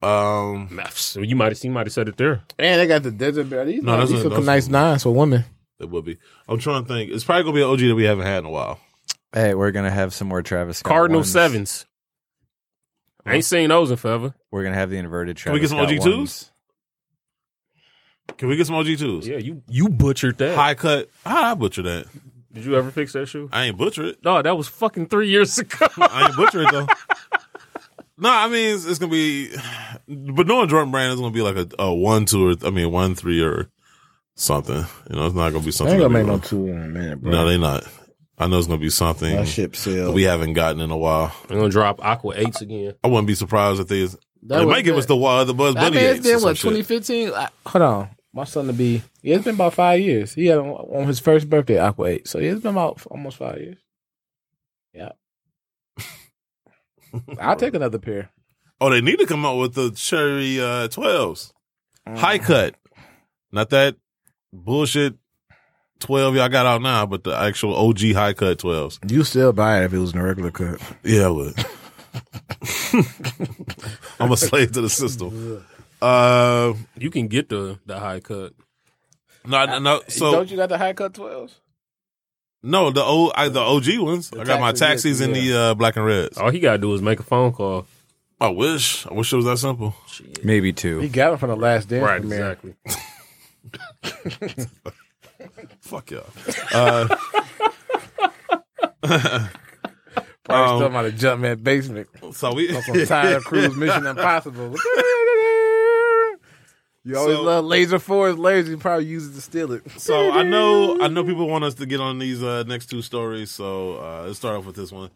[SPEAKER 3] Um,
[SPEAKER 4] Maths. You might you might have said it there.
[SPEAKER 6] And they got the desert bear. These,
[SPEAKER 3] No,
[SPEAKER 6] no,
[SPEAKER 3] those
[SPEAKER 6] these
[SPEAKER 3] are-
[SPEAKER 6] look
[SPEAKER 3] those
[SPEAKER 6] nice
[SPEAKER 3] are-
[SPEAKER 6] nines for women.
[SPEAKER 3] it would be. I'm trying to think. It's probably gonna be an OG that we haven't had in a while.
[SPEAKER 5] Hey, we're gonna have some more Travis Scott
[SPEAKER 4] Cardinal
[SPEAKER 5] ones.
[SPEAKER 4] sevens. I ain't seen those in forever.
[SPEAKER 5] We're gonna have the inverted
[SPEAKER 3] Can
[SPEAKER 5] Travis.
[SPEAKER 3] we get some
[SPEAKER 5] Scott
[SPEAKER 3] OG2s?
[SPEAKER 5] ones.
[SPEAKER 3] Can we get some OG twos?
[SPEAKER 4] Yeah, you you butchered that.
[SPEAKER 3] High cut. Ah, I butcher that.
[SPEAKER 4] Did you ever fix that shoe?
[SPEAKER 3] I ain't butcher it.
[SPEAKER 4] No, that was fucking three years ago.
[SPEAKER 3] I ain't butcher it though. No, I mean it's, it's gonna be, but knowing Jordan Brand is gonna be like a, a one two or I mean one three or something. You know, it's not gonna be
[SPEAKER 6] They
[SPEAKER 3] something.
[SPEAKER 6] ain't gonna
[SPEAKER 3] that
[SPEAKER 6] make
[SPEAKER 3] we
[SPEAKER 6] no
[SPEAKER 3] want.
[SPEAKER 6] two in a minute, bro.
[SPEAKER 3] No, they not. I know it's gonna be something
[SPEAKER 6] that ship
[SPEAKER 3] that
[SPEAKER 6] sealed.
[SPEAKER 3] we haven't gotten in a while.
[SPEAKER 4] [laughs] I'm gonna drop Aqua Eights again.
[SPEAKER 3] I wouldn't be surprised if they.
[SPEAKER 6] That
[SPEAKER 3] they
[SPEAKER 6] was
[SPEAKER 3] might give
[SPEAKER 6] the-
[SPEAKER 3] us the uh, the Buzz
[SPEAKER 6] I
[SPEAKER 3] Bunny.
[SPEAKER 6] mean, it's
[SPEAKER 3] eights or
[SPEAKER 6] been
[SPEAKER 3] some
[SPEAKER 6] what
[SPEAKER 3] shit.
[SPEAKER 6] 2015. I- Hold on, my son to be. Yeah, it's been about five years. He had on, on his first birthday Aqua Eight, so yeah, it's been about f- almost five years. Yeah, [laughs] I'll take another pair.
[SPEAKER 3] Oh, they need to come out with the cherry uh, 12s.
[SPEAKER 6] Um,
[SPEAKER 3] High
[SPEAKER 6] Mm.
[SPEAKER 3] cut. Not that bullshit 12 y'all got out now, but the actual OG high cut 12s.
[SPEAKER 6] You still buy it if it was in a regular cut.
[SPEAKER 3] Yeah, I would. I'm a slave to the system. Uh,
[SPEAKER 4] You can get the the high cut.
[SPEAKER 3] no, no, no. So
[SPEAKER 6] you got the high cut twelves?
[SPEAKER 3] no, the old, I, the OG ones. I got my
[SPEAKER 6] taxis,
[SPEAKER 3] taxis and the uh, black and reds.
[SPEAKER 4] All he gotta do is make a phone call.
[SPEAKER 3] I wish, I wish it was that simple.
[SPEAKER 5] Maybe
[SPEAKER 6] He
[SPEAKER 5] two.
[SPEAKER 6] got them from the last dance.
[SPEAKER 4] Right,
[SPEAKER 6] premiere.
[SPEAKER 4] exactly.
[SPEAKER 3] Fuck y'all.
[SPEAKER 6] Probably
[SPEAKER 3] Um,
[SPEAKER 6] still about to jump in basement
[SPEAKER 3] So we [laughs]
[SPEAKER 6] on
[SPEAKER 4] [laughs]
[SPEAKER 6] some Tyler Cruise Mission Impossible. You always
[SPEAKER 3] So-
[SPEAKER 6] love Laser Four is laser. You probably use it to steal it.
[SPEAKER 3] So I know I know people want us to get on these uh, next two stories. So uh, let's start off with this one.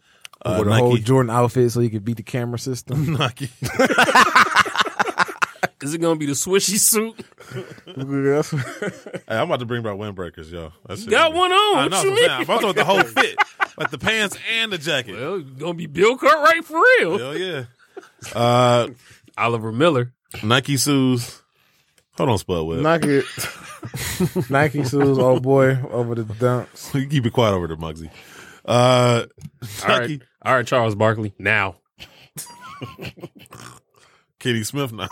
[SPEAKER 3] Uh,
[SPEAKER 6] With a
[SPEAKER 3] Nike, [laughs]
[SPEAKER 6] whole Jordan outfit so you could beat the camera system.
[SPEAKER 3] Nike.
[SPEAKER 4] Is it gonna be the swishy suit?
[SPEAKER 6] [laughs] That's-
[SPEAKER 3] Hey, I'm about to bring back windbreakers, yo. That's it.
[SPEAKER 4] Got one on.
[SPEAKER 3] I
[SPEAKER 4] What
[SPEAKER 3] know.
[SPEAKER 4] you
[SPEAKER 3] I'm, saying. I'm
[SPEAKER 4] mean?
[SPEAKER 3] about to with the
[SPEAKER 4] [laughs]
[SPEAKER 3] whole fit, like the pants and the jacket.
[SPEAKER 4] Well, you gonna be Bill Cartwright for real.
[SPEAKER 3] Hell yeah. Uh,
[SPEAKER 4] Oliver Miller.
[SPEAKER 3] Nike sues. Hold on, Spud Webb.
[SPEAKER 6] [laughs] Nike, [laughs] Nike sues old boy over the dunks.
[SPEAKER 3] you [laughs] keep it quiet over there, Muggsy. Uh,
[SPEAKER 4] All
[SPEAKER 3] Nike.
[SPEAKER 4] right, all right, Charles Barkley. Now,
[SPEAKER 3] Katie Smith now.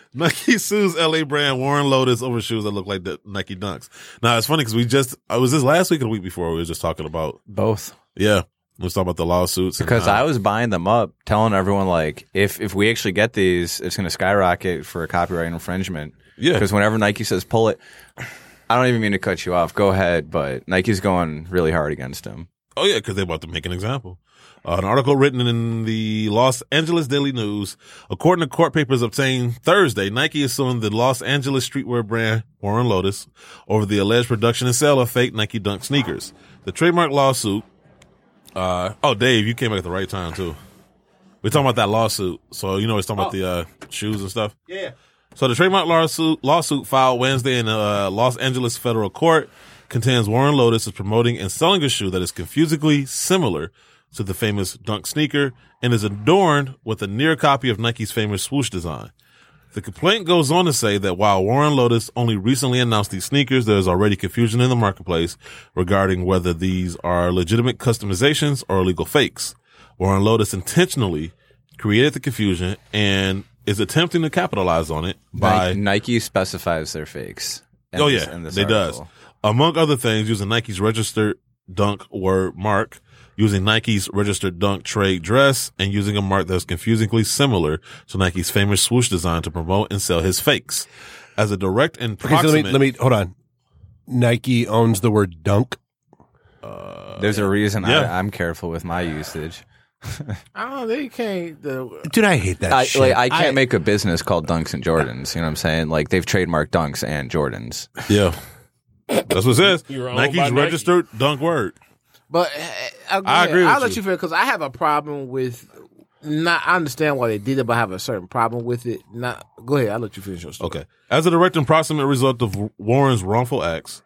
[SPEAKER 3] [laughs] Nike sues LA brand Warren Lotus over shoes that look like the Nike Dunks. Now it's funny because we just I was this last week or the week before we were just talking about
[SPEAKER 5] Both.
[SPEAKER 3] yeah we was talking about the lawsuits and
[SPEAKER 5] Because
[SPEAKER 3] how-
[SPEAKER 5] I was buying them up, telling everyone like, if if we actually get these, it's going to skyrocket for copyright infringement.
[SPEAKER 3] yeah
[SPEAKER 5] Because whenever Nike says pull it, I don't even mean to cut you off. Go ahead, but Nike's going really hard against him.
[SPEAKER 3] Oh yeah, because they're about to make an example. Uh, an article written in the Los Angeles Daily News, according to court papers obtained Thursday, Nike is suing the Los Angeles streetwear brand Warren Lotus over the alleged production and sale of fake Nike Dunk sneakers. The trademark lawsuit. Uh, oh, Dave, you came back at the right time too. We're talking about that lawsuit, so you know it's talking about the uh, shoes and stuff. So the trademark lawsuit, lawsuit filed Wednesday in uh, Los Angeles federal court contends Warren Lotus is promoting and selling a shoe that is confusingly similar to the famous Dunk sneaker and is adorned with a near copy of Nike's famous swoosh design. The complaint goes on to say that while Warren Lotus only recently announced these sneakers, there is already confusion in the marketplace regarding whether these are legitimate customizations or illegal fakes. Warren Lotus intentionally created the confusion and is attempting to capitalize on it by
[SPEAKER 5] Nike, Nike specifies their fakes. in
[SPEAKER 3] oh
[SPEAKER 5] this-
[SPEAKER 3] yeah,
[SPEAKER 5] in this
[SPEAKER 3] they does.
[SPEAKER 5] article.
[SPEAKER 3] Among other things, using Nike's registered dunk word mark, using Nike's registered dunk trade dress, and using a mark that's confusingly similar to Nike's famous swoosh design to promote and sell his fakes. As a direct and
[SPEAKER 7] Okay, so
[SPEAKER 3] proximate,
[SPEAKER 7] let me let me hold on. Nike owns the word dunk.
[SPEAKER 5] There's a reason
[SPEAKER 3] yeah.
[SPEAKER 5] I, I'm careful with my usage.
[SPEAKER 6] I don't. They can't. The,
[SPEAKER 7] Dude, I hate that
[SPEAKER 5] I,
[SPEAKER 7] shit.
[SPEAKER 5] like, I can't make a business called Dunks and Jordans. You know what I'm saying? Like they've trademarked Dunks and Jordans.
[SPEAKER 3] yeah, that's what it says.
[SPEAKER 4] You were owned
[SPEAKER 3] Nike's
[SPEAKER 4] by Nike.
[SPEAKER 3] registered dunk word.
[SPEAKER 6] but I,
[SPEAKER 3] I agree with
[SPEAKER 6] I'll let
[SPEAKER 3] you.
[SPEAKER 6] you feel because I have a problem with. Not. I understand why they did it, but I have a certain problem with it. Not. Go ahead. I'll let you finish your story.
[SPEAKER 3] Okay. As a direct and proximate result of Warren's wrongful acts,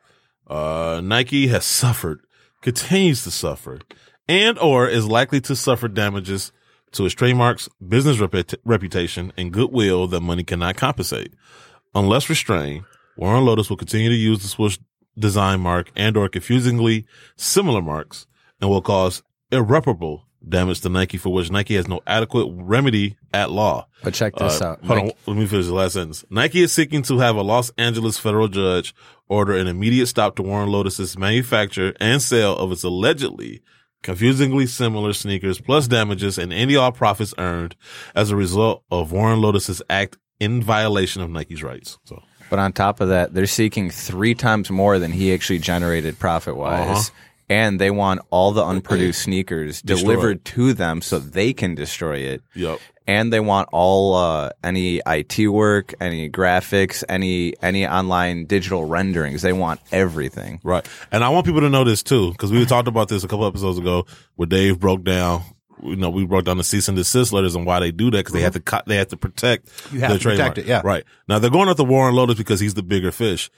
[SPEAKER 3] uh, Nike has suffered, continues to suffer, and or is likely to suffer damages to its trademarks, business reput- reputation, and goodwill that money cannot compensate. Unless restrained, Warren Lotus will continue to use the swoosh design mark and or confusingly similar marks and will cause irreparable damage to Nike for which Nike has no adequate remedy at law.
[SPEAKER 5] But check this out.
[SPEAKER 3] Uh, Hold
[SPEAKER 5] Nike-
[SPEAKER 3] on, let me finish the last sentence. Nike is seeking to have a Los Angeles federal judge order an immediate stop to Warren Lotus's manufacture and sale of its allegedly confusingly similar sneakers, plus damages and any all profits earned as a result of Warren Lotus's act in violation of Nike's rights. So,
[SPEAKER 5] But on top of that, they're seeking three times more than he actually generated profit wise. And they want all the unproduced sneakers
[SPEAKER 3] Destroyed.
[SPEAKER 5] delivered to them so they can destroy it.
[SPEAKER 3] yep.
[SPEAKER 5] And they want all uh, any IT work, any graphics, any any online digital renderings. They want everything.
[SPEAKER 3] Right. And I want people to know this too, because we talked about this a couple episodes ago where Dave broke down. You know, we broke down the cease and desist letters and why they do that because they have to cut, they have to protect
[SPEAKER 7] Mm-hmm. You have
[SPEAKER 3] their
[SPEAKER 7] to protect
[SPEAKER 3] trademark.
[SPEAKER 7] it, yeah.
[SPEAKER 3] Right. Now they're going after Warren Lotus because he's the bigger fish.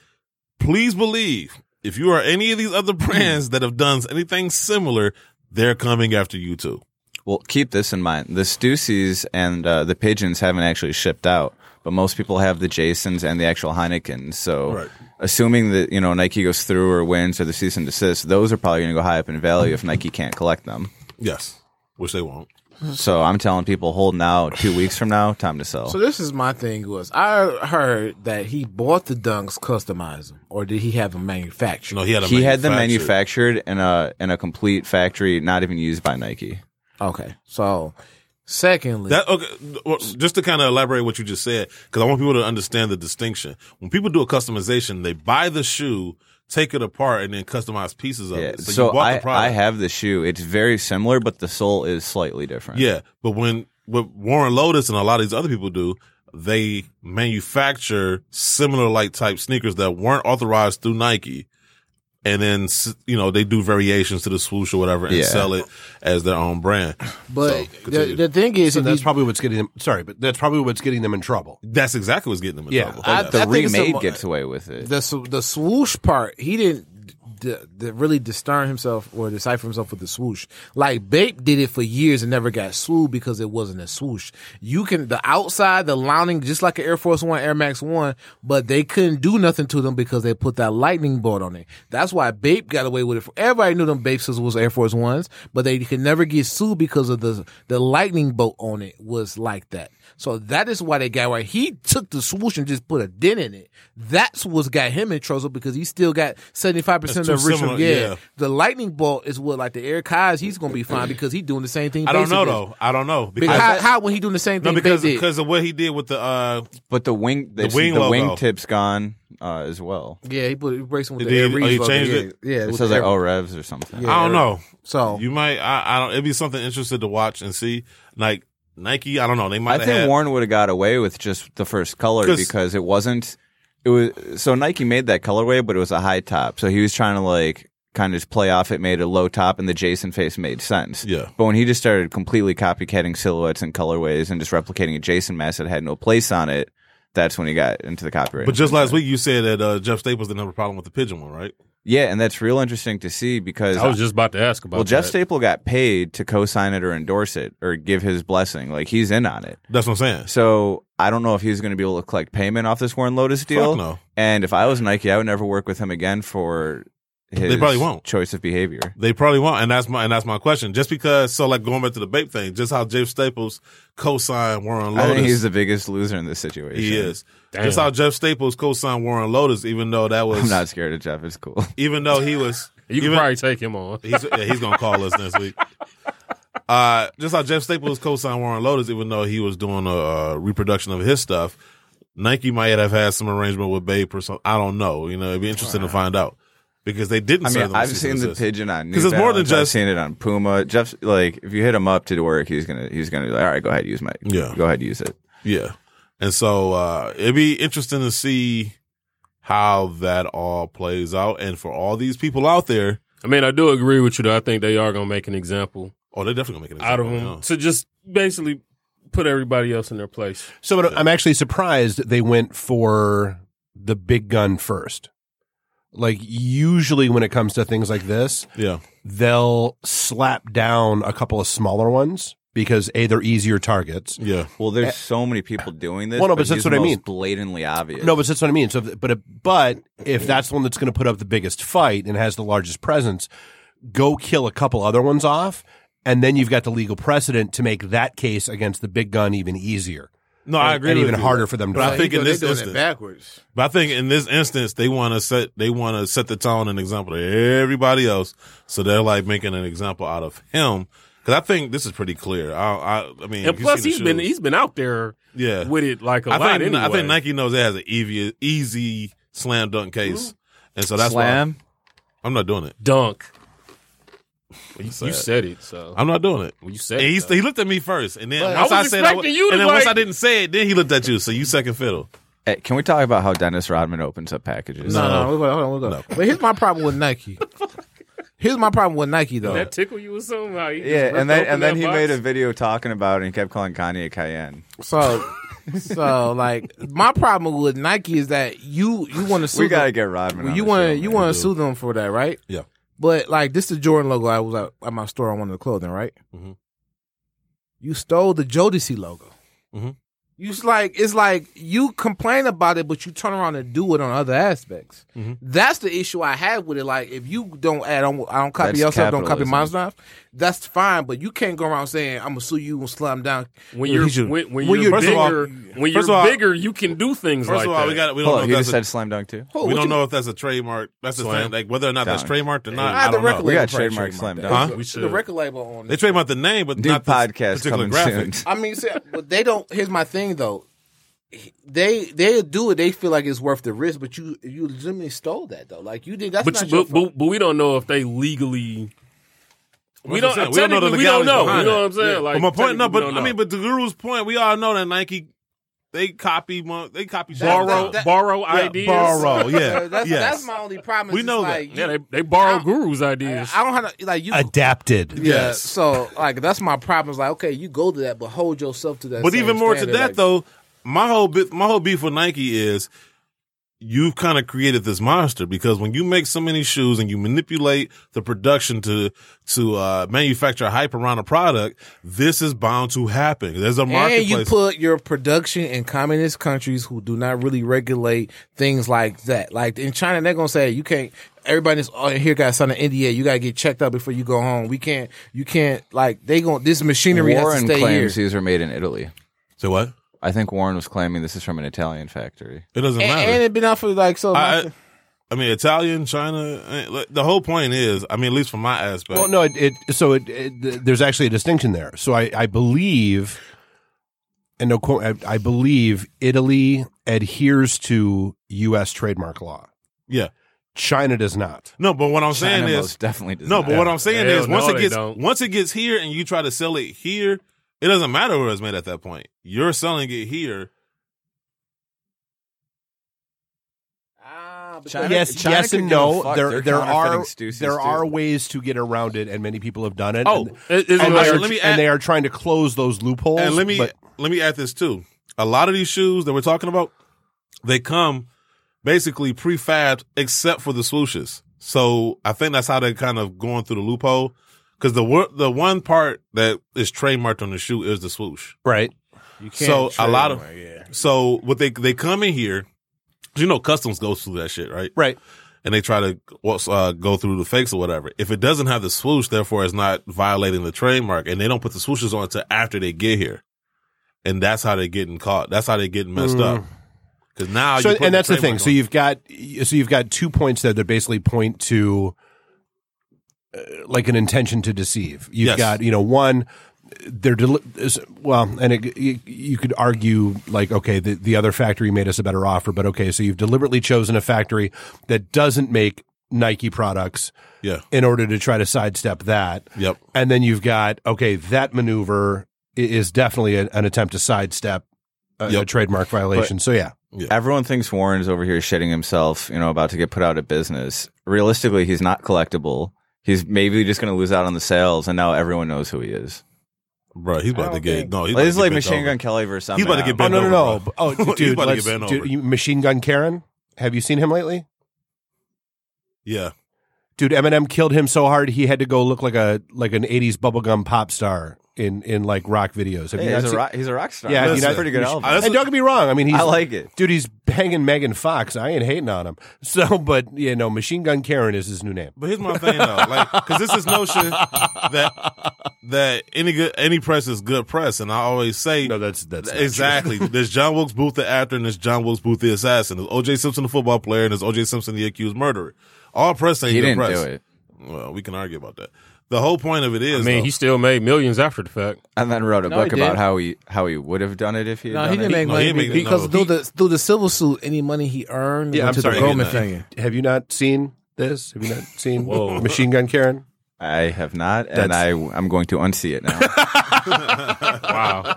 [SPEAKER 3] Please believe if you
[SPEAKER 7] Mm.
[SPEAKER 3] are any of these other brands that have done anything similar, they're coming after you too.
[SPEAKER 5] Well, keep this in mind: the Stussy's and uh, the Pigeons haven't actually shipped out, but most people have the Jasons and the actual Heinekens. So, assuming that you know Nike goes through or wins or the cease and desist, those are probably going to go high up in value if Nike can't collect them.
[SPEAKER 3] Yes, which they won't.
[SPEAKER 5] So, I'm telling people, hold now. Two weeks from now, time to sell.
[SPEAKER 6] So this is my thing was I heard that he bought the dunks customized them, or did he have them manufactured?
[SPEAKER 3] No, he had a
[SPEAKER 5] he had them
[SPEAKER 3] manufactured-
[SPEAKER 5] manufactured in a in a complete factory, not even used by Nike.
[SPEAKER 6] Okay. So secondly,
[SPEAKER 3] That okay. well, Just to kind of elaborate what you just said, because I want people to understand the distinction. When people do a customization, they buy the shoe, take it apart, and then customize pieces of
[SPEAKER 5] Yeah.
[SPEAKER 3] it.
[SPEAKER 5] So,
[SPEAKER 3] So, you bought
[SPEAKER 5] I,
[SPEAKER 3] the product.
[SPEAKER 5] I have the shoe. It's very similar, but the sole is slightly different.
[SPEAKER 3] Yeah, but when what Warren Lotus and a lot of these other people do, they manufacture similar like type sneakers that weren't authorized through Nike, and then s- you know they do variations to the swoosh or whatever and
[SPEAKER 5] Yeah.
[SPEAKER 3] sell it as their own brand.
[SPEAKER 6] but
[SPEAKER 3] so,
[SPEAKER 6] the,
[SPEAKER 3] continue.
[SPEAKER 6] the thing is,
[SPEAKER 7] So
[SPEAKER 6] if
[SPEAKER 7] that's
[SPEAKER 6] he's-
[SPEAKER 7] probably what's getting them. Sorry, but that's probably what's getting them in trouble.
[SPEAKER 3] That's exactly what's getting them in
[SPEAKER 7] Yeah,
[SPEAKER 3] trouble.
[SPEAKER 6] I-
[SPEAKER 5] The
[SPEAKER 6] I think it's
[SPEAKER 5] remade
[SPEAKER 6] some-
[SPEAKER 5] gets away with it.
[SPEAKER 6] the sw- the swoosh part, he didn't d- d- really discern himself or decipher himself with the swoosh. Like Bape did it for years and never got swooshed because it wasn't a swoosh. You can the outside, the lining, just like an Air Force One, Air Max One, but they couldn't do nothing to them because they put that lightning bolt on it. That's why Bape got away with it. Everybody knew them Bape was Air Force Ones, but they could never get sued because of the the lightning bolt on it was like that. So that is why they got where he took the swoosh and just put a dent in it. That's what got him in trouble because he still got seventy five percent
[SPEAKER 3] That's
[SPEAKER 6] of
[SPEAKER 3] too
[SPEAKER 6] original.
[SPEAKER 3] similar,
[SPEAKER 6] Yeah.
[SPEAKER 3] yeah.
[SPEAKER 6] the lightning bolt is what like the Eric Kai's. He's gonna be fine because he's doing the same thing.
[SPEAKER 3] I don't know
[SPEAKER 6] basically.
[SPEAKER 3] though. I don't know
[SPEAKER 6] Because how, how when he doing the same
[SPEAKER 3] no
[SPEAKER 6] thing?
[SPEAKER 3] because
[SPEAKER 6] Bape did?
[SPEAKER 3] because of what he did with the uh
[SPEAKER 5] But the wing, the,
[SPEAKER 3] wing
[SPEAKER 5] wing the
[SPEAKER 3] logo.
[SPEAKER 5] wingtip's gone uh, as well.
[SPEAKER 6] yeah, he put he racing with
[SPEAKER 3] Did
[SPEAKER 6] the Air
[SPEAKER 3] he- oh,
[SPEAKER 6] Reeves
[SPEAKER 3] he
[SPEAKER 6] logo,
[SPEAKER 3] changed
[SPEAKER 6] yeah,
[SPEAKER 3] it?
[SPEAKER 6] Yeah,
[SPEAKER 5] It
[SPEAKER 6] with
[SPEAKER 5] says
[SPEAKER 6] the
[SPEAKER 5] like
[SPEAKER 6] Air-
[SPEAKER 5] oh revs or something.
[SPEAKER 6] Yeah.
[SPEAKER 3] I don't know.
[SPEAKER 5] [laughs]
[SPEAKER 6] so
[SPEAKER 3] You might I, I don't it'd be something interesting to watch and see. Like Nike, I don't know. They
[SPEAKER 5] I
[SPEAKER 3] might
[SPEAKER 5] think
[SPEAKER 3] have
[SPEAKER 5] Warren would have got away with just the first color
[SPEAKER 3] 'Cause-
[SPEAKER 5] because it wasn't. It was so Nike made that colorway, but it was a high top. So he was trying to like kind of just play off. It made a low top, and the Jason face made sense.
[SPEAKER 3] Yeah.
[SPEAKER 5] But when he just started completely copycatting silhouettes and colorways and just replicating a Jason mask that had no place on it, that's when he got into the copyright.
[SPEAKER 3] But just
[SPEAKER 5] infringement.
[SPEAKER 3] last week you said that uh, Jeff Staples didn't have a problem with the pigeon one, right?
[SPEAKER 5] yeah, and that's real interesting to see because
[SPEAKER 4] I was just about to ask about.
[SPEAKER 5] well, Jeff
[SPEAKER 4] that.
[SPEAKER 5] Staple got paid to co-sign it or endorse it or give his blessing. Like he's in on it.
[SPEAKER 3] That's what I'm saying.
[SPEAKER 5] So I don't know if he's going to be able to collect payment off this Warren Lotus deal.
[SPEAKER 3] Fuck no.
[SPEAKER 5] And if I was Nike, I would never work with him again for his
[SPEAKER 3] probably won't.
[SPEAKER 5] choice of behavior.
[SPEAKER 3] They probably won't, and that's my and that's my question. Just because, so like going back to the Bape thing, just how Jeff Staples co-signed Warren
[SPEAKER 5] I think he's
[SPEAKER 3] Lotus,
[SPEAKER 5] the biggest loser in this situation.
[SPEAKER 3] he is.
[SPEAKER 4] Damn.
[SPEAKER 3] Just how Jeff Staples co-signed Warren Lotus, even though that
[SPEAKER 5] [laughs] I'm
[SPEAKER 3] was,
[SPEAKER 5] not scared of Jeff.
[SPEAKER 3] [laughs]
[SPEAKER 5] It's cool.
[SPEAKER 3] even though he was,
[SPEAKER 4] you can
[SPEAKER 3] even-
[SPEAKER 4] probably take him on.
[SPEAKER 3] he's, yeah, he's gonna call us next week. Uh, just how Jeff Staples co-signed Warren Lotus, even though he was doing a, uh reproduction of his stuff. Nike might have had some arrangement with Bape or something. I don't know. You know, it'd be interesting to find out because they didn't.
[SPEAKER 5] I
[SPEAKER 3] sign
[SPEAKER 5] mean,
[SPEAKER 3] them
[SPEAKER 5] I've
[SPEAKER 3] to
[SPEAKER 5] seen the
[SPEAKER 3] cease and desist.
[SPEAKER 5] pigeon on
[SPEAKER 3] 'Cause
[SPEAKER 5] New
[SPEAKER 3] it's more than
[SPEAKER 5] Balance. I've
[SPEAKER 3] just-
[SPEAKER 5] seen it on Puma. Jeff's like, if you hit him up to work, he's gonna he's gonna be like, all right, go ahead, use my
[SPEAKER 3] Yeah.
[SPEAKER 5] go ahead, use it.
[SPEAKER 3] Yeah. And so uh it'd be interesting to see how that all plays out. And for all these people out there,
[SPEAKER 4] I mean, I do agree with you. though. I think they are gonna make an example
[SPEAKER 3] oh, they're definitely gonna make an
[SPEAKER 4] out of
[SPEAKER 3] example,
[SPEAKER 4] him
[SPEAKER 3] you know.
[SPEAKER 4] to just basically put everybody else in their place.
[SPEAKER 7] So but I'm actually surprised they went for the big gun first. Like usually when it comes to things like this,
[SPEAKER 3] Yeah.
[SPEAKER 7] they'll slap down a couple of smaller ones because a they're easier targets.
[SPEAKER 3] Yeah.
[SPEAKER 5] Well, there's so many people doing this.
[SPEAKER 7] Well, no, but
[SPEAKER 5] he's
[SPEAKER 7] that's
[SPEAKER 5] the
[SPEAKER 7] what I
[SPEAKER 5] most
[SPEAKER 7] mean.
[SPEAKER 5] Blatantly obvious.
[SPEAKER 7] No, but that's what I mean. So, if- but but if that's the one that's going to put up the biggest fight and has the largest presence, go kill a couple other ones off, and then you've got the legal precedent to make that case against the big gun even easier.
[SPEAKER 3] No,
[SPEAKER 7] and,
[SPEAKER 3] I agree.
[SPEAKER 7] and
[SPEAKER 3] with
[SPEAKER 7] even
[SPEAKER 3] you.
[SPEAKER 7] harder for them. to
[SPEAKER 3] But I
[SPEAKER 7] fight.
[SPEAKER 3] think in
[SPEAKER 6] they
[SPEAKER 3] this
[SPEAKER 6] doing it
[SPEAKER 3] instance-
[SPEAKER 6] backwards.
[SPEAKER 3] But I think in this instance they wanna set they wanna set the tone and example to everybody else. So they're like making an example out of him. Cause I think this is pretty clear. I I, I mean
[SPEAKER 4] And
[SPEAKER 3] you
[SPEAKER 4] plus,
[SPEAKER 3] see the
[SPEAKER 4] he's been
[SPEAKER 3] shoes.
[SPEAKER 4] he's been out there
[SPEAKER 3] yeah.
[SPEAKER 4] with it like a
[SPEAKER 3] I
[SPEAKER 4] lot.
[SPEAKER 3] think
[SPEAKER 4] anyway.
[SPEAKER 3] I think Nike knows it has an easy, easy slam dunk case. And so that's
[SPEAKER 5] slam.
[SPEAKER 3] why I'm not doing it.
[SPEAKER 4] dunk. You,
[SPEAKER 3] said.
[SPEAKER 4] you said it, so
[SPEAKER 3] I'm not doing it.
[SPEAKER 4] Well, you said
[SPEAKER 3] And he,
[SPEAKER 4] it, though.
[SPEAKER 3] he looked at me first, and then
[SPEAKER 4] But
[SPEAKER 3] once
[SPEAKER 4] I
[SPEAKER 3] I,
[SPEAKER 4] was
[SPEAKER 3] said, I wa-
[SPEAKER 4] expecting you to
[SPEAKER 3] and then once
[SPEAKER 4] like-
[SPEAKER 3] I didn't say it, then he looked at you. So you second fiddle.
[SPEAKER 5] Hey, Eh, can we talk about how Dennis Rodman opens up packages?
[SPEAKER 6] No, no, hold on, hold on, hold on. But here's my problem with
[SPEAKER 7] [laughs]
[SPEAKER 6] Nike. Here's my problem with Nike though.
[SPEAKER 4] Did that tickle you or something? How he just
[SPEAKER 5] Yeah,
[SPEAKER 4] ripped
[SPEAKER 5] and then
[SPEAKER 4] open
[SPEAKER 5] and then
[SPEAKER 4] that
[SPEAKER 5] he
[SPEAKER 4] box?
[SPEAKER 5] made a video talking about it and he kept calling Kanye Cayenne.
[SPEAKER 6] So, so like my problem with Nike is that you you want to sue.
[SPEAKER 5] We gotta
[SPEAKER 6] them-
[SPEAKER 5] get Rodman.
[SPEAKER 6] Well,
[SPEAKER 5] on
[SPEAKER 6] you
[SPEAKER 5] the
[SPEAKER 6] want
[SPEAKER 5] show,
[SPEAKER 6] to you
[SPEAKER 5] man.
[SPEAKER 6] want to sue them for that, right?
[SPEAKER 3] Yeah.
[SPEAKER 6] But like this, is the Jordan logo I was at, at my store on one of the clothing, right?
[SPEAKER 3] Mhm.
[SPEAKER 6] You stole the Jodeci logo.
[SPEAKER 3] Mhm.
[SPEAKER 6] You s- like it's like you complain about it, but you turn around and do it on other aspects. That's the issue I have with it. Like if you don't add on, I don't copy
[SPEAKER 5] That's
[SPEAKER 6] your stuff, don't copy
[SPEAKER 5] capitalism.
[SPEAKER 6] my stuff. That's fine, but you can't go around saying I'm gonna sue you and slam down.
[SPEAKER 4] When you're
[SPEAKER 6] He's a-
[SPEAKER 4] when, when,
[SPEAKER 6] When you're-
[SPEAKER 4] you're,
[SPEAKER 3] First of all-
[SPEAKER 4] bigger, when
[SPEAKER 3] first
[SPEAKER 4] you're
[SPEAKER 3] of all-
[SPEAKER 4] bigger, you can do things
[SPEAKER 3] First
[SPEAKER 4] like
[SPEAKER 3] of all,
[SPEAKER 4] that.
[SPEAKER 3] we got we
[SPEAKER 5] Hold
[SPEAKER 3] don't
[SPEAKER 5] on,
[SPEAKER 3] know
[SPEAKER 5] you
[SPEAKER 3] if that's
[SPEAKER 5] decided slam dunk too?
[SPEAKER 6] Oh,
[SPEAKER 3] a, we don't know if that's a trademark. That's the
[SPEAKER 5] Slam
[SPEAKER 3] thing. Like whether or not that's
[SPEAKER 5] dunk.
[SPEAKER 3] trademarked or not.
[SPEAKER 6] I
[SPEAKER 3] I
[SPEAKER 6] had the
[SPEAKER 3] don't
[SPEAKER 6] record
[SPEAKER 5] We
[SPEAKER 3] know.
[SPEAKER 6] label.
[SPEAKER 5] got
[SPEAKER 6] probably
[SPEAKER 5] trademark slam
[SPEAKER 6] trademarked
[SPEAKER 5] dunk.
[SPEAKER 3] Huh?
[SPEAKER 6] that.
[SPEAKER 4] We
[SPEAKER 6] The
[SPEAKER 4] should.
[SPEAKER 6] record label on
[SPEAKER 3] They
[SPEAKER 6] it.
[SPEAKER 3] trademarked the name, but
[SPEAKER 5] Dude
[SPEAKER 3] not the
[SPEAKER 5] podcast
[SPEAKER 3] particular
[SPEAKER 5] coming
[SPEAKER 3] graphic.
[SPEAKER 5] soon.
[SPEAKER 6] I mean, see, but they don't. Here's my thing though. They they do it. They feel like it's worth the risk, but you you legitimately stole that though. Like you did. That's
[SPEAKER 4] but,
[SPEAKER 6] not
[SPEAKER 4] you,
[SPEAKER 6] your
[SPEAKER 4] but,
[SPEAKER 6] fault.
[SPEAKER 4] but but we don't know if they legally. We
[SPEAKER 3] That's
[SPEAKER 4] don't,
[SPEAKER 3] what I'm saying. We don't know the
[SPEAKER 4] technically, we don't
[SPEAKER 3] legalities
[SPEAKER 4] know.
[SPEAKER 3] behind
[SPEAKER 4] You know
[SPEAKER 3] it.
[SPEAKER 4] what I'm saying? Like,
[SPEAKER 3] but my point, no,
[SPEAKER 4] technically,
[SPEAKER 3] but
[SPEAKER 4] we don't
[SPEAKER 3] I
[SPEAKER 4] know.
[SPEAKER 3] mean, but the guru's point, we all know that Nike, they copy, mo- they copy,
[SPEAKER 4] borrow
[SPEAKER 6] that- that-
[SPEAKER 4] borrow
[SPEAKER 3] Yeah,
[SPEAKER 4] ideas.
[SPEAKER 3] borrow,
[SPEAKER 6] [laughs] Uh,
[SPEAKER 3] Oh, yeah,
[SPEAKER 6] that's,
[SPEAKER 3] yes.
[SPEAKER 6] that's my only problem.
[SPEAKER 3] We
[SPEAKER 6] It's
[SPEAKER 3] know
[SPEAKER 6] just like,
[SPEAKER 4] Yeah,
[SPEAKER 6] you-
[SPEAKER 4] they, they borrow
[SPEAKER 6] I-
[SPEAKER 4] gurus'
[SPEAKER 6] I,
[SPEAKER 4] ideas.
[SPEAKER 6] I don't have to, like you.
[SPEAKER 7] Adapted.
[SPEAKER 6] yeah. So like that's my problem. Is like okay, you go to that, but hold yourself to that.
[SPEAKER 3] But
[SPEAKER 6] same
[SPEAKER 3] even more to
[SPEAKER 6] standard,
[SPEAKER 3] that
[SPEAKER 6] like-
[SPEAKER 3] though, my whole bit, my whole beef with Nike is you've kind of created this monster because when you make so many shoes and you manipulate the production to to uh, manufacture hype around a product, this is bound to happen. There's a
[SPEAKER 6] And you
[SPEAKER 3] marketplace.
[SPEAKER 6] put your production in communist countries who do not really regulate things like that. Like in China, they're gonna say you can't. Everybody's all here got signed an NDA. You gotta get checked out before you go home. We can't. You can't. Like they going this machinery has
[SPEAKER 5] Warren
[SPEAKER 6] to stay
[SPEAKER 5] claims
[SPEAKER 6] here.
[SPEAKER 5] these were made in Italy.
[SPEAKER 3] so what?
[SPEAKER 5] I think Warren was claiming this is from an Italian factory.
[SPEAKER 3] It doesn't
[SPEAKER 6] And,
[SPEAKER 3] matter.
[SPEAKER 6] and it been out for like so.
[SPEAKER 3] I, I- I mean, Italian, China. eh, like, The whole point is, I mean, at least from my aspect,
[SPEAKER 7] Well, no, it, it so it, it th- there's actually a distinction there. So I, I believe, and no quote, I, I believe Italy adheres to U.S. trademark law.
[SPEAKER 3] Yeah.
[SPEAKER 7] China does not.
[SPEAKER 3] no. But what I'm saying
[SPEAKER 5] China
[SPEAKER 3] is,
[SPEAKER 5] most definitely does
[SPEAKER 3] no.
[SPEAKER 5] not.
[SPEAKER 3] But what I'm saying
[SPEAKER 4] Hell
[SPEAKER 3] is, once
[SPEAKER 4] no,
[SPEAKER 3] it
[SPEAKER 4] they
[SPEAKER 3] gets
[SPEAKER 4] don't.
[SPEAKER 3] once it gets here, and you try to sell it here, it doesn't matter where it's made at that point. You're selling it here.
[SPEAKER 6] Ah, but
[SPEAKER 5] China-
[SPEAKER 7] yes,
[SPEAKER 5] China
[SPEAKER 7] yes,
[SPEAKER 5] could
[SPEAKER 7] and
[SPEAKER 5] give a
[SPEAKER 7] no.
[SPEAKER 5] fuck.
[SPEAKER 7] There,
[SPEAKER 5] They're
[SPEAKER 7] there are
[SPEAKER 5] counterfeiting Stussies,
[SPEAKER 7] there are
[SPEAKER 5] too.
[SPEAKER 7] ways to get around it, and many people have done it.
[SPEAKER 4] oh,
[SPEAKER 7] and,
[SPEAKER 4] it- it's
[SPEAKER 7] and
[SPEAKER 4] like-
[SPEAKER 7] they, are,
[SPEAKER 3] let me
[SPEAKER 7] and
[SPEAKER 3] add-
[SPEAKER 7] they are trying to close those loopholes.
[SPEAKER 3] And let me
[SPEAKER 7] but-
[SPEAKER 3] let me add this too. A lot of these shoes that we're talking about, they come basically prefabbed except for the swooshes. So I think that's how they're kind of going through the loophole. Because the wor- the one part that is trademarked on the shoe is the swoosh.
[SPEAKER 7] right.
[SPEAKER 6] you can't
[SPEAKER 3] So a
[SPEAKER 6] trade
[SPEAKER 3] lot of
[SPEAKER 6] them, yeah.
[SPEAKER 3] so what they they come in here, 'cause you know, customs goes through that shit, right?
[SPEAKER 7] Right.
[SPEAKER 3] And they try to uh, go through the fakes or whatever. If it doesn't have the swoosh, therefore it's not violating the trademark, and they don't put the swooshes on until after they get here, and that's how they're getting caught. That's how they're getting messed up. Because now,
[SPEAKER 7] Mm. so
[SPEAKER 3] you put
[SPEAKER 7] and that's the thing.
[SPEAKER 3] trademark
[SPEAKER 7] So
[SPEAKER 3] on.
[SPEAKER 7] you've got so you've got two points there that basically point to uh, like an intention to deceive. You've
[SPEAKER 3] Yes.
[SPEAKER 7] got you know one they're deli- is- well, and it, you, you could argue like okay, the, the other factory made us a better offer, but okay, so you've deliberately chosen a factory that doesn't make Nike products
[SPEAKER 3] yeah,
[SPEAKER 7] in order to try to sidestep that.
[SPEAKER 3] yep,
[SPEAKER 7] And then you've got okay, that maneuver i- is definitely a, an attempt to sidestep a, a
[SPEAKER 3] Yep.
[SPEAKER 7] trademark violation. so yeah.
[SPEAKER 5] Everyone thinks Warren's over here shitting himself, you know, about to get put out of business. Realistically, he's not collectible. He's maybe just going to lose out on the sales, and now everyone knows who he is.
[SPEAKER 3] bro. He's about to get no. He's,
[SPEAKER 5] Like,
[SPEAKER 3] about
[SPEAKER 5] this is
[SPEAKER 3] to get
[SPEAKER 5] like
[SPEAKER 3] bent
[SPEAKER 5] Machine
[SPEAKER 3] over.
[SPEAKER 5] Gun Kelly versus
[SPEAKER 3] He's about to
[SPEAKER 5] Eminem.
[SPEAKER 3] get bent
[SPEAKER 7] oh, no,
[SPEAKER 3] over,
[SPEAKER 7] no, no.
[SPEAKER 3] bro. [laughs]
[SPEAKER 7] Oh,
[SPEAKER 3] He's
[SPEAKER 7] dude,
[SPEAKER 3] about to
[SPEAKER 7] let's-
[SPEAKER 3] get bent
[SPEAKER 7] dude,
[SPEAKER 3] over.
[SPEAKER 7] you- Machine Gun Karen. Have you seen him lately?
[SPEAKER 3] [laughs] Yeah,
[SPEAKER 7] Dude, Eminem killed him so hard he had to go look like a like an '80s bubblegum pop star in in like rock videos. Have
[SPEAKER 5] Hey,
[SPEAKER 7] you not
[SPEAKER 5] he's, a
[SPEAKER 7] seen-
[SPEAKER 5] rock, he's a rock star.
[SPEAKER 7] Yeah,
[SPEAKER 5] Yeah,
[SPEAKER 7] have
[SPEAKER 5] that's
[SPEAKER 7] you
[SPEAKER 5] a
[SPEAKER 7] not-
[SPEAKER 5] pretty good
[SPEAKER 3] Mach-
[SPEAKER 5] album.
[SPEAKER 3] That's
[SPEAKER 7] And don't get me wrong. I mean, he's
[SPEAKER 5] I like it.
[SPEAKER 7] Dude, he's banging Megan Fox. I ain't hating on him. [laughs] So, but you know, Machine Gun Karen is his new name.
[SPEAKER 3] But here's my thing though, like, because this is notion that that any good any press is good press, and I always say
[SPEAKER 7] No, that's that's not true.
[SPEAKER 3] exactly. there's John Wilkes Booth the actor, and there's John Wilkes Booth the assassin. There's O.J. Simpson the football player, and there's O.J. Simpson the accused murderer. All press ain't
[SPEAKER 5] He
[SPEAKER 3] good
[SPEAKER 5] didn't
[SPEAKER 3] press.
[SPEAKER 5] do it.
[SPEAKER 3] Well, we can argue about that. The whole point of it is,
[SPEAKER 4] I mean,
[SPEAKER 3] though-
[SPEAKER 4] he still made millions after the fact.
[SPEAKER 5] And then wrote a
[SPEAKER 6] No,
[SPEAKER 5] book
[SPEAKER 6] he
[SPEAKER 5] about
[SPEAKER 6] did.
[SPEAKER 5] how he how he would have done it if he had
[SPEAKER 6] No,
[SPEAKER 5] done
[SPEAKER 6] he didn't
[SPEAKER 5] it.
[SPEAKER 6] make
[SPEAKER 3] no, he
[SPEAKER 6] money
[SPEAKER 3] didn't make-
[SPEAKER 6] because
[SPEAKER 3] no.
[SPEAKER 6] through the through the civil suit, any money he earned
[SPEAKER 7] Yeah,
[SPEAKER 6] went
[SPEAKER 7] I'm
[SPEAKER 6] to
[SPEAKER 7] sorry,
[SPEAKER 6] the
[SPEAKER 7] I
[SPEAKER 6] Goldman
[SPEAKER 3] get that.
[SPEAKER 6] thing.
[SPEAKER 7] Have you not seen this? Have you not seen
[SPEAKER 4] Whoa.
[SPEAKER 7] Machine Gun Karen?
[SPEAKER 5] I have not, and
[SPEAKER 7] That's-
[SPEAKER 5] I I'm going to unsee
[SPEAKER 3] [laughs]
[SPEAKER 5] it now.
[SPEAKER 4] Wow.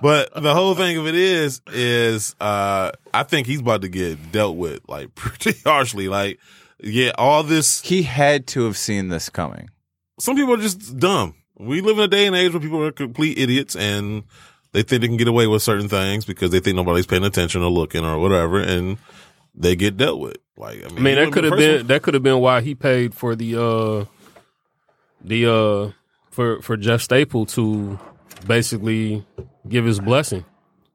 [SPEAKER 3] but the whole thing of it is, is uh, I think he's about to get dealt with like [laughs] pretty harshly. Like, yeah, all this
[SPEAKER 5] he had to have seen this coming.
[SPEAKER 3] some people are just dumb. We live in a day and age where people are complete idiots and they think they can get away with certain things because they think nobody's paying attention or looking or whatever, and they get dealt with. Like, I mean,
[SPEAKER 4] I mean,
[SPEAKER 3] you
[SPEAKER 4] that
[SPEAKER 3] wouldn't
[SPEAKER 4] could have
[SPEAKER 3] the first
[SPEAKER 4] been that could have been why he paid for the uh the uh for for Jeff Staple to basically give his blessing.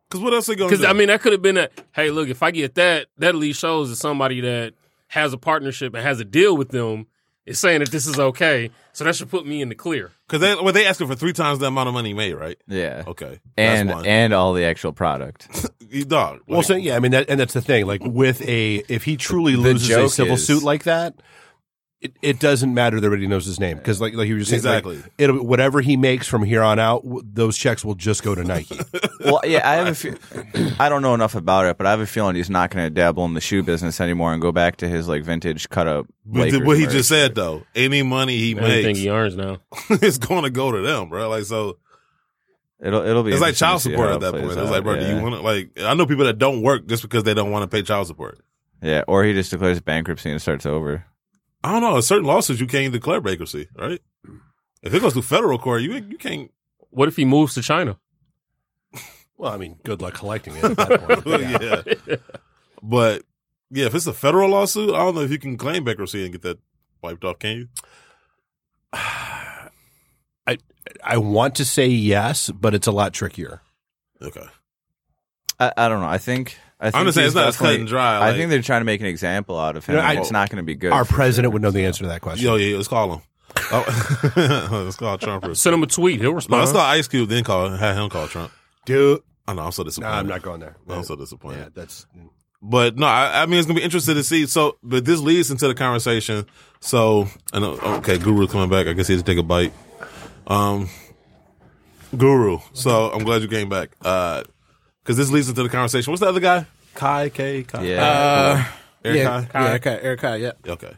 [SPEAKER 3] Because what else they gonna
[SPEAKER 4] Because
[SPEAKER 3] do?
[SPEAKER 4] I mean, that could have been a hey, look, if I get that, that at least shows that somebody that has a partnership and has a deal with them is saying that this is okay. So that should put me in the clear.
[SPEAKER 3] because they well, they asking for three times the amount of money he made, right?
[SPEAKER 5] Yeah.
[SPEAKER 3] Okay,
[SPEAKER 5] And
[SPEAKER 3] that's one.
[SPEAKER 5] and all the actual product.
[SPEAKER 3] You dog. Like,
[SPEAKER 7] Well, so yeah, I mean, that, and that's the thing. Like with a, if he truly
[SPEAKER 5] the
[SPEAKER 7] loses a
[SPEAKER 5] joke
[SPEAKER 7] civil
[SPEAKER 5] is-
[SPEAKER 7] suit like that, it, it doesn't matter that everybody knows his name because, like, like you were saying, like,
[SPEAKER 3] Exactly.
[SPEAKER 7] it'll, whatever he makes from here on out, w- those checks will just go to Nike.
[SPEAKER 5] well, yeah,
[SPEAKER 3] [laughs]
[SPEAKER 5] I have a few, I don't know enough about it, but I have a feeling he's not going to dabble in the shoe business anymore and go back to his like vintage cut up.
[SPEAKER 3] but th- what he just said though, any money he
[SPEAKER 4] Everything
[SPEAKER 3] makes
[SPEAKER 4] he earns now.
[SPEAKER 3] [laughs] is going to go to them, bro. Like so,
[SPEAKER 5] It'll it'll be
[SPEAKER 3] it's like
[SPEAKER 5] interesting
[SPEAKER 3] child
[SPEAKER 5] to see
[SPEAKER 3] support
[SPEAKER 5] how
[SPEAKER 3] at that
[SPEAKER 5] plays
[SPEAKER 3] point. It's
[SPEAKER 5] out,
[SPEAKER 3] like, bro, do
[SPEAKER 5] yeah.
[SPEAKER 3] you want to like? I know people that don't work just because they don't want to pay child support.
[SPEAKER 5] Yeah, or he just declares bankruptcy and starts over.
[SPEAKER 3] I don't know. In certain lawsuits, you can't declare bankruptcy, right? If it goes to federal court, you you can't.
[SPEAKER 7] [laughs]
[SPEAKER 4] What if he moves to China?
[SPEAKER 7] well, I mean, good luck collecting it. At that
[SPEAKER 3] [laughs]
[SPEAKER 7] point. Yeah.
[SPEAKER 3] yeah. But yeah, if it's a federal lawsuit, I don't know if you can claim bankruptcy and get that wiped off. Can you?
[SPEAKER 7] I want to say yes, but it's a lot trickier.
[SPEAKER 3] Okay.
[SPEAKER 5] I, I don't know. I think I think
[SPEAKER 3] I'm just saying
[SPEAKER 5] he's
[SPEAKER 3] it's not as cut
[SPEAKER 5] definitely-
[SPEAKER 3] and dry.
[SPEAKER 5] I think they're trying to make an example out of him.
[SPEAKER 7] You know,
[SPEAKER 5] and
[SPEAKER 7] I-
[SPEAKER 5] it's not going to be good.
[SPEAKER 7] Our
[SPEAKER 5] for
[SPEAKER 7] president
[SPEAKER 5] sure.
[SPEAKER 7] would know the answer to that question.
[SPEAKER 3] yo, oh, yeah, let's call him. Oh, [laughs] let's call Trump. First.
[SPEAKER 4] Send him a tweet. He'll
[SPEAKER 3] No,
[SPEAKER 4] respond.
[SPEAKER 3] let's call Ice Cube, then call have him call Trump.
[SPEAKER 7] uh-huh. Dude,
[SPEAKER 3] I know I'm so
[SPEAKER 7] no,
[SPEAKER 3] disappointed.
[SPEAKER 7] I'm not going there.
[SPEAKER 3] I'm so
[SPEAKER 7] yeah,
[SPEAKER 3] disappointed.
[SPEAKER 7] that's
[SPEAKER 3] But no, I, I mean it's gonna be interesting to see. So, but this leads into the conversation. So, I know. Okay, Guru coming back. I guess he has to take a bite. Um, Guru. So I'm glad you came back. Uh, because this leads into the conversation. What's the other guy? Kai K. Kai.
[SPEAKER 5] Yeah.
[SPEAKER 3] uh, Eric
[SPEAKER 10] yeah,
[SPEAKER 3] Kai?
[SPEAKER 10] yeah, Eric Kai, Eric Kai, yeah.
[SPEAKER 3] Okay.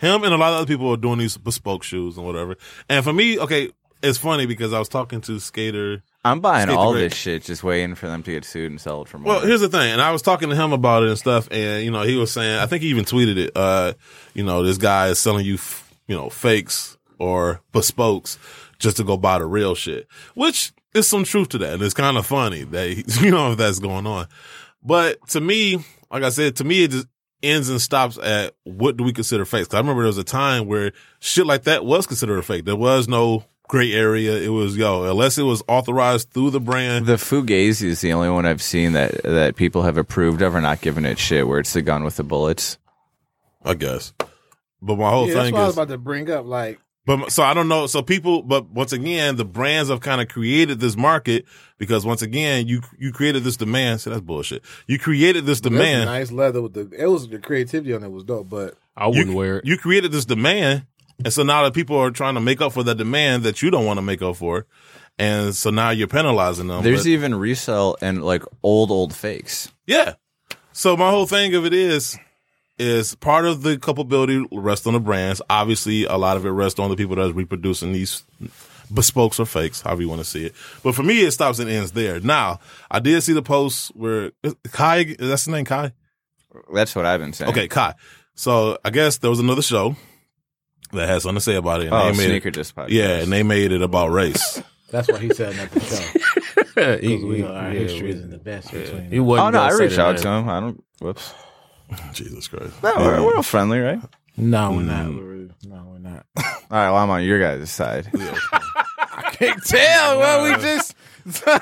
[SPEAKER 3] Him and a lot of other people are doing these bespoke shoes and whatever. And for me, okay, it's funny because I was talking to Skater.
[SPEAKER 5] I'm buying
[SPEAKER 3] Skate the
[SPEAKER 5] all
[SPEAKER 3] Great.
[SPEAKER 5] this shit, just waiting for them to get sued and sell it for more.
[SPEAKER 3] Well, here's the thing, and I was talking to him about it and stuff, and you know, he was saying, I think he even tweeted it. Uh, you know, this guy is selling you, f- you know, fakes or bespokes just to go buy the real shit, which is some truth to that, and it's kind of funny that he, [laughs] you know if that's going on. But to me, like I said, to me it just ends and stops at what do we consider fakes? 'Cause I remember there was a time where shit like that was considered a fake. There was no gray area. It was yo, unless it was authorized through the brand.
[SPEAKER 5] the Fugazi is the only one I've seen that that people have approved of or not given it shit. Where it's the gun with the bullets.
[SPEAKER 3] I guess. But my whole
[SPEAKER 10] yeah that's
[SPEAKER 3] thing
[SPEAKER 10] what I was
[SPEAKER 3] is,
[SPEAKER 10] about to bring up. Like,
[SPEAKER 3] but so I don't know. So people, but once again, the brands have kind of created this market because once again, you you created this demand. So that's bullshit. You created this
[SPEAKER 10] that's
[SPEAKER 3] demand.
[SPEAKER 10] nice leather with the. It was the creativity on it was dope, but
[SPEAKER 4] I wouldn't
[SPEAKER 3] you,
[SPEAKER 4] wear it.
[SPEAKER 3] You created this demand, and so now that people are trying to make up for that demand that you don't want to make up for, and so now you're penalizing them.
[SPEAKER 5] There's
[SPEAKER 3] but-
[SPEAKER 5] even resell and like old old fakes.
[SPEAKER 3] Yeah. So my whole thing of it is is part of the culpability rests on the brands. Obviously, a lot of it rests on the people that's reproducing these bespokes or fakes, however you want to see it. But for me, it stops and ends there. Now, I did see the post where Kai, that's the name, Kai.
[SPEAKER 5] That's what I've been saying.
[SPEAKER 3] Okay, Kai. So I guess there was another show that had something to say about it. And
[SPEAKER 5] Oh,
[SPEAKER 3] they made
[SPEAKER 5] sneaker
[SPEAKER 3] it,
[SPEAKER 5] just podcast.
[SPEAKER 3] yeah, and they made it about race. [laughs]
[SPEAKER 10] that's why he said nothing. Because
[SPEAKER 4] He-
[SPEAKER 10] we
[SPEAKER 4] he-
[SPEAKER 10] know our
[SPEAKER 4] yeah,
[SPEAKER 10] history
[SPEAKER 4] we-
[SPEAKER 10] isn't the best between.
[SPEAKER 4] he wasn't
[SPEAKER 5] Oh no,
[SPEAKER 4] gonna
[SPEAKER 5] I
[SPEAKER 4] say
[SPEAKER 5] reach
[SPEAKER 4] the
[SPEAKER 5] out
[SPEAKER 4] name.
[SPEAKER 5] to him. I don't. Whoops.
[SPEAKER 3] Jesus Christ.
[SPEAKER 5] No, we're, we're all friendly, right?
[SPEAKER 10] No, we're not. No, we're not.
[SPEAKER 5] All right. Well, I'm on your
[SPEAKER 3] [laughs]
[SPEAKER 5] guys' side.
[SPEAKER 10] Can't tell what we
[SPEAKER 5] [laughs]
[SPEAKER 10] just.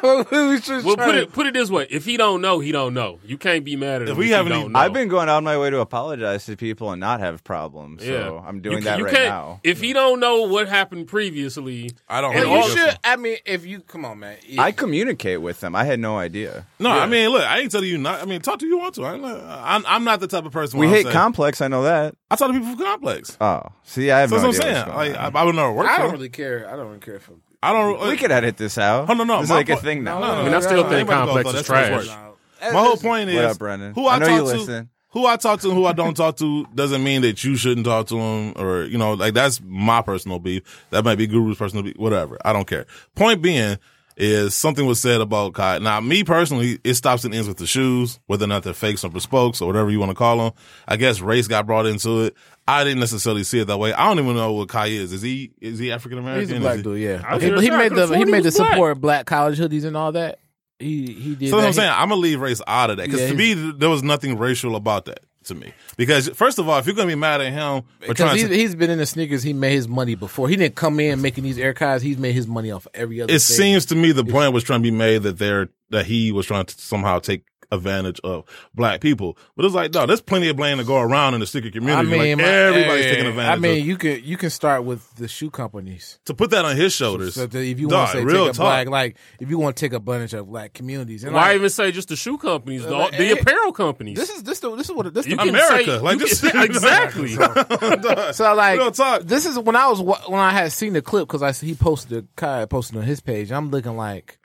[SPEAKER 10] what we just
[SPEAKER 4] Well, put
[SPEAKER 10] trying
[SPEAKER 4] it put it this way: if he don't know, he don't know. You can't be mad at him.
[SPEAKER 3] we
[SPEAKER 4] if
[SPEAKER 3] haven't
[SPEAKER 4] you don't
[SPEAKER 3] even-
[SPEAKER 4] know.
[SPEAKER 5] I've been going out of my way to apologize to people and not have problems. So I'm doing
[SPEAKER 4] You ca-
[SPEAKER 5] that
[SPEAKER 4] you
[SPEAKER 5] right
[SPEAKER 4] can't-
[SPEAKER 5] now.
[SPEAKER 4] If he don't know what happened previously,
[SPEAKER 3] I don't
[SPEAKER 4] And
[SPEAKER 3] know.
[SPEAKER 10] Well,
[SPEAKER 4] all-
[SPEAKER 10] you should. I mean, if you come on, man.
[SPEAKER 5] I communicate with them. I had no idea.
[SPEAKER 3] No, I mean, look, I ain't telling you not. I mean, talk to who you want to. I'm not, I'm, I'm not the type of person.
[SPEAKER 5] We
[SPEAKER 3] where I'm
[SPEAKER 5] hate
[SPEAKER 3] saying-
[SPEAKER 5] complex. I know that.
[SPEAKER 3] I talk to people from complex.
[SPEAKER 5] Oh, see, I have
[SPEAKER 3] That's what I'm
[SPEAKER 5] no idea.
[SPEAKER 3] saying.
[SPEAKER 5] what's going
[SPEAKER 3] Like,
[SPEAKER 5] on.
[SPEAKER 3] I, I would never work.
[SPEAKER 10] I
[SPEAKER 3] for
[SPEAKER 10] don't
[SPEAKER 3] them.
[SPEAKER 10] really care. I don't really care if I'm
[SPEAKER 3] I don't.
[SPEAKER 5] we could edit this out.
[SPEAKER 3] Oh, no, no,
[SPEAKER 5] This is
[SPEAKER 3] my
[SPEAKER 5] like a
[SPEAKER 3] point-
[SPEAKER 5] thing now.
[SPEAKER 10] no, no,
[SPEAKER 4] I mean, I still think
[SPEAKER 3] Everybody
[SPEAKER 4] complex
[SPEAKER 3] goes, oh,
[SPEAKER 4] is
[SPEAKER 3] that's
[SPEAKER 4] trash.
[SPEAKER 3] trash. My whole point is
[SPEAKER 5] What up, Brendan?
[SPEAKER 3] who I,
[SPEAKER 5] I know
[SPEAKER 3] talk
[SPEAKER 5] you
[SPEAKER 3] to,
[SPEAKER 5] listen.
[SPEAKER 3] who I talk to, and who I don't talk to doesn't mean that you shouldn't talk to them, or you know, like that's my personal beef. That might be Guru's personal beef, whatever. I don't care. Point being is something was said about Kai. Now, me personally, it stops and ends with the shoes, whether or not they're fakes or bespokes or whatever you want to call them. I guess race got brought into it. I didn't necessarily see it that way. I don't even know what Kai is. Is he is he African American?
[SPEAKER 10] He's a black dude, yeah.
[SPEAKER 4] I was
[SPEAKER 10] Okay,
[SPEAKER 4] gonna
[SPEAKER 10] but he
[SPEAKER 4] say,
[SPEAKER 10] made
[SPEAKER 4] I could've
[SPEAKER 10] the he
[SPEAKER 4] sworn he
[SPEAKER 10] made the
[SPEAKER 4] was black.
[SPEAKER 10] support black college hoodies and all that. He he did.
[SPEAKER 3] So that's what
[SPEAKER 10] that.
[SPEAKER 3] I'm saying. I'm gonna leave race out of that because
[SPEAKER 10] Yeah,
[SPEAKER 3] to me, th- there was nothing racial about that. to me. Because first of all, if you're gonna be mad at him for
[SPEAKER 6] Because
[SPEAKER 3] trying
[SPEAKER 6] he's,
[SPEAKER 3] to,
[SPEAKER 6] he's been in the sneakers, he made his money before. He didn't come in making these air Kais. He's made his money off every other.
[SPEAKER 3] it
[SPEAKER 6] thing.
[SPEAKER 3] seems to me the point was trying to be made that they're that he was trying to somehow take advantage of black people. But it's like, no, there's plenty of blame to go around in the sticker
[SPEAKER 6] I
[SPEAKER 3] community.
[SPEAKER 6] mean,
[SPEAKER 3] like
[SPEAKER 6] my-
[SPEAKER 3] everybody's
[SPEAKER 6] eh,
[SPEAKER 3] taking advantage.
[SPEAKER 6] I
[SPEAKER 3] of-
[SPEAKER 6] mean, you can you can start with the shoe companies.
[SPEAKER 3] to put that on his shoulders.
[SPEAKER 6] So that if you
[SPEAKER 3] Dog,
[SPEAKER 6] want to say
[SPEAKER 3] real
[SPEAKER 6] take a
[SPEAKER 3] talk. [laughs]
[SPEAKER 6] black, like if you want to take advantage of black communities, and
[SPEAKER 4] Why
[SPEAKER 6] like,
[SPEAKER 4] even say just the shoe companies,
[SPEAKER 5] Uh,
[SPEAKER 4] the,
[SPEAKER 6] like,
[SPEAKER 4] the
[SPEAKER 6] eh,
[SPEAKER 4] apparel companies?
[SPEAKER 6] this is this the, this is what this
[SPEAKER 4] You
[SPEAKER 6] the,
[SPEAKER 4] can
[SPEAKER 3] America,
[SPEAKER 4] say-
[SPEAKER 3] like
[SPEAKER 4] you
[SPEAKER 3] this,
[SPEAKER 4] can- [laughs] exactly.
[SPEAKER 3] Dog,
[SPEAKER 6] So like,
[SPEAKER 3] real talk.
[SPEAKER 6] this is when I was wa- when I had seen the clip because I see- he posted a Kai posted on his page. I'm looking like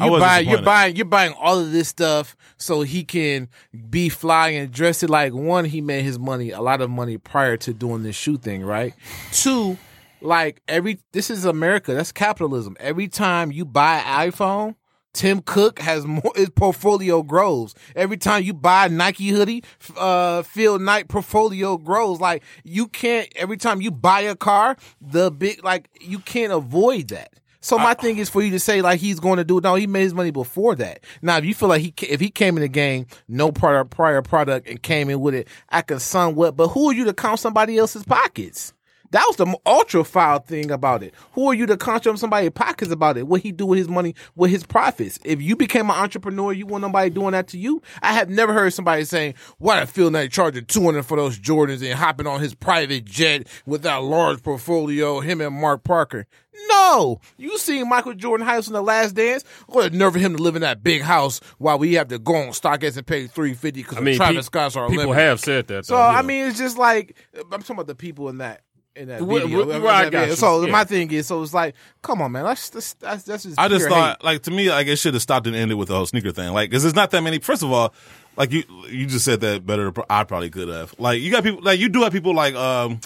[SPEAKER 3] I
[SPEAKER 6] you
[SPEAKER 3] was
[SPEAKER 6] buy you're
[SPEAKER 3] disappointed.
[SPEAKER 6] buying you're buying all of this stuff so he can be fly and dress it like one. He made his money a lot of money prior to doing this shoe thing, right? Two, like every this is America. That's capitalism. Every time you buy an iPhone. Tim Cook has more. [laughs] His portfolio grows every time you buy a Nike hoodie. f- Uh, Phil Knight portfolio grows. Like you can't every time you buy a car, the big like you can't avoid that. So my thing is for you to say like he's going to do it. No, he made his money before that. Now if you feel like he ca- if he came in the game no prior prior product and came in with it, I can somewhat. But who are you to count somebody else's pockets? That was the mo- ultra foul thing about it. Who are you to conjure up somebody's pockets about it? What he do with his money, with his profits? If you became an entrepreneur, you want nobody doing that to you. I have never heard somebody saying, "Why did Phil Knight charging two hundred for those Jordans and hopping on his private jet with that large portfolio?" Him and Mark Parker. No, you seen Michael Jordan house in the Last Dance? What a nerve for him to live in that big house while we have to go on StockX and pay three fifty because
[SPEAKER 4] I mean,
[SPEAKER 6] Travis
[SPEAKER 4] pe-
[SPEAKER 6] Scott's our
[SPEAKER 4] people
[SPEAKER 6] limit.
[SPEAKER 4] have said that.
[SPEAKER 6] So
[SPEAKER 4] though,
[SPEAKER 6] I
[SPEAKER 4] yeah.
[SPEAKER 6] mean, it's just like I'm talking about the people in that in that
[SPEAKER 4] Wh-
[SPEAKER 6] video.
[SPEAKER 4] wh-
[SPEAKER 6] in
[SPEAKER 4] where I
[SPEAKER 6] that
[SPEAKER 4] got
[SPEAKER 6] video.
[SPEAKER 4] you,
[SPEAKER 6] So
[SPEAKER 4] yeah.
[SPEAKER 6] my thing is, so it's like, come on, man, that's just, that's, that's just.
[SPEAKER 3] I just
[SPEAKER 6] pure
[SPEAKER 3] thought, like, to me, like, it should have stopped and ended with the whole sneaker thing. Like, because there's not that many. First of all, like you, you just said that better. than pro- I probably could have. Like, you got people, like, you do have people like, um,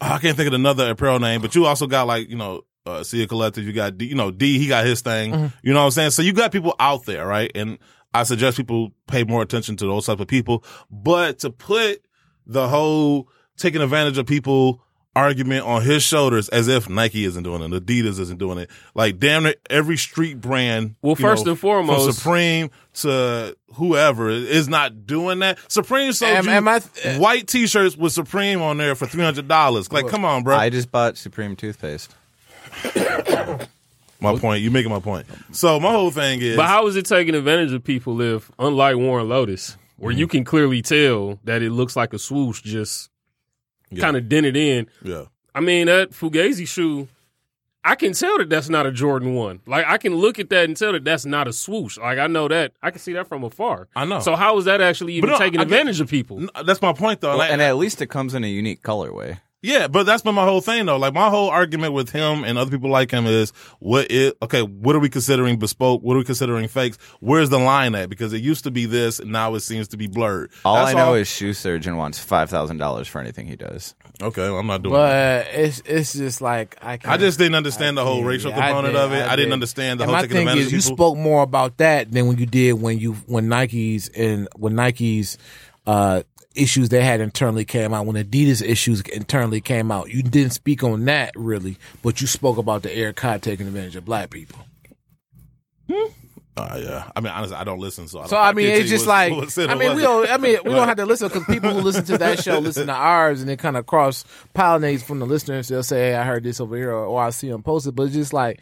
[SPEAKER 3] I can't think of another apparel name, but you also got like, you know, uh, Sia Collective. You got, D, you know, D. He got his thing. You know what I'm saying? So you got people out there, right? And I suggest people pay more attention to those type of people. But to put the whole taking advantage of people argument on his shoulders as if Nike isn't doing it, Adidas isn't doing it. Like damn it, every street brand.
[SPEAKER 4] Well,
[SPEAKER 3] you
[SPEAKER 4] first
[SPEAKER 3] know,
[SPEAKER 4] and foremost-
[SPEAKER 3] from Supreme to whoever is not doing that. Supreme sold
[SPEAKER 6] Am-
[SPEAKER 3] you
[SPEAKER 6] am I th-
[SPEAKER 3] white T-shirts with Supreme on there for three hundred dollars. Like, come on, bro.
[SPEAKER 5] I just bought Supreme toothpaste.
[SPEAKER 3] my point. You making my point. So my whole thing is,
[SPEAKER 4] But how is it taking advantage of people if, unlike Warren Lotus, where
[SPEAKER 3] Mm-hmm.
[SPEAKER 4] you can clearly tell that it looks like a swoosh just kind of dented in?
[SPEAKER 3] yeah,
[SPEAKER 4] I mean, that Fugazi shoe, I can tell that that's not a Jordan 1. Like, I can look at that and tell that that's not a swoosh. Like, I know that. I can see that from afar.
[SPEAKER 3] I know.
[SPEAKER 4] So, how is that actually even
[SPEAKER 3] no,
[SPEAKER 4] taking
[SPEAKER 3] I get-
[SPEAKER 4] advantage of people?
[SPEAKER 3] N- that's my point though.
[SPEAKER 5] Well,
[SPEAKER 3] Like,
[SPEAKER 5] and at least it comes in a unique colorway.
[SPEAKER 3] Yeah, but that's been my whole thing though. Like my whole argument with him and other people like him is what is okay, what are we considering bespoke? What are we considering fakes? Where's the line at? Because it used to be this and now it seems to be blurred.
[SPEAKER 5] All
[SPEAKER 3] That's
[SPEAKER 5] I know is shoe surgeon wants five thousand dollars for anything he does.
[SPEAKER 3] Okay, well, I'm not doing that.
[SPEAKER 6] But it's it's just like I can't,
[SPEAKER 3] I just didn't understand the whole
[SPEAKER 6] yeah,
[SPEAKER 3] racial
[SPEAKER 6] yeah, I
[SPEAKER 3] component
[SPEAKER 6] did,
[SPEAKER 3] of it. I, didn't understand the
[SPEAKER 6] And
[SPEAKER 3] whole
[SPEAKER 6] my
[SPEAKER 3] taking
[SPEAKER 6] thing
[SPEAKER 3] advantage
[SPEAKER 6] is,
[SPEAKER 3] of
[SPEAKER 6] you
[SPEAKER 3] people.
[SPEAKER 6] spoke more about that than when you did when you when Nike's and when Nike's uh issues they had internally came out when Adidas issues internally came out. You didn't speak on that really, but you spoke about the Air Kai taking advantage of black people.
[SPEAKER 3] Uh, yeah. I mean, honestly, I don't listen, so I don't
[SPEAKER 6] So I
[SPEAKER 3] can't
[SPEAKER 6] mean,
[SPEAKER 3] tell
[SPEAKER 6] it's
[SPEAKER 3] you
[SPEAKER 6] just
[SPEAKER 3] what's-
[SPEAKER 6] like
[SPEAKER 3] what's it or
[SPEAKER 6] I mean, we
[SPEAKER 3] wasn't.
[SPEAKER 6] don't. I mean,
[SPEAKER 3] [laughs]
[SPEAKER 6] we
[SPEAKER 3] Right.
[SPEAKER 6] don't have to listen because people who listen to that
[SPEAKER 3] [laughs]
[SPEAKER 6] show listen to ours, and it kind of cross pollinates from the listeners. They'll say, "Hey, I heard this over here," or, "Or I see them posted." But it's just like,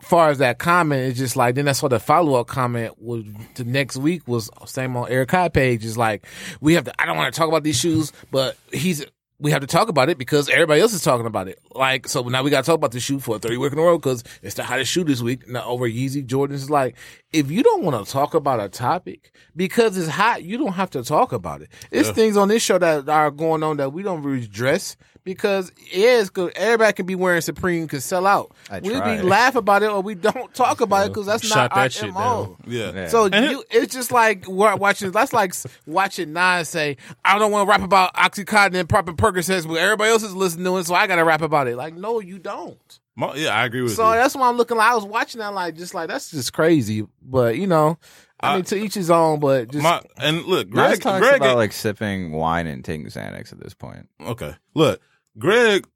[SPEAKER 6] far as that comment, it's just like then that's what the follow up comment was. The next week was same on Eric High page. Is like we have to. I don't want to talk about these shoes, but he's. We have to talk about it because everybody else is talking about it. Like, so now we got to talk about the shoe for a third week in a row because it's the hottest shoe this week. Now over Yeezy Jordans. It's like, if you don't want to talk about a topic because it's hot, you don't have to talk about it. It's things on this show that are going on that we don't redress because yeah, it's good. Everybody can be wearing Supreme can sell out.
[SPEAKER 5] I
[SPEAKER 6] We'll
[SPEAKER 5] tried.
[SPEAKER 6] be laugh about it or we don't [laughs] talk about it because that's
[SPEAKER 4] Shot
[SPEAKER 6] not our
[SPEAKER 4] that shit
[SPEAKER 6] MO.
[SPEAKER 3] Yeah.
[SPEAKER 6] [laughs] So
[SPEAKER 3] And it-
[SPEAKER 6] you, it's just like we're watching. That's like s- watching Nas say, "I don't want to rap about OxyContin and proper Percocets, but everybody else is listening to it, so I got to rap about it." Like, no, you don't.
[SPEAKER 3] My- yeah, I agree with
[SPEAKER 6] So
[SPEAKER 3] you.
[SPEAKER 6] that's why I'm looking. like I was watching that, like, just like that's just crazy. But you know, I, mean, to each his own. But just
[SPEAKER 3] My, and look,
[SPEAKER 5] Greg
[SPEAKER 3] Greg,
[SPEAKER 5] talks
[SPEAKER 3] Greg
[SPEAKER 5] about
[SPEAKER 3] ain't-
[SPEAKER 5] like sipping wine and taking Xanax at this point.
[SPEAKER 3] okay. Look, Greg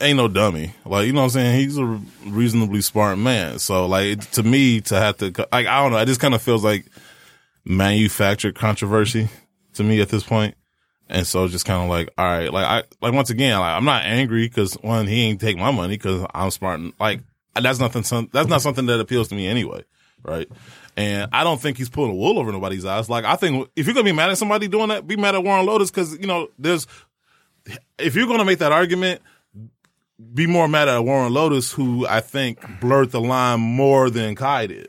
[SPEAKER 3] ain't no dummy. Like, you know what I'm saying? He's a reasonably smart man. So, like, it- to me, to have to, like, I don't know. It just kind of feels like manufactured controversy. to me at this point. And so just kind of like, all right, like I, like once again, like I'm not angry because one, he ain't take my money because I'm smart. And, like that's nothing, some, that's not something that appeals to me anyway. Right. And I don't think he's pulling the wool over nobody's eyes. Like I think if you're going to be mad at somebody doing that, be mad at Warren Lotus because, you know, there's, if you're going to make that argument, be more mad at Warren Lotus, who I think blurred the line more than Kai did.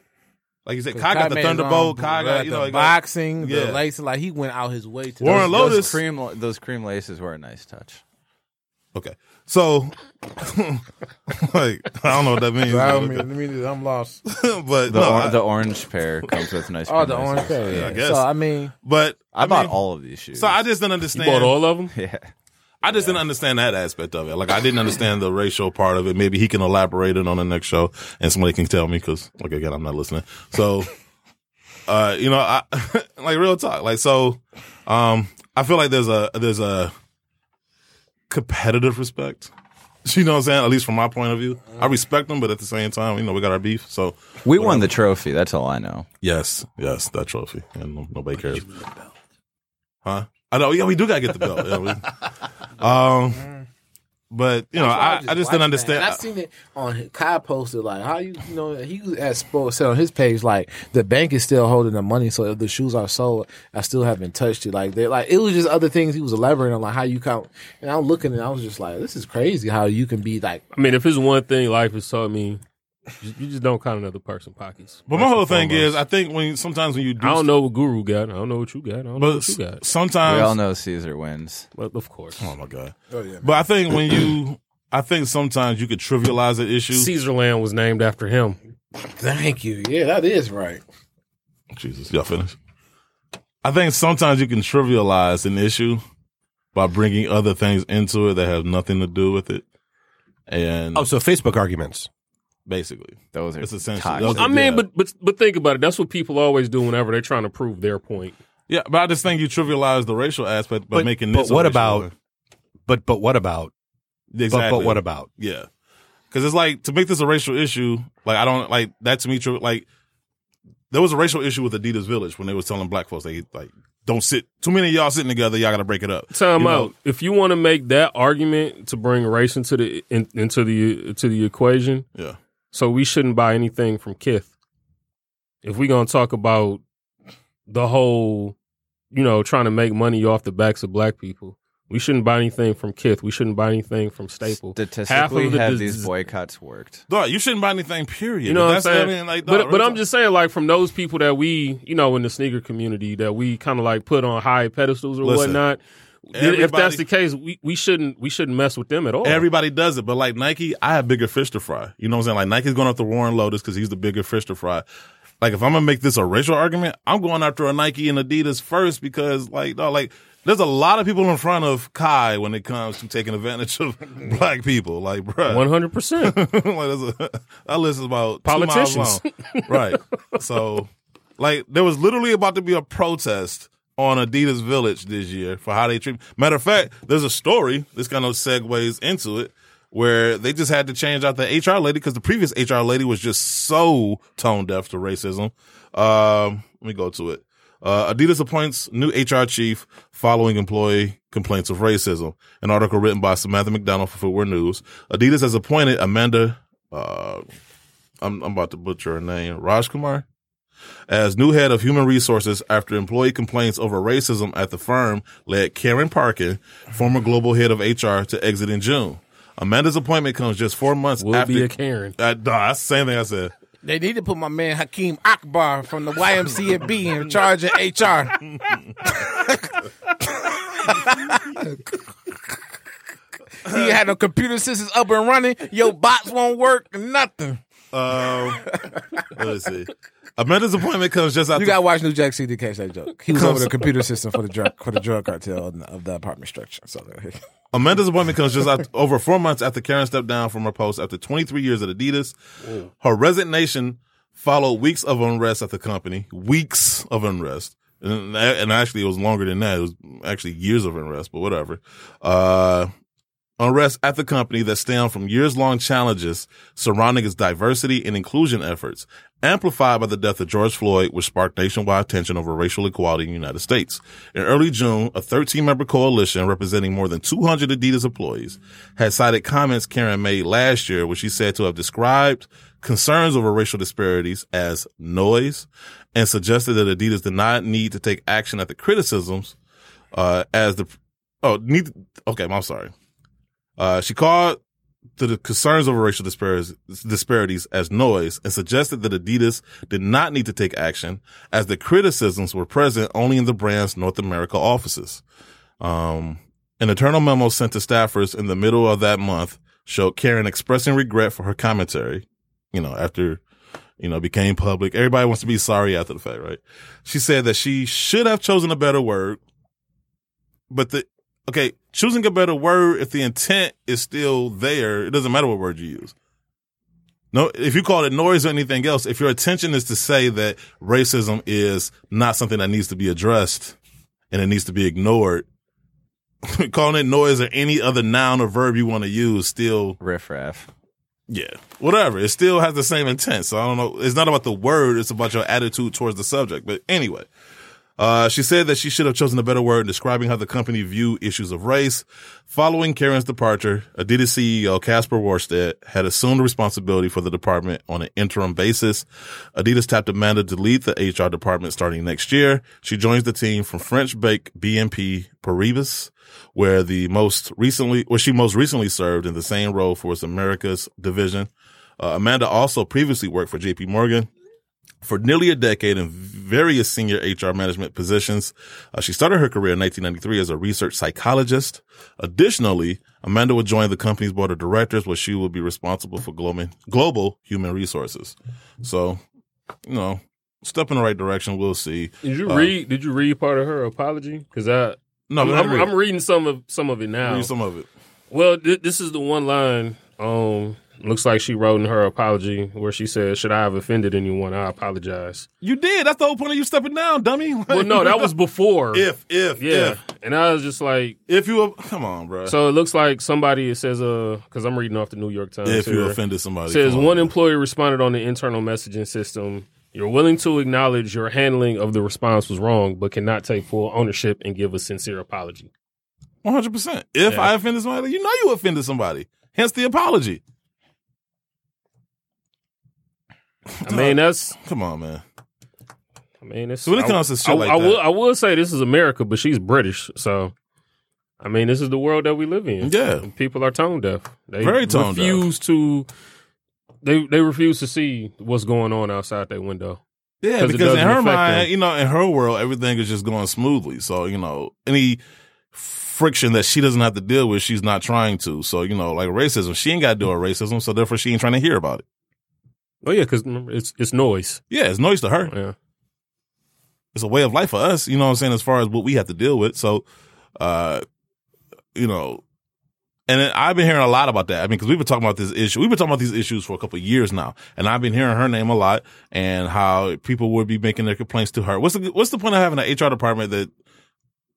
[SPEAKER 3] Like you said, Kai, got the
[SPEAKER 6] made his
[SPEAKER 3] Thunderbolt.
[SPEAKER 6] own-
[SPEAKER 3] Kai
[SPEAKER 6] right,
[SPEAKER 3] got you know
[SPEAKER 6] the
[SPEAKER 3] like,
[SPEAKER 6] boxing,
[SPEAKER 3] yeah.
[SPEAKER 6] the lace. Like he went out his way to.
[SPEAKER 3] Warren
[SPEAKER 5] Those
[SPEAKER 3] Lotus.
[SPEAKER 5] cream, those cream laces were a nice touch.
[SPEAKER 3] Okay, so [laughs] like I don't know what that means,
[SPEAKER 6] I
[SPEAKER 3] but,
[SPEAKER 6] mean, I mean, I'm lost.
[SPEAKER 3] [laughs] but
[SPEAKER 5] The,
[SPEAKER 3] no,
[SPEAKER 5] or-
[SPEAKER 3] I,
[SPEAKER 5] the orange pair comes with nice.
[SPEAKER 6] Oh, the
[SPEAKER 5] cream
[SPEAKER 6] orange
[SPEAKER 5] laces.
[SPEAKER 6] pair.
[SPEAKER 3] [laughs]
[SPEAKER 6] Yeah,
[SPEAKER 3] I guess.
[SPEAKER 6] So I mean,
[SPEAKER 3] but
[SPEAKER 5] I, bought
[SPEAKER 3] mean,
[SPEAKER 5] all of these shoes.
[SPEAKER 3] So I just didn't
[SPEAKER 4] You
[SPEAKER 3] understand.
[SPEAKER 4] bought all of them?
[SPEAKER 5] yeah.
[SPEAKER 3] I just didn't understand that aspect of it. Like I didn't understand the racial part of it. Maybe he can elaborate it on the next show, and somebody can tell me because, like again, I'm not listening. So, [laughs] uh, you know, I [laughs] like real talk. Like so, um, I feel like there's a there's a competitive respect. [laughs] You know what I'm saying? At least from my point of view, I respect them, but at the same time, you know, we got our beef. So
[SPEAKER 5] We won the trophy. That's all I know.
[SPEAKER 3] yes, yes, that trophy, and no- nobody cares. Huh? I know. Yeah, we do gotta get the belt. [laughs] Yeah, we- um, but you know, I, I just didn't understand.
[SPEAKER 6] I seen it on Kai posted like how you you know he was at sports said on his page like the bank is still holding the money, so if the shoes are sold, I still haven't touched it. Like they like it was just other things he was elaborating on like how you count. And I'm looking and I was just like, this is crazy how you can be like
[SPEAKER 4] I mean, if it's one thing life has taught me, you you just don't count another person's pockets.
[SPEAKER 3] but my whole thing is, I think when sometimes when you do,
[SPEAKER 4] I don't know what Guru got. I don't know what you got. I don't know
[SPEAKER 3] But
[SPEAKER 4] what you got.
[SPEAKER 3] sometimes
[SPEAKER 5] we all know Caesar wins.
[SPEAKER 4] Well, of course.
[SPEAKER 3] Oh my god! but I think when
[SPEAKER 4] [clears throat]
[SPEAKER 3] you, I think sometimes you could trivialize the issue.
[SPEAKER 4] Caesar Land was named after him.
[SPEAKER 6] Thank you. Yeah, that is right.
[SPEAKER 3] Jesus, y'all finished. I think sometimes you can trivialize an issue by bringing other things into it that have nothing to do with it, and
[SPEAKER 7] Oh, so Facebook arguments.
[SPEAKER 3] basically,
[SPEAKER 5] Those are
[SPEAKER 3] It's essential.
[SPEAKER 5] toxic.
[SPEAKER 3] Those
[SPEAKER 4] I mean,
[SPEAKER 3] Yeah.
[SPEAKER 4] but but but think about it. That's what people always do whenever they're trying to prove their point.
[SPEAKER 3] yeah. But I just think you trivialize the racial aspect by
[SPEAKER 7] But-
[SPEAKER 3] making
[SPEAKER 7] but
[SPEAKER 3] this. a
[SPEAKER 7] what
[SPEAKER 3] racial
[SPEAKER 7] about-
[SPEAKER 3] one.
[SPEAKER 7] But but what about?
[SPEAKER 3] exactly?
[SPEAKER 7] But but what about?
[SPEAKER 3] Yeah. Cause it's like to make this a racial issue, like I don't like that to me true like there was a racial issue with Adidas Village when they was telling black folks they like don't sit too many of y'all sitting together, y'all gotta break it up.
[SPEAKER 4] Time
[SPEAKER 3] You know?
[SPEAKER 4] out. If you want to make that argument to bring race into the in, into the to the equation,
[SPEAKER 3] Yeah.
[SPEAKER 4] so we shouldn't buy anything from Kith. If we're gonna talk about the whole, you know, trying to make money off the backs of black people, we shouldn't buy anything from Kith. We shouldn't buy anything from Staple. Half
[SPEAKER 5] Statistically,
[SPEAKER 4] of the
[SPEAKER 5] have
[SPEAKER 4] dis-
[SPEAKER 5] these boycotts worked?
[SPEAKER 3] Dog, you shouldn't buy anything, period.
[SPEAKER 4] You know what I'm
[SPEAKER 3] That's
[SPEAKER 4] saying?
[SPEAKER 3] I mean, like,
[SPEAKER 4] but
[SPEAKER 3] dog,
[SPEAKER 4] but
[SPEAKER 3] real
[SPEAKER 4] I'm
[SPEAKER 3] talk.
[SPEAKER 4] just saying, like, from those people that we, you know, in the sneaker community that we kind of like put on high pedestals or
[SPEAKER 3] Listen,
[SPEAKER 4] whatnot. If- If
[SPEAKER 3] everybody-
[SPEAKER 4] that's the case, we, we shouldn't we shouldn't mess with them at all.
[SPEAKER 3] Everybody does it, but like Nike, I have bigger fish to fry. You know what I'm saying? Like Nike's going after Warren Lotus because he's the bigger fish to fry. Like if I'm gonna make this a racial argument, I'm going after a Nike and Adidas first because like no, like there's a lot of people in front of Kai when it comes to taking advantage of [laughs] black people. Like
[SPEAKER 4] one
[SPEAKER 3] bruh.
[SPEAKER 4] hundred percent.
[SPEAKER 3] [laughs] like, there's a, [laughs] that list is about two miles
[SPEAKER 4] Politicians.
[SPEAKER 3] long. right? So like there was literally about to be a protest on Adidas Village this year for how they treat. Matter of fact, there's a story. This kind of segues into it where they just had to change out the HR lady because the previous HR lady was just so tone deaf to racism. Um, let me go to it. Uh, Adidas appoints new HR chief following employee complaints of racism. An article written by Samantha McDonald for Footwear News. Adidas has appointed Amanda. Uh, I'm, I'm about to butcher her name. Rajkumar as new head of human resources after employee complaints over racism at the firm led Karen Parkin, former global head of HR, to exit in June. Amanda's appointment comes just four months
[SPEAKER 4] Will
[SPEAKER 3] after.
[SPEAKER 4] be a Karen.
[SPEAKER 3] Uh, nah, that's the same thing I said.
[SPEAKER 6] They need to put my man Hakeem Akbar from the YMCB in charge of HR. he had no computer systems up and running. Your bots won't work. Nothing.
[SPEAKER 3] Um, [laughs] let's see. Amanda's appointment comes just after.
[SPEAKER 6] You gotta watch New Jack City to catch that joke. He was over the computer system for the drug for the drug cartel and- of the apartment structure. So
[SPEAKER 3] Amanda's appointment comes just after, over four months after Karen stepped down from her post after 23 years at Adidas. Her resignation followed weeks of unrest at the company, weeks of unrest. And, and actually, it was longer than that. It was actually years of unrest, but whatever. Uh, unrest at the company that stem from years long challenges surrounding its diversity and inclusion efforts, amplified by the death of George Floyd, which sparked nationwide tension over racial equality in the United States. In early June, a 13 member coalition representing more than 200 Adidas employees had cited comments Karen made last year, which she said to have described concerns over racial disparities as noise and suggested that Adidas did not need to take action at the criticisms uh, as the oh need okay I'm sorry. Uh, she called to the concerns over racial disparities, disparities as noise and suggested that Adidas did not need to take action as the criticisms were present only in the brand's North America offices. Um, an internal memo sent to staffers in the middle of that month showed Karen expressing regret for her commentary. You know, after you know became public, everybody wants to be sorry after the fact, right? She said that she should have chosen a better word, but the okay, choosing a better word if the intent is still there, it doesn't matter what word you use. No, if you call it noise or anything else, if your intention is to say that racism is not something that needs to be addressed and it needs to be ignored, [laughs] calling it noise or any other noun or verb you want to use still,
[SPEAKER 5] Riffraff.
[SPEAKER 3] yeah, whatever. It still has the same intent. So I don't know. It's not about the word. It's about your attitude towards the subject. But anyway, uh, she said that she should have chosen a better word describing how the company view issues of race. Following Karen's departure, Adidas CEO Casper Warstedt had assumed responsibility for the department on an interim basis. Adidas tapped Amanda to lead the HR department starting next year. She joins the team from French Bake BNP Paribas, where the most recently, where she most recently served in the same role for its Americas division. Uh, Amanda also previously worked for JP Morgan for nearly a decade in various senior HR management positions. Uh, she started her career in 1993 as a research psychologist. Additionally, Amanda would join the company's board of directors where she will be responsible for global, global human resources. So, you know, step in the right direction. We'll see.
[SPEAKER 4] Did you read? Did you read part of her apology? Because
[SPEAKER 3] Oh.
[SPEAKER 4] I
[SPEAKER 3] No,
[SPEAKER 4] I'm,
[SPEAKER 3] go ahead and
[SPEAKER 4] I'm,
[SPEAKER 3] read
[SPEAKER 4] I'm
[SPEAKER 3] it.
[SPEAKER 4] reading some of some of it now.
[SPEAKER 3] Read some of it.
[SPEAKER 4] Well, th- this is the one line. Um, looks like she wrote in her apology where she said, "Should I have offended anyone?
[SPEAKER 3] [laughs]
[SPEAKER 4] I apologize."
[SPEAKER 3] You did. That's the whole point of you stepping down, dummy.
[SPEAKER 4] Well, no, that was
[SPEAKER 3] [laughs]
[SPEAKER 4] before.
[SPEAKER 3] if, if,
[SPEAKER 4] yeah,
[SPEAKER 3] if,
[SPEAKER 4] and I was just like,
[SPEAKER 3] if you come on, bro.
[SPEAKER 4] [laughs] so it looks like somebody it says, uh, because I'm reading off the New York Times.
[SPEAKER 3] if you
[SPEAKER 4] here.
[SPEAKER 3] offended somebody,
[SPEAKER 4] says
[SPEAKER 3] come on.
[SPEAKER 4] one employee responded on the internal messaging system. You're willing to acknowledge your handling of the response was wrong, but cannot take full ownership and give a sincere apology.
[SPEAKER 3] One hundred percent. If
[SPEAKER 4] Yeah.
[SPEAKER 3] I offended somebody, you know you offended somebody. Hence the apology.
[SPEAKER 4] I mean, that's
[SPEAKER 3] Come on, man.
[SPEAKER 4] I mean, it's,
[SPEAKER 3] So when it
[SPEAKER 4] I-
[SPEAKER 3] comes to shit
[SPEAKER 4] I,
[SPEAKER 3] like
[SPEAKER 4] I
[SPEAKER 3] that-
[SPEAKER 4] will I will say this is America, but she's British, so I mean, this is the world that we live in.
[SPEAKER 3] Yeah.
[SPEAKER 4] people are tone deaf. They
[SPEAKER 3] Very tone deaf.
[SPEAKER 4] refuse to. They they refuse to see what's going on outside their window.
[SPEAKER 3] Yeah,
[SPEAKER 4] 'Cause
[SPEAKER 3] because
[SPEAKER 4] it
[SPEAKER 3] in
[SPEAKER 4] doesn't
[SPEAKER 3] her
[SPEAKER 4] affect
[SPEAKER 3] mind,
[SPEAKER 4] them.
[SPEAKER 3] you know, in her world, everything is just going smoothly. So you know, any friction that she doesn't have to deal with, she's not trying to. So you know, like racism, she ain't got to deal with racism. So therefore, she ain't trying to hear about it.
[SPEAKER 4] Oh yeah, because it's it's noise.
[SPEAKER 3] Yeah, it's noise to her.
[SPEAKER 4] Yeah.
[SPEAKER 3] it's a way of life for us, you know what I'm saying, as far as what we have to deal with. So, uh, you know, and then I've been hearing a lot about that. I mean, because we've been talking about this issue. We've been talking about these issues for a couple of years now, and I've been hearing her name a lot and how people would be making their complaints to her. What's the What's the point of having an HR department that,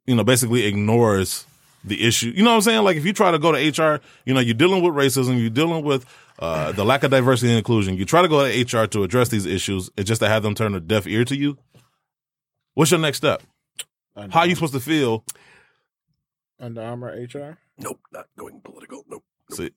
[SPEAKER 3] you know, basically ignores the issue? You know what I'm saying? Like if you try to go to HR, you know, you're dealing with racism, you're dealing with uh, the lack of diversity and inclusion. You try to go to HR to address these issues, and just to have them turn a deaf ear to you. What's your next step? How you supposed to feel?
[SPEAKER 6] Under Armour HR.
[SPEAKER 7] Nope, not going political. Nope.
[SPEAKER 3] See,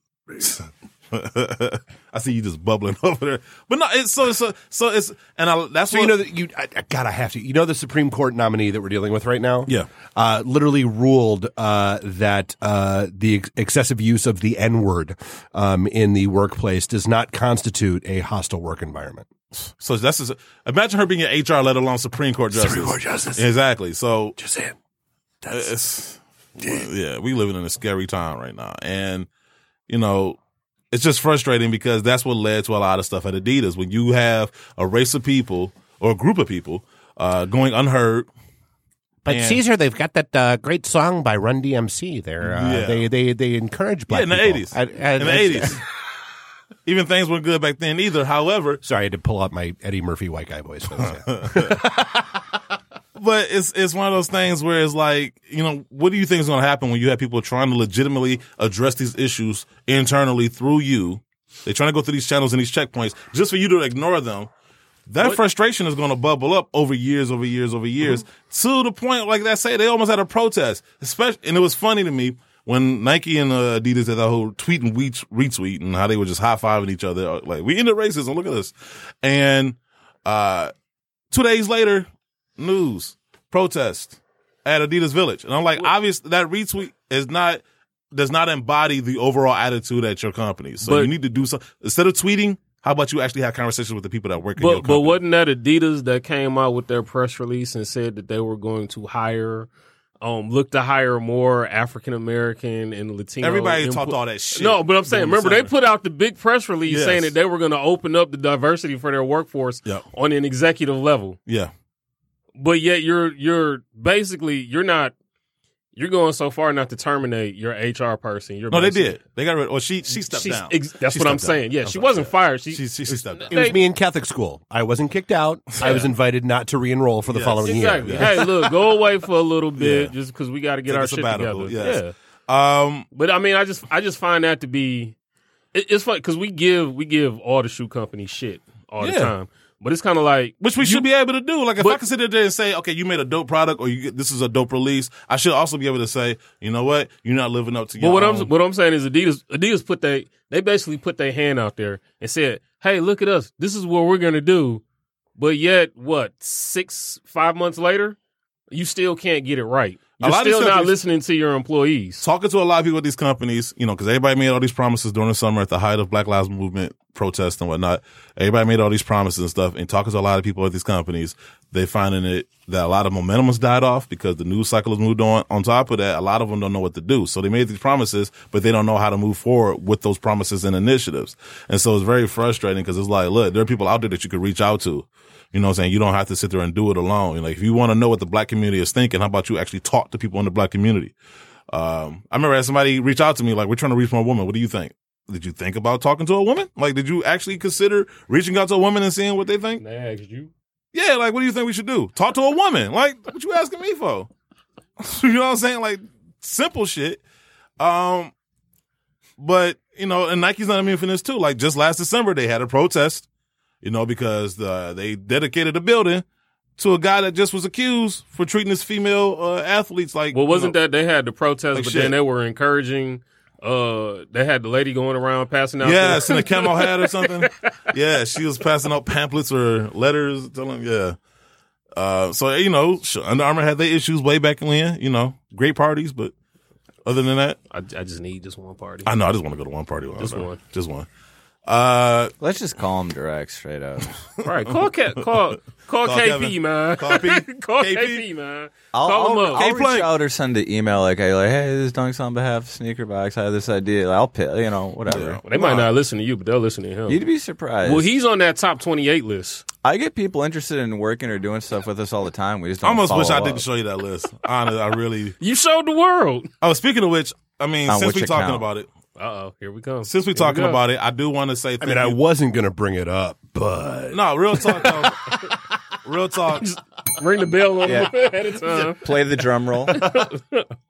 [SPEAKER 3] [laughs] I see you just bubbling [laughs] over there. But no, it's so so so it's and I, that's
[SPEAKER 7] So
[SPEAKER 3] what
[SPEAKER 7] you know that you I, I- God, I have to. You know the Supreme Court nominee that we're dealing with right now.
[SPEAKER 3] Yeah.
[SPEAKER 7] uh, literally ruled uh, that uh, the ex- excessive use of the N word um, in the workplace does not constitute a hostile work environment.
[SPEAKER 3] so that's just, imagine her being an HR, let alone Supreme Court justice.
[SPEAKER 7] justice.
[SPEAKER 3] Exactly. So
[SPEAKER 7] Just saying.
[SPEAKER 3] it's well, yeah, we living in a scary time right now, and you know. It's just frustrating because that's what led to a lot of stuff at Adidas. When you have a race of people or a group of people uh, going unheard,
[SPEAKER 7] But
[SPEAKER 3] And-
[SPEAKER 7] Caesar, they've got that uh, great song by Run DMC. There, uh,
[SPEAKER 3] Yeah.
[SPEAKER 7] they they they encourage black
[SPEAKER 3] yeah, in the
[SPEAKER 7] people.
[SPEAKER 3] eighties.
[SPEAKER 7] I- I-
[SPEAKER 3] In the
[SPEAKER 7] I-
[SPEAKER 3] eighties.
[SPEAKER 7] [laughs]
[SPEAKER 3] Even things weren't good back then either. However, [laughs]
[SPEAKER 7] Sorry, I had to pull out my Eddie Murphy white guy voice. That was it.
[SPEAKER 3] but it's it's one of those things where it's like, you know, what do you think is going to happen when you have people trying to legitimately address these issues internally through you? They're trying to go through these channels and these checkpoints just for you to ignore them. That frustration is going to bubble up over years, over years, over years, to the point like that. Say they almost had a protest, especially, and it was funny to me when Nike and uh, Adidas had that whole tweet and weet- retweet and how they were just high fiving each other, Uh, like we ended racism. Look at this, and uh, two days later, news protest at Adidas Village, and I'm like, obvious that retweet is not does not embody the overall attitude at your company. So
[SPEAKER 4] But-
[SPEAKER 3] you need to do something instead of tweeting. How about you actually have conversations with the people that work in your
[SPEAKER 4] But
[SPEAKER 3] company?
[SPEAKER 4] but wasn't that Adidas that came out with their press release and said that they were going to hire, um, look to hire more African American and Latino.
[SPEAKER 3] Everybody
[SPEAKER 4] input-
[SPEAKER 3] talked all that shit.
[SPEAKER 4] No, but I'm saying,
[SPEAKER 3] during the
[SPEAKER 4] remember they
[SPEAKER 3] summer.
[SPEAKER 4] put out the big press release
[SPEAKER 3] Yes.
[SPEAKER 4] saying that they were going to open up the diversity for their workforce
[SPEAKER 3] Yep.
[SPEAKER 4] on an executive level.
[SPEAKER 3] yeah,
[SPEAKER 4] But yet you're you're basically you're not you're going so far not to terminate your HR person. You're
[SPEAKER 3] no, they
[SPEAKER 4] basically-
[SPEAKER 3] did. They got rid. Well, she she stepped
[SPEAKER 4] She's
[SPEAKER 3] down.
[SPEAKER 4] ex- that's
[SPEAKER 3] She
[SPEAKER 4] what I'm
[SPEAKER 3] stepped down.
[SPEAKER 4] saying. Yeah,
[SPEAKER 3] I'm
[SPEAKER 4] she
[SPEAKER 3] sorry.
[SPEAKER 4] wasn't fired. She,
[SPEAKER 3] She she, she stepped down.
[SPEAKER 7] It was me in Catholic school. I wasn't kicked out. I was invited not to re-enroll for the
[SPEAKER 3] Yes.
[SPEAKER 7] following
[SPEAKER 4] exactly.
[SPEAKER 7] year.
[SPEAKER 4] Hey, look, go away for a
[SPEAKER 3] [laughs]
[SPEAKER 4] little bit
[SPEAKER 3] Oh, Yeah.
[SPEAKER 4] just because we got to get
[SPEAKER 3] Take
[SPEAKER 4] our
[SPEAKER 3] a
[SPEAKER 4] shit
[SPEAKER 3] sabbatical,
[SPEAKER 4] together.
[SPEAKER 3] yes.
[SPEAKER 4] Yeah.
[SPEAKER 3] Um,
[SPEAKER 4] But I mean, I just I just find that to be it, it's funny because we give we give all the shoe companies shit all the
[SPEAKER 3] Yeah.
[SPEAKER 4] time, but it's kind of like
[SPEAKER 3] which we should be able to do. Like if I
[SPEAKER 4] But-
[SPEAKER 3] can sit there and say, okay, you made a dope product, or you get, this is a dope release, I should also be able to say, you know what, you're not living up to.
[SPEAKER 4] But
[SPEAKER 3] your
[SPEAKER 4] what
[SPEAKER 3] own.
[SPEAKER 4] I'm what I'm saying is Adidas Adidas put they they basically put their hand out there and said, "Hey, look at us. This is what we're gonna do." But yet, what six five months later, you still can't get it right.
[SPEAKER 3] A
[SPEAKER 4] You're
[SPEAKER 3] lot of
[SPEAKER 4] still
[SPEAKER 3] these
[SPEAKER 4] not
[SPEAKER 3] companies-
[SPEAKER 4] listening to your employees.
[SPEAKER 3] talking to a lot of people at these companies, you know, because everybody made all these promises during the summer at the height of Black Lives Movement protests and whatnot. Everybody made all these promises and stuff. And talking to a lot of people at these companies, they finding it that a lot of momentum has died off because the news cycle has moved on. On top of that, a lot of them don't know what to do. So they made these promises, but they don't know how to move forward with those promises and initiatives. And so it's very frustrating because it's like, look, there are people out there that you could reach out to. You know what I'm saying? You don't have to sit there and do it alone. Like, if you want to know what the black community is thinking, how about you actually talk to people in the black community? Um, I remember I had somebody reach out to me like, "We're trying to reach more women. What do you think? Did you think about talking to a woman? Like, did you actually consider reaching out to a woman and seeing what they think?
[SPEAKER 4] They asked you.
[SPEAKER 3] Yeah, like, what do you think we should do? Talk to a woman. Like, what you asking me for? [laughs] you know what I'm saying? Like, simple shit. Um, but you know, and Nike's not immune from this too. Like, just last December they had a protest, you know, because uh, they dedicated a building to a guy that just was accused for treating his female uh, athletes like.
[SPEAKER 4] Well,
[SPEAKER 3] you
[SPEAKER 4] wasn't
[SPEAKER 3] know-
[SPEAKER 4] that they had the protest,
[SPEAKER 3] Like
[SPEAKER 4] but
[SPEAKER 3] shit.
[SPEAKER 4] then they were encouraging. Uh, they had the lady going around passing out.
[SPEAKER 3] Yes,
[SPEAKER 4] the-
[SPEAKER 3] in a camel hat or something. yeah, she was passing out pamphlets or letters telling, yeah. Uh, so you know, sh- Under Armour had their issues way back when. You know, great parties, but other than that,
[SPEAKER 4] I, I just need just one party.
[SPEAKER 3] I know I just want to go to one party.
[SPEAKER 4] Just one.
[SPEAKER 3] just one. Uh,
[SPEAKER 5] Let's just call him direct straight up.
[SPEAKER 4] All [laughs] right, call Ke- call call, KP
[SPEAKER 3] Kevin.
[SPEAKER 4] man.
[SPEAKER 3] Call P?
[SPEAKER 4] [laughs] call
[SPEAKER 3] KP?
[SPEAKER 4] KP, man.
[SPEAKER 5] I'll,
[SPEAKER 4] call
[SPEAKER 5] I'll,
[SPEAKER 4] him up.
[SPEAKER 5] I'll
[SPEAKER 3] Hey, Plank.
[SPEAKER 5] reach out or send an email like, I like, hey, this is Dunks on behalf of Sneakerbox. I have this idea. I'll pit, you know, whatever.
[SPEAKER 4] They might not listen to you, but they'll listen to him.
[SPEAKER 5] You'd be surprised.
[SPEAKER 4] Well, he's on that top 28 list.
[SPEAKER 5] I get people interested in working or doing stuff with us all the time. We just
[SPEAKER 3] I
[SPEAKER 5] don't
[SPEAKER 3] almost wish I
[SPEAKER 5] follow
[SPEAKER 3] didn't [laughs]
[SPEAKER 5] up.
[SPEAKER 3] show you that list. Honestly, I really.
[SPEAKER 4] You showed the world.
[SPEAKER 3] Oh, speaking of which, I mean,
[SPEAKER 5] On
[SPEAKER 3] since
[SPEAKER 5] which
[SPEAKER 3] we talking
[SPEAKER 5] account?
[SPEAKER 3] about it,
[SPEAKER 4] Uh oh, here we come.
[SPEAKER 3] since we
[SPEAKER 4] Here
[SPEAKER 3] talking
[SPEAKER 4] go.
[SPEAKER 3] about it, I do want to say.
[SPEAKER 7] I
[SPEAKER 3] Thank
[SPEAKER 7] mean, I
[SPEAKER 3] you.
[SPEAKER 7] wasn't going to bring it up, but
[SPEAKER 3] no real talk. Though, real talk.
[SPEAKER 4] ring the
[SPEAKER 3] [laughs]
[SPEAKER 4] bell on
[SPEAKER 5] Yeah.
[SPEAKER 4] him [laughs] ahead of time.
[SPEAKER 5] Play the drum roll.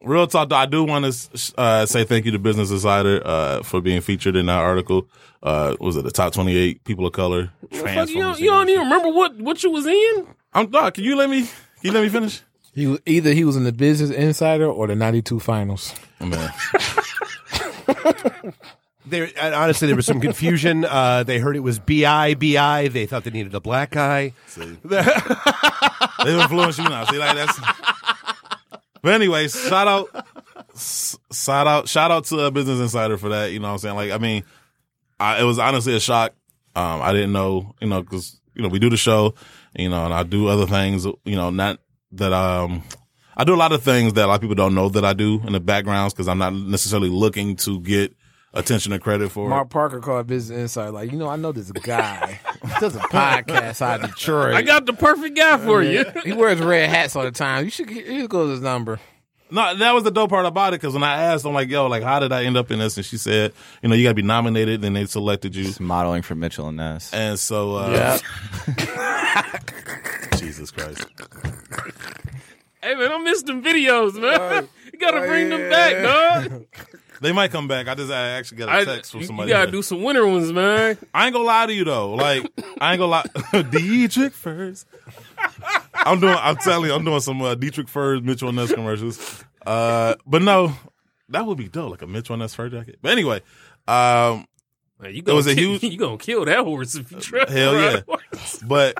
[SPEAKER 3] Real talk, though, I do want to uh, say thank you to Business Insider uh, for being featured in our article. Uh, what was it the top twenty eight people of color? Trans
[SPEAKER 4] Fuck, you,
[SPEAKER 3] women
[SPEAKER 4] don't, you don't
[SPEAKER 3] singers.
[SPEAKER 4] even remember what, what you was in?
[SPEAKER 3] I'm dog. Can you let me? Can you let me finish?
[SPEAKER 6] He was- either he was in the Business Insider or the '92 Finals.
[SPEAKER 3] Man,
[SPEAKER 7] there, and honestly, there was some confusion. Uh, they heard it was bi bi. They thought they needed a black guy.
[SPEAKER 3] they've influenced you now. See, like that's. But anyways, shout out, s- shout out, shout out to uh, Business Insider for that. You know what I'm saying? Like, I mean, I, it was honestly a shock. Um, I didn't know, you know, because you know we do the show, you know, and I do other things, you know, not that um, I do a lot of things that a lot of people don't know that I do in the backgrounds because I'm not necessarily looking to get attention or credit for. it.
[SPEAKER 6] Mark Parker called Business Insider like, you know, I know this guy. [laughs] He does a podcast out of Detroit.
[SPEAKER 4] I got the perfect guy for you.
[SPEAKER 6] he wears red hats all the time. You should get- here goes his number.
[SPEAKER 3] No, that was the dope part about it because when I asked, I'm like, yo, like, how did I end up in this? And she said, you know, you got to be nominated, then they selected you.
[SPEAKER 5] It's [laughs] modeling for Mitchell and Ness.
[SPEAKER 3] And so, uh, [laughs] Jesus Christ.
[SPEAKER 4] Hey man, I miss them videos, man. [laughs] you gotta bring
[SPEAKER 3] Oh,
[SPEAKER 4] them back, dog.
[SPEAKER 3] They might come back. I just I actually got
[SPEAKER 4] I,
[SPEAKER 3] a text from
[SPEAKER 4] you, you
[SPEAKER 3] somebody.
[SPEAKER 4] gotta
[SPEAKER 3] that-
[SPEAKER 4] do some winter ones, man.
[SPEAKER 3] I ain't gonna lie to you though. Like I ain't gonna lie. [laughs] Dietrich Furs. I'm doing. I'm telling you, I'm doing some uh, Dietrich Furs Mitchell and Ness commercials. Uh, but no, that would be dope, like a Mitchell and Ness fur jacket. But anyway, um,
[SPEAKER 4] man you
[SPEAKER 3] It
[SPEAKER 4] gonna
[SPEAKER 3] was a
[SPEAKER 4] kill,
[SPEAKER 3] huge-
[SPEAKER 4] [laughs] You gonna kill that horse if you try.
[SPEAKER 3] [laughs]
[SPEAKER 4] to
[SPEAKER 3] Hell
[SPEAKER 4] ride
[SPEAKER 3] yeah.
[SPEAKER 4] a horse.
[SPEAKER 3] but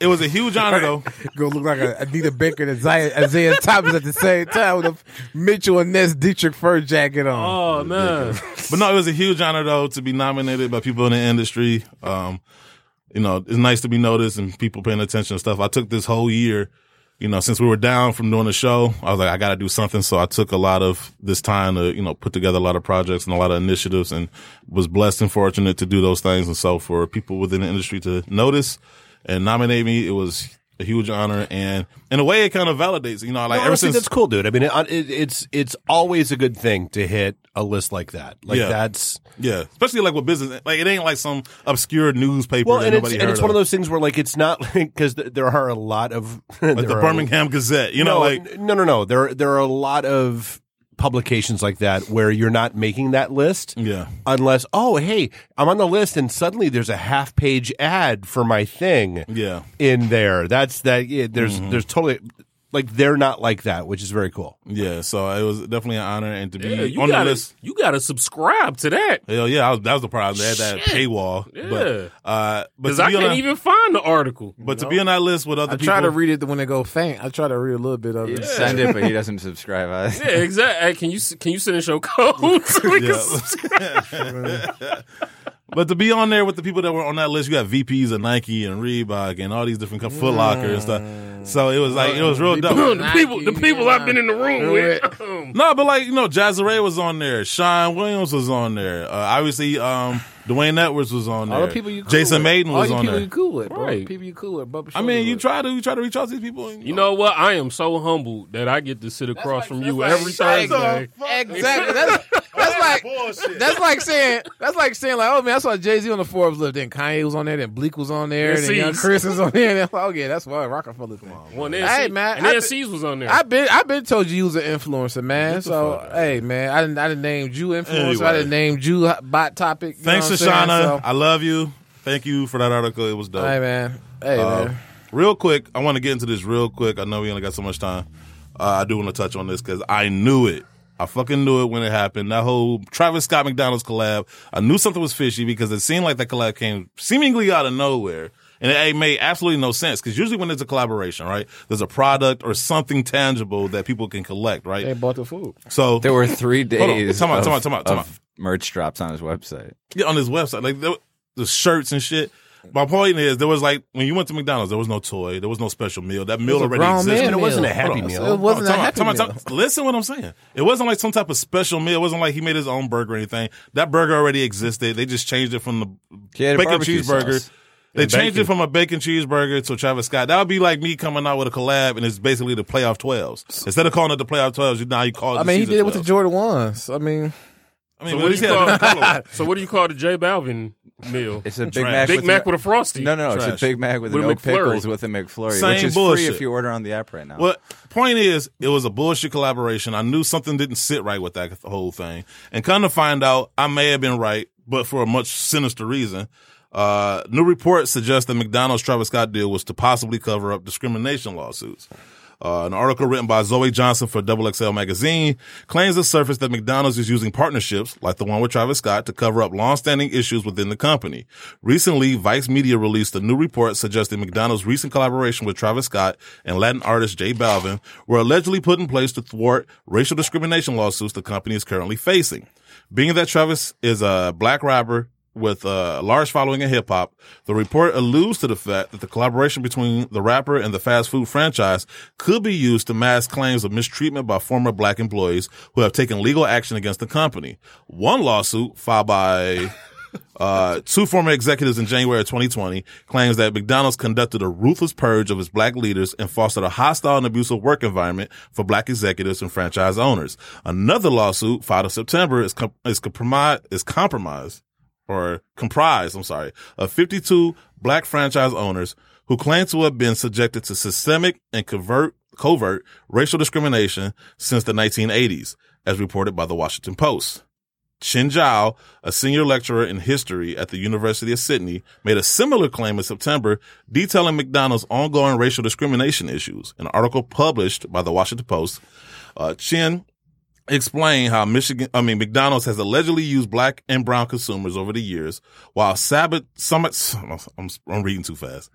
[SPEAKER 3] it was a huge honor though.
[SPEAKER 6] Go look like a Anita Baker and Isaiah, Isaiah Thomas at the same time with a Mitchell and Ness Dietrich fur jacket on.
[SPEAKER 4] [laughs] Oh man,
[SPEAKER 3] But no, it was a huge honor though to be nominated by people in the industry. Um, you know, it's nice to be noticed and people paying attention and stuff. I took this whole year, you know, since we were down from doing the show, I was like, I got to do something. So I took a lot of this time to, you know, put together a lot of projects and a lot of initiatives and was blessed and fortunate to do those things. And so for people within the industry to notice and nominate me, it was a huge honor. And in a way, it kind of validates, you know, like
[SPEAKER 7] No,
[SPEAKER 3] ever
[SPEAKER 7] honestly,
[SPEAKER 3] since
[SPEAKER 7] that's cool, dude. I mean, it, it, it's it's always a good thing to hit a list like that. Like
[SPEAKER 3] Yeah.
[SPEAKER 7] that's
[SPEAKER 3] Yeah, especially like with business. Like it ain't like some obscure newspaper
[SPEAKER 7] well,
[SPEAKER 3] that
[SPEAKER 7] and it's,
[SPEAKER 3] nobody
[SPEAKER 7] and
[SPEAKER 3] heard
[SPEAKER 7] it's one of
[SPEAKER 3] of.
[SPEAKER 7] those things where like it's not [laughs] like because th- there are a lot of [laughs]
[SPEAKER 3] Like the Birmingham Gazette, you know,
[SPEAKER 7] no,
[SPEAKER 3] like
[SPEAKER 7] n- no, no, no. There there are a lot of publications like that where you're not making that list.
[SPEAKER 3] yeah,
[SPEAKER 7] Unless, oh, hey, I'm on the list, and suddenly there's a half page ad for my thing
[SPEAKER 3] yeah,
[SPEAKER 7] in there. That's that. Yeah, there's there's totally like they're not like that, which is very cool.
[SPEAKER 3] yeah. So it was definitely an honor and to be
[SPEAKER 4] yeah, you
[SPEAKER 3] on the
[SPEAKER 4] gotta
[SPEAKER 3] list.
[SPEAKER 4] you gotta subscribe to that
[SPEAKER 3] Hell yeah, I was, that was the problem. They had that
[SPEAKER 4] Shit.
[SPEAKER 3] paywall.
[SPEAKER 4] Yeah.
[SPEAKER 3] But uh, but
[SPEAKER 4] because
[SPEAKER 3] to
[SPEAKER 4] I
[SPEAKER 3] be on
[SPEAKER 4] can't
[SPEAKER 3] that,
[SPEAKER 4] even find
[SPEAKER 3] [laughs]
[SPEAKER 4] the article.
[SPEAKER 3] but to be on that list with other
[SPEAKER 6] I
[SPEAKER 3] people,
[SPEAKER 6] try to read it when they go faint. I try to read a little bit of it.
[SPEAKER 5] Send it, but he doesn't
[SPEAKER 3] [laughs]
[SPEAKER 5] subscribe. I- [laughs]
[SPEAKER 4] Yeah, exactly. Can you can you send us your code? [laughs] so we can
[SPEAKER 3] Yeah.
[SPEAKER 6] [laughs]
[SPEAKER 4] subscribe?
[SPEAKER 3] but to be on there with the people that were on that list, you got VPs and Nike and Reebok and all these different companies, Foot Locker and stuff. So it was like it was real dope.
[SPEAKER 4] [clears throat] the people the people I've been in the room with. Um,
[SPEAKER 3] No, but like you know, Jazz Ray was on there. Sean Williams was on there. Uh, obviously, um, Dwayne Edwards was on there.
[SPEAKER 6] All the people you cool
[SPEAKER 3] Jason
[SPEAKER 6] with.
[SPEAKER 3] Maiden was
[SPEAKER 6] All
[SPEAKER 3] on
[SPEAKER 6] the people
[SPEAKER 3] there.
[SPEAKER 6] you cool with, bro.
[SPEAKER 4] Right.
[SPEAKER 6] People you cool with. Bubba
[SPEAKER 3] I mean,
[SPEAKER 6] Shorter
[SPEAKER 3] you
[SPEAKER 6] with.
[SPEAKER 3] try to you try to reach out to these people. And,
[SPEAKER 4] you know what? I am so humbled that I get to sit across from you every Thursday.
[SPEAKER 6] Exactly.
[SPEAKER 3] [laughs]
[SPEAKER 6] That's, that's like that's like saying that's like saying like oh man, I saw Jay Z on the Forbes list. Then Kanye was on there. Then Bleak was on there.
[SPEAKER 4] And
[SPEAKER 6] Then Young
[SPEAKER 4] Cease.
[SPEAKER 6] Chris was on there. [laughs] And that's like, oh yeah, that's why Rockefeller. Come on,
[SPEAKER 4] One
[SPEAKER 6] Hey,
[SPEAKER 4] NC,
[SPEAKER 6] man,
[SPEAKER 4] and
[SPEAKER 6] I
[SPEAKER 4] then
[SPEAKER 6] thi-
[SPEAKER 4] C's was on there.
[SPEAKER 6] I've been I've been told you you was an influencer, man. So hey, man, I didn't I didn't name you influencer. I
[SPEAKER 3] Anyway.
[SPEAKER 6] didn't name you bot topic. You
[SPEAKER 3] Thanks,
[SPEAKER 6] know what I'm
[SPEAKER 3] Shoshana.
[SPEAKER 6] saying?
[SPEAKER 3] I love you. Thank you for that article. It was dope.
[SPEAKER 6] So, hey man, hey
[SPEAKER 3] Uh,
[SPEAKER 6] man.
[SPEAKER 3] Real quick, I want to get into this real quick. I know we only got so much time. Uh, I do want to touch on this because I knew it. I fucking knew it when it happened. That whole Travis Scott McDonald's collab. I knew something was fishy because it seemed like that collab came seemingly out of nowhere. And it, it made absolutely no sense because usually when there's a collaboration, right, there's a product or something tangible that people can collect, right?
[SPEAKER 6] They bought the food.
[SPEAKER 3] So
[SPEAKER 5] There were three
[SPEAKER 3] on.
[SPEAKER 5] days
[SPEAKER 3] Time out,
[SPEAKER 5] of,
[SPEAKER 3] time out, time out, time
[SPEAKER 5] of merch drops on his website.
[SPEAKER 3] yeah, on his website, like the, the shirts and shit. My point is, there was like when you went to McDonald's, there was no toy, there was no special meal. That meal
[SPEAKER 6] a
[SPEAKER 3] already
[SPEAKER 6] grown
[SPEAKER 3] existed.
[SPEAKER 6] man
[SPEAKER 7] And it wasn't a
[SPEAKER 6] meal.
[SPEAKER 7] happy
[SPEAKER 3] Hold on.
[SPEAKER 7] meal.
[SPEAKER 6] It
[SPEAKER 3] Hold
[SPEAKER 6] wasn't a
[SPEAKER 3] on,
[SPEAKER 6] happy
[SPEAKER 3] time out,
[SPEAKER 6] meal.
[SPEAKER 3] time out, time out. Listen what I'm saying. It wasn't like some type of special meal. It wasn't like he made his own burger or anything. That burger already existed. They just changed it from
[SPEAKER 5] He
[SPEAKER 3] the
[SPEAKER 5] had a
[SPEAKER 3] bacon
[SPEAKER 5] barbecue
[SPEAKER 3] cheeseburger.
[SPEAKER 5] sauce.
[SPEAKER 3] They
[SPEAKER 7] And
[SPEAKER 3] changed
[SPEAKER 7] bacon.
[SPEAKER 3] it from a bacon cheeseburger to Travis Scott. That would be like me coming out with a collab, and it's basically the playoff twelves. Instead of calling it the playoff twelves, you now you call it.
[SPEAKER 6] I
[SPEAKER 3] the
[SPEAKER 6] mean, he
[SPEAKER 3] season
[SPEAKER 6] did it with the
[SPEAKER 3] 12s.
[SPEAKER 6] Jordan ones. I mean,
[SPEAKER 3] I mean, but
[SPEAKER 4] so what
[SPEAKER 3] at
[SPEAKER 4] do
[SPEAKER 3] least he
[SPEAKER 4] you
[SPEAKER 3] had a
[SPEAKER 4] call?
[SPEAKER 3] different color.
[SPEAKER 4] so what do you call the J Balvin
[SPEAKER 3] [laughs]
[SPEAKER 4] meal?
[SPEAKER 5] It's a Big Mac.
[SPEAKER 4] Big
[SPEAKER 5] with
[SPEAKER 4] Mac
[SPEAKER 5] no,
[SPEAKER 4] with a frosty.
[SPEAKER 5] no, no, it's
[SPEAKER 3] Trash.
[SPEAKER 5] a Big Mac with,
[SPEAKER 4] With a
[SPEAKER 5] no
[SPEAKER 4] McFlurry.
[SPEAKER 5] pickles with a McFlurry,
[SPEAKER 3] Same
[SPEAKER 5] which is
[SPEAKER 3] bullshit.
[SPEAKER 5] free if you order on the app right now.
[SPEAKER 3] Well, point is, it was a bullshit collaboration. I knew something didn't sit right with that whole thing, and kind of find out I may have been right, but for a much sinister reason. Uh, new report suggests that McDonald's Travis Scott deal was to possibly cover up discrimination lawsuits. Uh, an article written by Zoe Johnson for Double XL magazine claims the surface that McDonald's is using partnerships like the one with Travis Scott to cover up longstanding issues within the company. Recently, Vice Media released a new report suggesting McDonald's recent collaboration with Travis Scott and Latin artist Jay Balvin were allegedly put in place to thwart racial discrimination lawsuits the company is currently facing. Being that Travis is a black rapper with a large following in hip hop, the report alludes to the fact that the collaboration between the rapper and the fast food franchise could be used to mask claims of mistreatment by former black employees who have taken legal action against the company. One lawsuit filed by uh, two former executives in January of 2020 claims that McDonald's conducted a ruthless purge of its black leaders and fostered a hostile and abusive work environment for black executives and franchise owners. Another lawsuit filed in September is com- is compromised is compromised or comprised, I'm sorry, of 52 black franchise owners who claim to have been subjected to systemic and covert, covert racial discrimination since the 1980s, as reported by the Washington Post. Chin Zhao, a senior lecturer in history at the University of Sydney, made a similar claim in September detailing McDonald's ongoing racial discrimination issues. An article published by the Washington Post, uh, Chin explained how Michigan, I mean, McDonald's has allegedly used black and brown consumers over the years while Sabbath, summits, I'm, I'm reading too fast.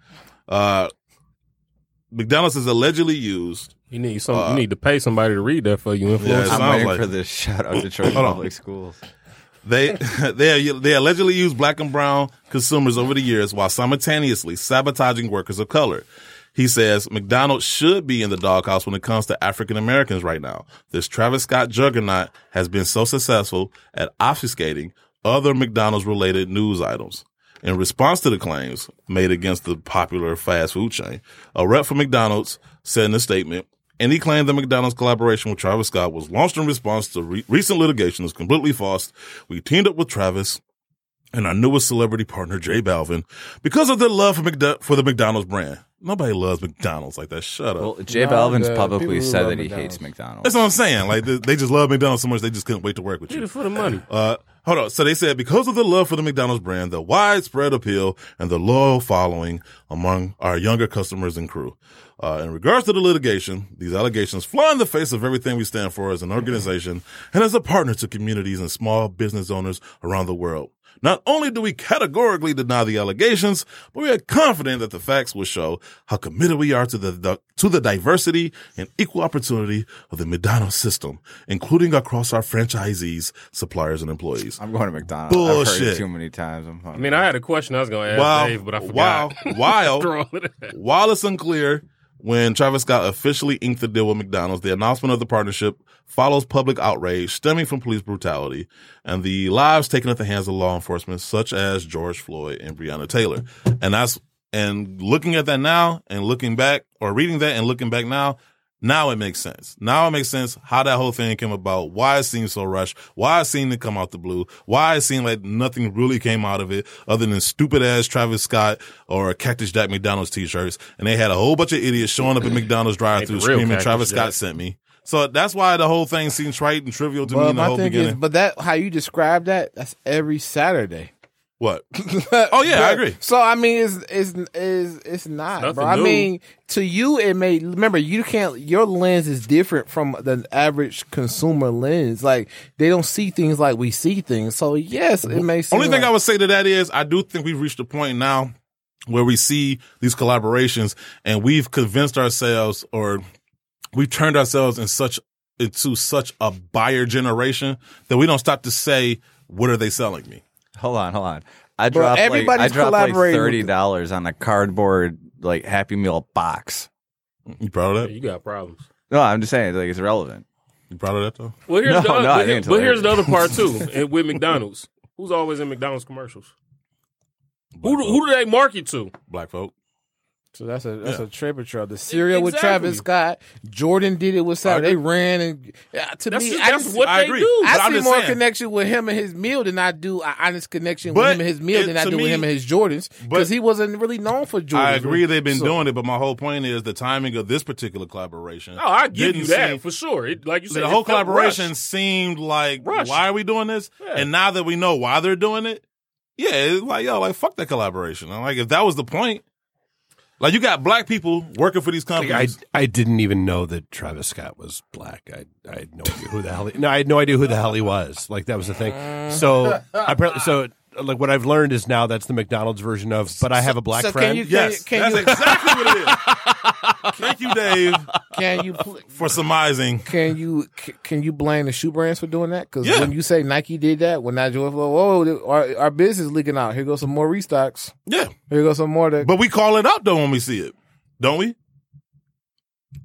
[SPEAKER 3] Uh, McDonald's has allegedly used
[SPEAKER 4] You need some. you need to pay somebody to read that for you. Influence.
[SPEAKER 3] Uh, Yeah, it
[SPEAKER 5] I'm
[SPEAKER 3] sounds
[SPEAKER 5] waiting
[SPEAKER 3] like-
[SPEAKER 5] for this
[SPEAKER 3] [laughs]
[SPEAKER 5] shout out Detroit
[SPEAKER 3] Hold on.
[SPEAKER 5] Public Schools.
[SPEAKER 3] They [laughs] they they allegedly use black and brown consumers over the years while simultaneously sabotaging workers of color. He says McDonald's should be in the doghouse when it comes to African Americans right now. This Travis Scott juggernaut has been so successful at obfuscating other McDonald's related news items. In response to the claims made against the popular fast food chain, a rep for McDonald's said in a statement, any claim that McDonald's collaboration with Travis Scott was launched in response to re- recent litigation is completely false. We teamed up with Travis and our newest celebrity partner, Jay Balvin, because of their love for, McDo- for the McDonald's brand. Nobody loves McDonald's like that. Shut up.
[SPEAKER 5] Well, Jay
[SPEAKER 11] No,
[SPEAKER 5] Balvin's
[SPEAKER 11] the people
[SPEAKER 5] publicly
[SPEAKER 11] who
[SPEAKER 5] said
[SPEAKER 11] love
[SPEAKER 5] that he
[SPEAKER 11] McDonald's.
[SPEAKER 5] hates McDonald's.
[SPEAKER 3] That's what I'm saying. Like they, they just love McDonald's so much they just couldn't wait to work with
[SPEAKER 4] Get
[SPEAKER 3] you.
[SPEAKER 4] it for the money.
[SPEAKER 3] Uh, hold on. So they said because of the love for the McDonald's brand, the widespread appeal, and the loyal following among our younger customers and crew. Uh, in regards to the litigation, these allegations fly in the face of everything we stand for as an organization and as a partner to communities and small business owners around the world. Not only do we categorically deny the allegations, but we are confident that the facts will show how committed we are to the, the to the diversity and equal opportunity of the McDonald's system, including across our franchisees, suppliers, and employees.
[SPEAKER 5] I'm going to McDonald's. I've heard
[SPEAKER 3] Bullshit.
[SPEAKER 5] it too many times. I'm
[SPEAKER 4] I mean, I had a question I was going to ask
[SPEAKER 3] Wow,
[SPEAKER 4] Dave, but I
[SPEAKER 3] wow,
[SPEAKER 4] forgot. [laughs]
[SPEAKER 3] wow.
[SPEAKER 4] After all of that.
[SPEAKER 3] While it's unclear when Travis Scott officially inked the deal with McDonald's, the announcement of the partnership follows public outrage stemming from police brutality and the lives taken at the hands of law enforcement, such as George Floyd and Breonna Taylor. And that's and looking at that now and looking back or reading that and looking back now, now it makes sense. Now it makes sense how that whole thing came about, why it seemed so rushed, why it seemed to come out the blue, why it seemed like nothing really came out of it other than stupid ass Travis Scott or Cactus Jack McDonald's t shirts. And they had a whole bunch of idiots showing up at McDonald's drive through
[SPEAKER 4] Ain't the real
[SPEAKER 3] screaming,
[SPEAKER 4] Cactus
[SPEAKER 3] Travis
[SPEAKER 4] Jack."
[SPEAKER 3] Scott sent me. So that's why the whole thing seems trite and trivial to me
[SPEAKER 6] But
[SPEAKER 3] in the
[SPEAKER 6] my
[SPEAKER 3] whole
[SPEAKER 6] thing is,
[SPEAKER 3] beginning.
[SPEAKER 6] but that how you describe that, that's every Saturday.
[SPEAKER 3] what? oh, yeah, I agree.
[SPEAKER 6] So I mean, it's it's is it's not,
[SPEAKER 4] It's
[SPEAKER 6] bro.
[SPEAKER 4] nothing
[SPEAKER 6] I
[SPEAKER 4] new.
[SPEAKER 6] mean, to you, it may remember you can't. Your lens is different from the average consumer lens. Like they don't see things like we see things. So yes, it may. Seem
[SPEAKER 3] Only thing
[SPEAKER 6] like-
[SPEAKER 3] I would say to that is I do think we've reached a point now where we see these collaborations and we've convinced ourselves or we've turned ourselves in such into such a buyer generation that we don't stop to say, what are they selling me?
[SPEAKER 5] Hold on, hold on. I dropped like I
[SPEAKER 6] everybody's
[SPEAKER 5] dropped like
[SPEAKER 6] collaborating with-
[SPEAKER 5] thirty dollars on a cardboard like Happy Meal box.
[SPEAKER 3] You proud of that?
[SPEAKER 4] You got problems.
[SPEAKER 5] No, I'm just saying like it's relevant.
[SPEAKER 3] You proud of that though?
[SPEAKER 4] Well, here's
[SPEAKER 5] No,
[SPEAKER 4] the,
[SPEAKER 5] no, I
[SPEAKER 4] but,
[SPEAKER 5] didn't
[SPEAKER 4] but
[SPEAKER 5] tell
[SPEAKER 4] here's the
[SPEAKER 5] her.
[SPEAKER 4] other part too
[SPEAKER 5] [laughs]
[SPEAKER 4] and with McDonald's. Who's always in McDonald's commercials? Who do, who do they market to?
[SPEAKER 3] Black folk.
[SPEAKER 6] So that's a that's a trip trail. The cereal with
[SPEAKER 4] Exactly.
[SPEAKER 6] Travis Scott, Jordan did it with Saturday. They ran and yeah, to
[SPEAKER 4] That's,
[SPEAKER 6] me, I
[SPEAKER 4] that's
[SPEAKER 6] just-
[SPEAKER 4] what
[SPEAKER 3] I
[SPEAKER 4] they
[SPEAKER 3] agree.
[SPEAKER 4] do.
[SPEAKER 3] But
[SPEAKER 6] I
[SPEAKER 3] I'm
[SPEAKER 6] see
[SPEAKER 3] just
[SPEAKER 6] more
[SPEAKER 3] saying-
[SPEAKER 6] connection with him and his meal than I do an honest connection with
[SPEAKER 3] But
[SPEAKER 6] him and his meal
[SPEAKER 3] it-
[SPEAKER 6] than I
[SPEAKER 3] to
[SPEAKER 6] do with
[SPEAKER 3] me-
[SPEAKER 6] him and his Jordans
[SPEAKER 3] but-
[SPEAKER 6] because he wasn't really known for Jordans.
[SPEAKER 3] I agree they've been
[SPEAKER 6] So-
[SPEAKER 3] doing it, but my whole point is the timing of this particular collaboration.
[SPEAKER 4] Oh, I give you
[SPEAKER 3] didn't
[SPEAKER 4] that
[SPEAKER 3] seem-
[SPEAKER 4] for sure. It, like you said,
[SPEAKER 3] the
[SPEAKER 4] it
[SPEAKER 3] whole
[SPEAKER 4] felt
[SPEAKER 3] collaboration
[SPEAKER 4] rushed.
[SPEAKER 3] seemed like
[SPEAKER 4] Rushed.
[SPEAKER 3] why are we doing this?
[SPEAKER 4] Yeah.
[SPEAKER 3] And now that we know why they're doing it, yeah, it's like yo, like fuck that collaboration. I'm like if that was the point, like you got black people working for these
[SPEAKER 7] I,
[SPEAKER 3] companies.
[SPEAKER 7] I didn't even know that Travis Scott was black. I I had no idea who the hell he, no I had no idea who the hell he was. Like that was the thing. So apparently, so like what I've learned is now that's the McDonald's version of. But I have a black
[SPEAKER 6] so
[SPEAKER 7] friend.
[SPEAKER 6] Can you, can,
[SPEAKER 3] yes,
[SPEAKER 6] can
[SPEAKER 3] that's
[SPEAKER 6] you
[SPEAKER 3] exactly what it is. Thank you, Dave,
[SPEAKER 6] can you pl-
[SPEAKER 3] for surmising.
[SPEAKER 6] can you c- can you blame the shoe brands for doing that? Because
[SPEAKER 3] Yeah.
[SPEAKER 6] when you say Nike did that, when Nigel, whoa, whoa, our, our business leaking out. Here goes some more restocks.
[SPEAKER 3] Yeah,
[SPEAKER 6] Here goes some more. That,
[SPEAKER 3] but we call it out though when we see it, don't we?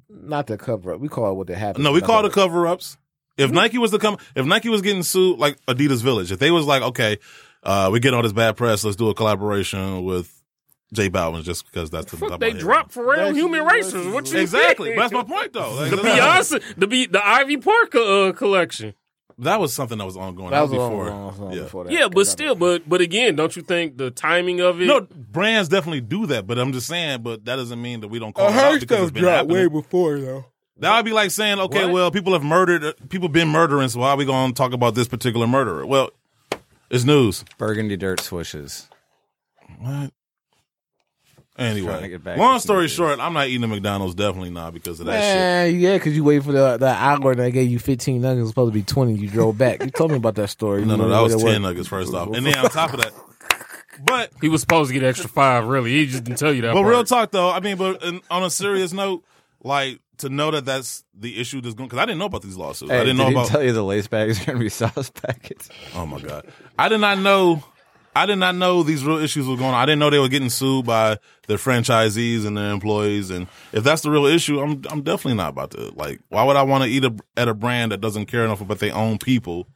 [SPEAKER 6] not the cover up. We call it what they happened.
[SPEAKER 3] No, we call the cover ups.
[SPEAKER 6] Mm-hmm.
[SPEAKER 3] If Nike was to come, if Nike was getting sued like Adidas Village, if they was like, okay, uh, we get all this bad press, let's do a collaboration with J Balvin just because that's the top of
[SPEAKER 4] They
[SPEAKER 3] my head.
[SPEAKER 4] dropped for real
[SPEAKER 6] That's-
[SPEAKER 4] human racers. What you
[SPEAKER 3] Exactly.
[SPEAKER 4] [laughs] think?
[SPEAKER 3] That's my point though. Like,
[SPEAKER 4] the
[SPEAKER 3] that's-
[SPEAKER 4] Beyonce, the Be- the Ivy Parker uh, collection.
[SPEAKER 3] that was something that was ongoing.
[SPEAKER 6] That was
[SPEAKER 3] before.
[SPEAKER 6] before.
[SPEAKER 3] yeah.
[SPEAKER 6] before that.
[SPEAKER 4] Yeah, but still, but but again, don't you think the timing of it?
[SPEAKER 3] No, brands definitely do that, but I'm just saying. But that doesn't mean that we don't call
[SPEAKER 6] I
[SPEAKER 3] it out
[SPEAKER 6] heard
[SPEAKER 3] because it's
[SPEAKER 6] stuff
[SPEAKER 3] been
[SPEAKER 6] dropped
[SPEAKER 3] happening.
[SPEAKER 6] way before though.
[SPEAKER 3] That would be like saying, okay,
[SPEAKER 4] What?
[SPEAKER 3] well, people have murdered, people been murdering, so why are we going to talk about this particular murderer? Well, it's news.
[SPEAKER 5] Burgundy dirt swishes.
[SPEAKER 3] What?
[SPEAKER 5] Trying to
[SPEAKER 3] Anyway,
[SPEAKER 5] get back
[SPEAKER 3] long
[SPEAKER 5] to some
[SPEAKER 3] story
[SPEAKER 5] news.
[SPEAKER 3] short, I'm not eating at McDonald's definitely not because of that shit.
[SPEAKER 6] Man, yeah, because you wait for the the hour that gave you fifteen nuggets was supposed to be twenty. You drove back. You told me about that story.
[SPEAKER 3] No,
[SPEAKER 6] You
[SPEAKER 3] no,
[SPEAKER 6] know
[SPEAKER 3] that was
[SPEAKER 6] what it
[SPEAKER 3] ten nuggets first off, and then on top of that, but
[SPEAKER 4] he was supposed to get extra five. Really, he just didn't tell you that.
[SPEAKER 3] but
[SPEAKER 4] part.
[SPEAKER 3] real talk though, I mean, but in, on a serious note, like to know that that's the issue that's going because I didn't know about these lawsuits. I
[SPEAKER 5] Hey,
[SPEAKER 3] didn't
[SPEAKER 5] did
[SPEAKER 3] know
[SPEAKER 5] he
[SPEAKER 3] about.
[SPEAKER 5] tell you the lace bags are going to be [laughs] sauce packets?
[SPEAKER 3] Oh my god, I did not know. I did not know these real issues were going on. I didn't know they were getting sued by their franchisees and their employees. And if that's the real issue, I'm I'm definitely not about to like. Why would I want to eat a, at a brand that doesn't care enough about their own people?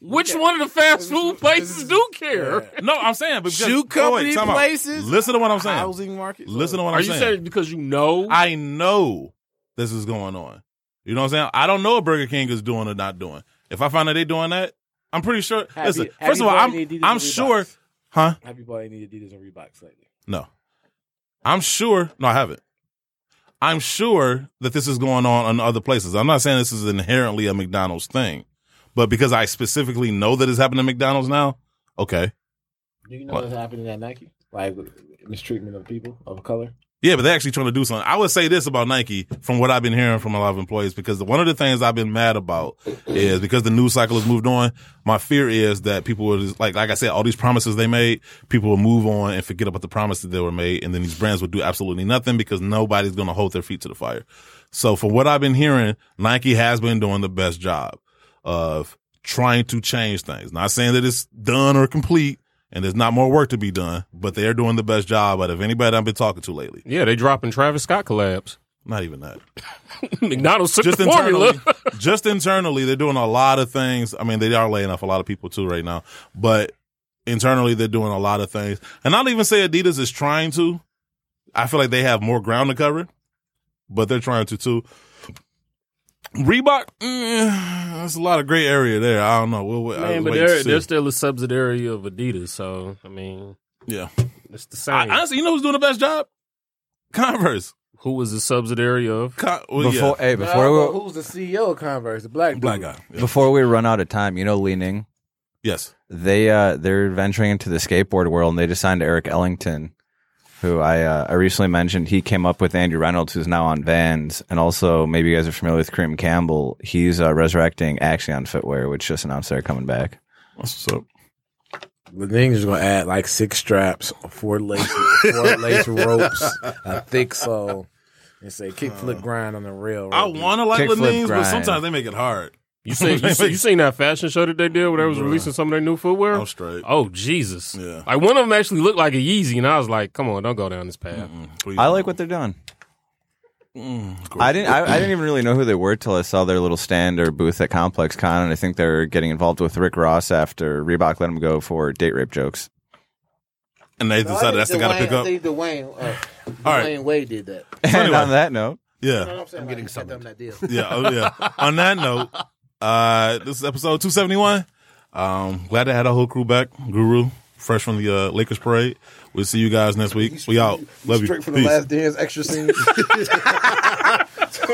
[SPEAKER 4] Which one of the fast food places do care?
[SPEAKER 3] No, I'm saying because
[SPEAKER 6] Shoe company
[SPEAKER 3] Oh, time out.
[SPEAKER 6] places?
[SPEAKER 3] Listen to what I'm saying.
[SPEAKER 6] Housing market.
[SPEAKER 3] Listen to what
[SPEAKER 4] Are
[SPEAKER 3] I'm
[SPEAKER 4] you
[SPEAKER 3] saying.
[SPEAKER 4] saying because you know?
[SPEAKER 3] I know this is going on. You know what I'm saying? I don't know what Burger King is doing or not doing. If I find out they're doing that, I'm pretty sure.
[SPEAKER 6] Have
[SPEAKER 3] listen,
[SPEAKER 6] you- have
[SPEAKER 3] first
[SPEAKER 6] you
[SPEAKER 3] of all,
[SPEAKER 6] bought
[SPEAKER 3] I'm
[SPEAKER 6] any Adidas
[SPEAKER 3] I'm
[SPEAKER 6] or Reeboks?
[SPEAKER 3] sure, huh?
[SPEAKER 6] Have you bought any Adidas and Reeboks lately?
[SPEAKER 3] No. I'm sure. No, I haven't. I'm sure that this is going on in other places. I'm not saying this is inherently a McDonald's thing, but because I specifically know that it's happening at McDonald's now, okay.
[SPEAKER 6] Do you know
[SPEAKER 3] What?
[SPEAKER 6] what's happening at Nike? Like mistreatment of people of color.
[SPEAKER 3] Yeah, but they're actually trying to do something. I would say this about Nike from what I've been hearing from a lot of employees because one of the things I've been mad about is because the news cycle has moved on. My fear is that people will just, like, like I said, all these promises they made, people will move on and forget about the promises that were made. And then these brands will do absolutely nothing because nobody's going to hold their feet to the fire. So from what I've been hearing, Nike has been doing the best job of trying to change things. Not saying that it's done or complete. And there's not more work to be done, but they are doing the best job out of anybody I've been talking to lately.
[SPEAKER 4] yeah, they dropping Travis Scott collabs.
[SPEAKER 3] Not even that.
[SPEAKER 4] [laughs] McDonald's took
[SPEAKER 3] Just
[SPEAKER 4] the formula.
[SPEAKER 3] internally, [laughs] just internally, they're doing a lot of things. I mean, they are laying off a lot of people too right now, but internally, they're doing a lot of things. And I don't even say Adidas is trying to. I feel like they have more ground to cover, but they're trying to too. Reebok, mm, that's a lot of gray area there. I don't know. We'll, we'll
[SPEAKER 4] Man,
[SPEAKER 3] I'll
[SPEAKER 4] but
[SPEAKER 3] wait to
[SPEAKER 4] they're,
[SPEAKER 3] see.
[SPEAKER 4] they're still a subsidiary of Adidas, so I mean,
[SPEAKER 3] yeah.
[SPEAKER 4] it's the
[SPEAKER 3] I,
[SPEAKER 4] same.
[SPEAKER 3] honestly, you know who's doing the best job? Converse.
[SPEAKER 4] Who was the subsidiary of?
[SPEAKER 3] Con- well, yeah.
[SPEAKER 5] Before, hey, before we,
[SPEAKER 6] who's the CEO of Converse? The black
[SPEAKER 3] black guy. Yeah.
[SPEAKER 5] before we run out of time, you know, leaning.
[SPEAKER 3] Yes.
[SPEAKER 5] they uh they're venturing into the skateboard world and they just signed Eric Ellington who I uh, I recently mentioned he came up with Andy Reynolds who's now on Vans and also maybe you guys are familiar with Kareem Campbell he's uh, resurrecting Axion Footwear which just announced they're coming back
[SPEAKER 3] What's up?
[SPEAKER 6] The thing is gonna add like six straps, four lace, [laughs] four lace ropes, a thick sole, and say kickflip grind on the rail.
[SPEAKER 3] I want to like
[SPEAKER 5] Kickflip
[SPEAKER 3] Lenine's, but
[SPEAKER 5] grind.
[SPEAKER 3] sometimes they make it hard.
[SPEAKER 4] You seen
[SPEAKER 3] [laughs]
[SPEAKER 4] you, seen- you seen that fashion show that they did where they was
[SPEAKER 3] Bruh.
[SPEAKER 4] releasing some of their new footwear?
[SPEAKER 3] I'm straight.
[SPEAKER 4] Oh Jesus!
[SPEAKER 3] Yeah.
[SPEAKER 4] Like one of them actually looked like a Yeezy, and I was like, "Come on, don't go down this path."
[SPEAKER 3] Please
[SPEAKER 5] I
[SPEAKER 3] don't.
[SPEAKER 5] like what they're doing I didn't I, I didn't even really know who they were till I saw their little stand or booth at Complex Con and I think they're getting involved with Rick Ross after Reebok let him go for date rape jokes [laughs]
[SPEAKER 3] and they decided that's the guy to pick up.
[SPEAKER 6] think Dwayne, uh,
[SPEAKER 3] All right.
[SPEAKER 6] Dwayne Wade did that.
[SPEAKER 5] and
[SPEAKER 3] anyway.
[SPEAKER 5] on that note
[SPEAKER 3] Yeah.
[SPEAKER 6] I'm, getting something. That deal.
[SPEAKER 3] Yeah. Oh, yeah. On that note, uh, this is episode 271. Um, glad to have the whole crew back. Guru, fresh from the uh, Lakers parade. We'll see you guys next week. We out. Love you.
[SPEAKER 6] Straight from
[SPEAKER 3] Peace.
[SPEAKER 6] the last dance, extra scene.